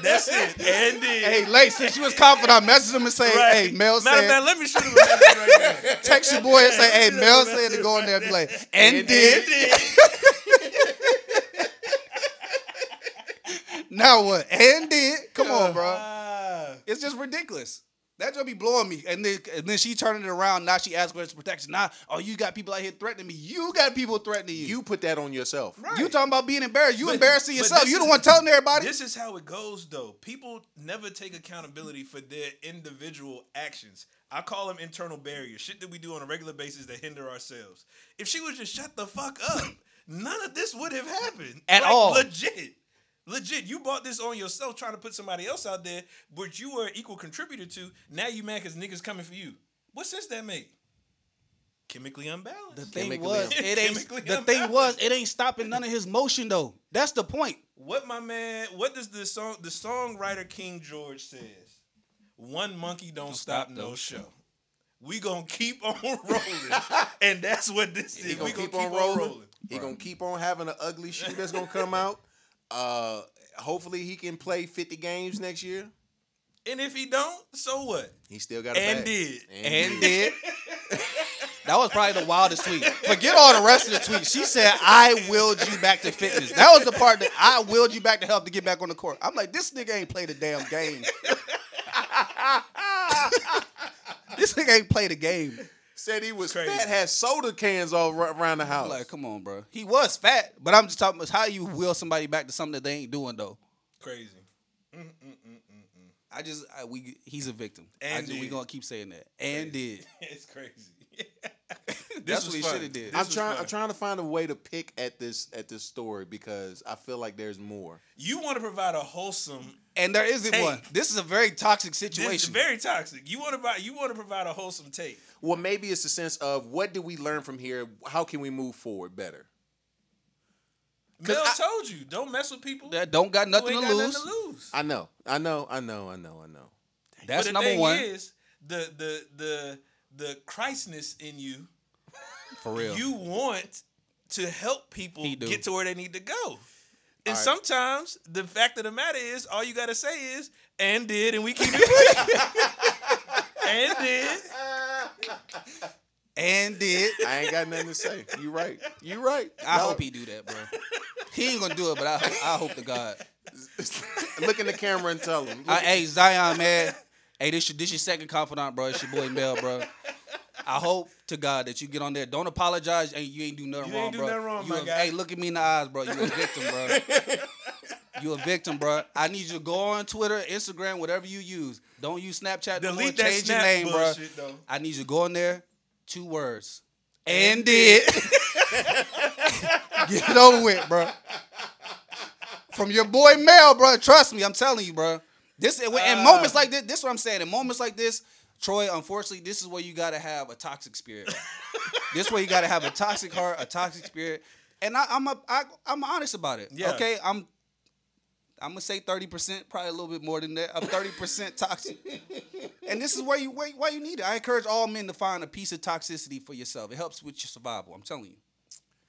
[SPEAKER 1] that's it. And then
[SPEAKER 2] <laughs> Hey, Lace, since you was confident, I messaged him and say,
[SPEAKER 1] Right.
[SPEAKER 2] hey, Mel
[SPEAKER 1] Matter of
[SPEAKER 2] said,
[SPEAKER 1] fact, let me shoot him a message
[SPEAKER 2] <laughs>
[SPEAKER 1] right now.
[SPEAKER 2] text your boy and
[SPEAKER 1] <laughs>
[SPEAKER 2] say, hey, Mel said to go in there and be like, and, did. Now what? And did. Come on, bro.
[SPEAKER 1] Ah.
[SPEAKER 2] It's just ridiculous. That just be blowing me. And then, and then she turning it around. Now she asks for his protection. Now, oh, you got people out here threatening me. You got people threatening you.
[SPEAKER 3] you put that on yourself
[SPEAKER 1] Right.
[SPEAKER 2] You talking about being embarrassed. You
[SPEAKER 1] But-
[SPEAKER 2] embarrassing
[SPEAKER 1] but
[SPEAKER 2] yourself.
[SPEAKER 1] this
[SPEAKER 2] You the
[SPEAKER 1] is-
[SPEAKER 2] one telling everybody.
[SPEAKER 1] This is how it goes, though. People never take accountability for their individual actions. I call them internal barriers, shit that we do on a regular basis that hinder ourselves. If she would just shut the fuck up, none of this would have happened
[SPEAKER 2] At all.
[SPEAKER 1] Legit, legit. You bought this on yourself, trying to put somebody else out there, which you were an equal contributor to. Now you mad because niggas coming for you. What sense that make? Chemically unbalanced.
[SPEAKER 2] The thing
[SPEAKER 3] Chemically
[SPEAKER 2] was,
[SPEAKER 1] un-
[SPEAKER 2] it ain't.
[SPEAKER 1] <laughs> Chemically
[SPEAKER 2] The thing
[SPEAKER 1] unbalanced.
[SPEAKER 2] was, it ain't stopping none of his motion though. That's the point.
[SPEAKER 1] What my man? What does the song? The songwriter King George says, "One monkey don't, stop,
[SPEAKER 2] stop
[SPEAKER 1] no
[SPEAKER 2] no
[SPEAKER 1] show." We gonna keep on <laughs> rolling, and that's what this is.
[SPEAKER 3] he
[SPEAKER 1] we
[SPEAKER 3] gonna keep, on rolling, he
[SPEAKER 2] Right.
[SPEAKER 3] gonna keep on having an ugly shoe
[SPEAKER 1] <laughs>
[SPEAKER 3] that's gonna come out uh hopefully he can play 50 games next year
[SPEAKER 1] And if he don't, so what?
[SPEAKER 3] He still got a
[SPEAKER 1] And
[SPEAKER 3] bag.
[SPEAKER 1] did.
[SPEAKER 2] And did. That was probably the wildest tweet. Forget all the rest of the tweets. She said, I willed you back to fitness. That was the part that I willed you back to health to get back on the court. I'm like, this nigga ain't played a damn game. <laughs> this nigga ain't played a game.
[SPEAKER 3] said he was
[SPEAKER 1] Crazy.
[SPEAKER 3] fat, had soda cans all ar- around the house.
[SPEAKER 2] Like, come on, bro. He was fat, but I'm just talking about how you will somebody back to something that they ain't doing though.
[SPEAKER 1] Crazy. <laughs>
[SPEAKER 2] I just I, we he's a victim. I
[SPEAKER 1] And
[SPEAKER 2] just, we
[SPEAKER 1] did.
[SPEAKER 2] gonna keep saying that. And did
[SPEAKER 1] It's crazy. <laughs>
[SPEAKER 2] That's
[SPEAKER 1] was
[SPEAKER 2] what he
[SPEAKER 1] fun.
[SPEAKER 2] shoulda did.
[SPEAKER 1] This
[SPEAKER 3] I'm
[SPEAKER 1] was
[SPEAKER 3] trying.
[SPEAKER 1] fun.
[SPEAKER 3] I'm trying to find a way to pick at this at this story because I feel like there's more.
[SPEAKER 1] You want to provide a wholesome.
[SPEAKER 2] and there isn't
[SPEAKER 1] Hey.
[SPEAKER 2] one. This is a very toxic
[SPEAKER 1] This is
[SPEAKER 2] situation.
[SPEAKER 1] very toxic. You want to buy. You want to provide a wholesome take.
[SPEAKER 3] Well, maybe it's a sense of what do we learn from here? How can we move forward better?
[SPEAKER 1] Mel told you, don't mess with people.
[SPEAKER 2] that don't got
[SPEAKER 1] who
[SPEAKER 2] nothing,
[SPEAKER 1] ain't
[SPEAKER 2] to,
[SPEAKER 1] got
[SPEAKER 2] lose.
[SPEAKER 1] nothing to lose.
[SPEAKER 3] I know. I know. I know. I know. I know.
[SPEAKER 1] But
[SPEAKER 2] That's
[SPEAKER 1] the
[SPEAKER 2] number
[SPEAKER 1] thing
[SPEAKER 2] one
[SPEAKER 1] is the the the the Christness in you.
[SPEAKER 2] for real.
[SPEAKER 1] You want to help people
[SPEAKER 2] He do.
[SPEAKER 1] get to where they need to go. And
[SPEAKER 3] right.
[SPEAKER 1] sometimes the fact of the matter is, all you gotta say is, "And did," and we keep it. pushing. and did.
[SPEAKER 2] and
[SPEAKER 1] <laughs>
[SPEAKER 2] did
[SPEAKER 3] I ain't got nothing to say. You right. You <laughs> right.
[SPEAKER 2] I
[SPEAKER 3] Y'all-
[SPEAKER 2] hope he do that, bro. He ain't gonna do it, but I I hope to <laughs> God.
[SPEAKER 3] look in the camera and tell him.
[SPEAKER 2] I, hey Zion, man. Hey, this your this your second confidant, bro. It's your boy Mel, bro. I hope to God that you get on there. Don't apologize, and you ain't do nothing
[SPEAKER 1] You ain't
[SPEAKER 2] wrong,
[SPEAKER 1] do
[SPEAKER 2] bro.
[SPEAKER 1] nothing wrong,
[SPEAKER 2] you
[SPEAKER 1] my
[SPEAKER 2] a-
[SPEAKER 1] guy.
[SPEAKER 2] Hey, look at me in the eyes, bro. You a victim, bro.
[SPEAKER 1] <laughs>
[SPEAKER 2] You a victim, bro. I need you to go on Twitter, Instagram, whatever you use. Don't use Snapchat. no more.
[SPEAKER 1] Delete that
[SPEAKER 2] Change
[SPEAKER 1] Snap
[SPEAKER 2] your name, bro.
[SPEAKER 1] bullshit, though.
[SPEAKER 2] I need you to go in there. Two words. And did. Get it over with, bro. From your boy Mel, bro. Trust me, I'm telling you, bro. This in in moments like this, this is what I'm saying. In moments like this, Troy, unfortunately, this is where you gotta have a toxic spirit. this where you gotta have a toxic heart, a toxic spirit. And I, I'm a, I, I'm honest about it.
[SPEAKER 1] Yeah.
[SPEAKER 2] Okay, I'm. I'm gonna say thirty percent, probably a little bit more than that. I'm thirty percent toxic, and this is where you where, why you need it. I encourage all men to find a piece of toxicity for yourself. It helps with your survival. I'm telling you.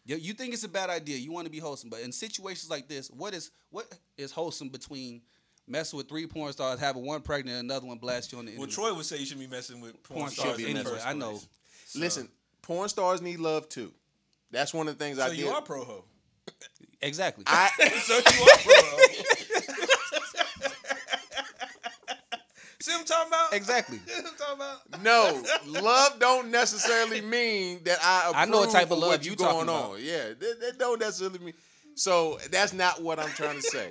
[SPEAKER 2] You, you think it's a bad idea. You want to be wholesome, but in situations like this, what is what is wholesome between messing with three porn stars, having one pregnant, and another one blast you on the
[SPEAKER 1] Well,
[SPEAKER 2] internet?
[SPEAKER 1] Troy would say you shouldn't be messing with porn,
[SPEAKER 2] porn
[SPEAKER 1] stars
[SPEAKER 2] stars
[SPEAKER 3] be
[SPEAKER 1] in the
[SPEAKER 3] messing
[SPEAKER 2] anyway.
[SPEAKER 1] first
[SPEAKER 2] I know.
[SPEAKER 1] place.
[SPEAKER 3] Listen, porn stars need love too. That's one of the things I
[SPEAKER 1] So
[SPEAKER 3] did.
[SPEAKER 1] you are pro ho.
[SPEAKER 2] Exactly.
[SPEAKER 3] I
[SPEAKER 1] so you are pro ho. <laughs> See what I'm talking about?
[SPEAKER 2] exactly.
[SPEAKER 1] <laughs> See what I'm talking about?
[SPEAKER 3] no love don't necessarily mean that I.
[SPEAKER 2] I know what
[SPEAKER 3] approve
[SPEAKER 2] type of love
[SPEAKER 3] what
[SPEAKER 2] you
[SPEAKER 3] going
[SPEAKER 2] talking about.
[SPEAKER 3] on. Yeah, that, that don't necessarily mean. So that's not what I'm trying to say.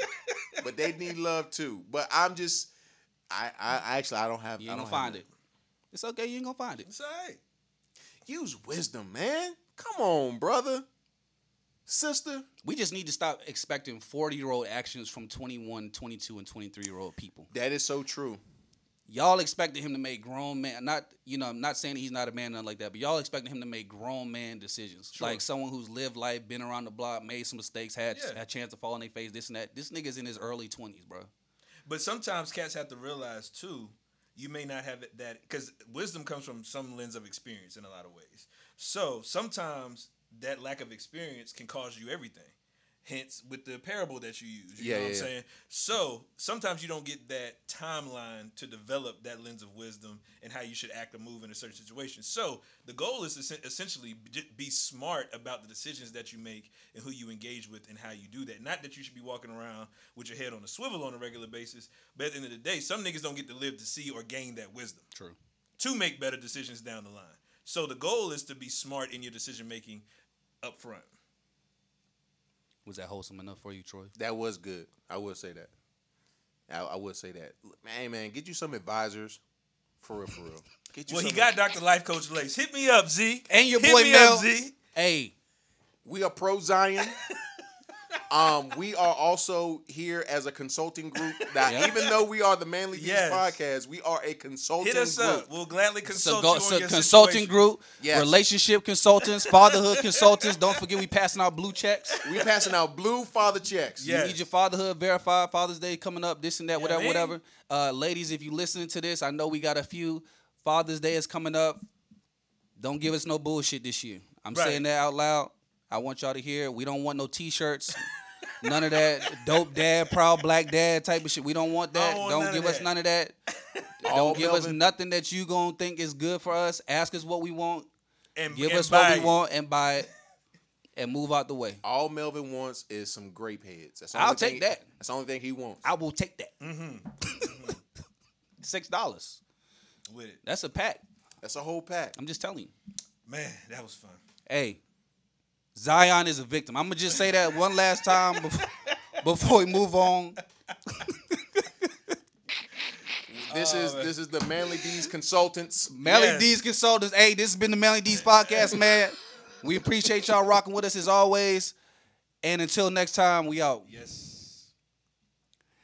[SPEAKER 3] but they need love too. But I'm just, I, I I actually I don't have.
[SPEAKER 2] You
[SPEAKER 3] I
[SPEAKER 2] ain't
[SPEAKER 3] don't
[SPEAKER 2] gonna
[SPEAKER 3] have
[SPEAKER 2] find it. It's okay. You ain't gonna find it.
[SPEAKER 1] It's all right.
[SPEAKER 3] Use wisdom, man. Come on, brother, sister.
[SPEAKER 2] We just need to stop expecting 40 year old actions from 21, 22, and 23 year old people.
[SPEAKER 3] That is so true.
[SPEAKER 2] Y'all expected him to make grown man, not, you know, I'm not saying he's not a man, nothing like that, but y'all expecting him to make grown man decisions. Like someone who's lived life, been around the block, made some mistakes, had
[SPEAKER 1] Yeah.
[SPEAKER 2] a chance to fall on their face, this and that. This nigga's in his early 20s, bro.
[SPEAKER 1] But sometimes cats have to realize too, you may not have it that because wisdom comes from some lens of experience in a lot of ways. So sometimes that lack of experience can cause you everything. Hence, with the parable that you use, you
[SPEAKER 3] Yeah,
[SPEAKER 1] know what
[SPEAKER 3] yeah,
[SPEAKER 1] I'm
[SPEAKER 3] yeah.
[SPEAKER 1] saying. So sometimes you don't get that timeline to develop that lens of wisdom and how you should act or move in a certain situation. So the goal is to essen- essentially be- just be smart about the decisions that you make and who you engage with and how you do that. Not that you should be walking around with your head on a swivel on a regular basis, but at the end of the day, some niggas don't get to live to see or gain that wisdom
[SPEAKER 2] True.
[SPEAKER 1] to make better decisions down the line. So the goal is to be smart in your decision making up front.
[SPEAKER 2] Was that wholesome enough for you, Troy?
[SPEAKER 3] That was good. I will say that. I, I will say that. Hey man, get you some advisors. For real, for real. Get you
[SPEAKER 1] Well, he
[SPEAKER 3] some-
[SPEAKER 1] got Dr. Life Coach Lace. Hit me up, Z.
[SPEAKER 2] And your
[SPEAKER 1] Hit
[SPEAKER 2] boy
[SPEAKER 1] me
[SPEAKER 2] Mel.
[SPEAKER 1] Up, Z.
[SPEAKER 2] Hey,
[SPEAKER 3] We are
[SPEAKER 1] <laughs>
[SPEAKER 3] pro Zion. um, we are also here as a
[SPEAKER 1] <laughs>
[SPEAKER 3] consulting group. Now,
[SPEAKER 2] Yeah.
[SPEAKER 3] even though we are the Manly Beast
[SPEAKER 1] Yes.
[SPEAKER 3] podcast, we are a consulting
[SPEAKER 1] Hit us
[SPEAKER 3] group.
[SPEAKER 1] up. We'll gladly
[SPEAKER 2] So,
[SPEAKER 1] consult
[SPEAKER 2] go,
[SPEAKER 1] you on
[SPEAKER 2] so
[SPEAKER 1] your
[SPEAKER 2] consulting
[SPEAKER 1] situation.
[SPEAKER 2] group,
[SPEAKER 3] Yes.
[SPEAKER 2] relationship consultants, fatherhood <laughs> consultants. Don't forget we passing out blue checks.
[SPEAKER 3] We passing out blue father checks.
[SPEAKER 1] Yeah.
[SPEAKER 2] You need your fatherhood verified. Father's Day coming up. This and that. whatever.
[SPEAKER 1] man.
[SPEAKER 2] Whatever. Uh, ladies, if you listening to this, I know we got a few. Father's Day is coming up. Don't give us no bullshit this year. I'm
[SPEAKER 1] Right.
[SPEAKER 2] saying that out loud. I want y'all to hear. it. We don't want no T-shirts. None of that dope dad, proud black dad type of shit. We don't want that.
[SPEAKER 1] don't want
[SPEAKER 2] Don't
[SPEAKER 1] none of
[SPEAKER 2] give us
[SPEAKER 1] that. <laughs>
[SPEAKER 2] none of that.
[SPEAKER 3] All
[SPEAKER 2] Don't give us
[SPEAKER 3] Melvin-
[SPEAKER 2] nothing that you gonna think is good for us. Ask us what we want.
[SPEAKER 1] And
[SPEAKER 2] Give
[SPEAKER 1] and
[SPEAKER 2] us what
[SPEAKER 1] buy
[SPEAKER 2] we
[SPEAKER 1] it.
[SPEAKER 2] want and buy it, and move out the way.
[SPEAKER 3] All Melvin wants is some grape heads. That's the
[SPEAKER 2] I'll
[SPEAKER 3] only
[SPEAKER 2] take
[SPEAKER 3] thing-
[SPEAKER 2] that.
[SPEAKER 3] That's the only thing he wants.
[SPEAKER 2] I will take that. Mm-hmm. Six dollars.
[SPEAKER 1] with it.
[SPEAKER 2] That's a pack.
[SPEAKER 3] That's a whole pack.
[SPEAKER 2] I'm just telling you.
[SPEAKER 1] Man, that was fun.
[SPEAKER 2] Hey, Zion is a victim. I'm gonna just say that one last time before, before we move on.
[SPEAKER 3] This
[SPEAKER 1] Oh,
[SPEAKER 3] is this is the Manly D's consultants.
[SPEAKER 2] Manly
[SPEAKER 1] Yes.
[SPEAKER 2] D's consultants. Hey, this has been the Manly D's podcast, man. We appreciate y'all rocking with us as always. And until next time, we out.
[SPEAKER 1] Yes.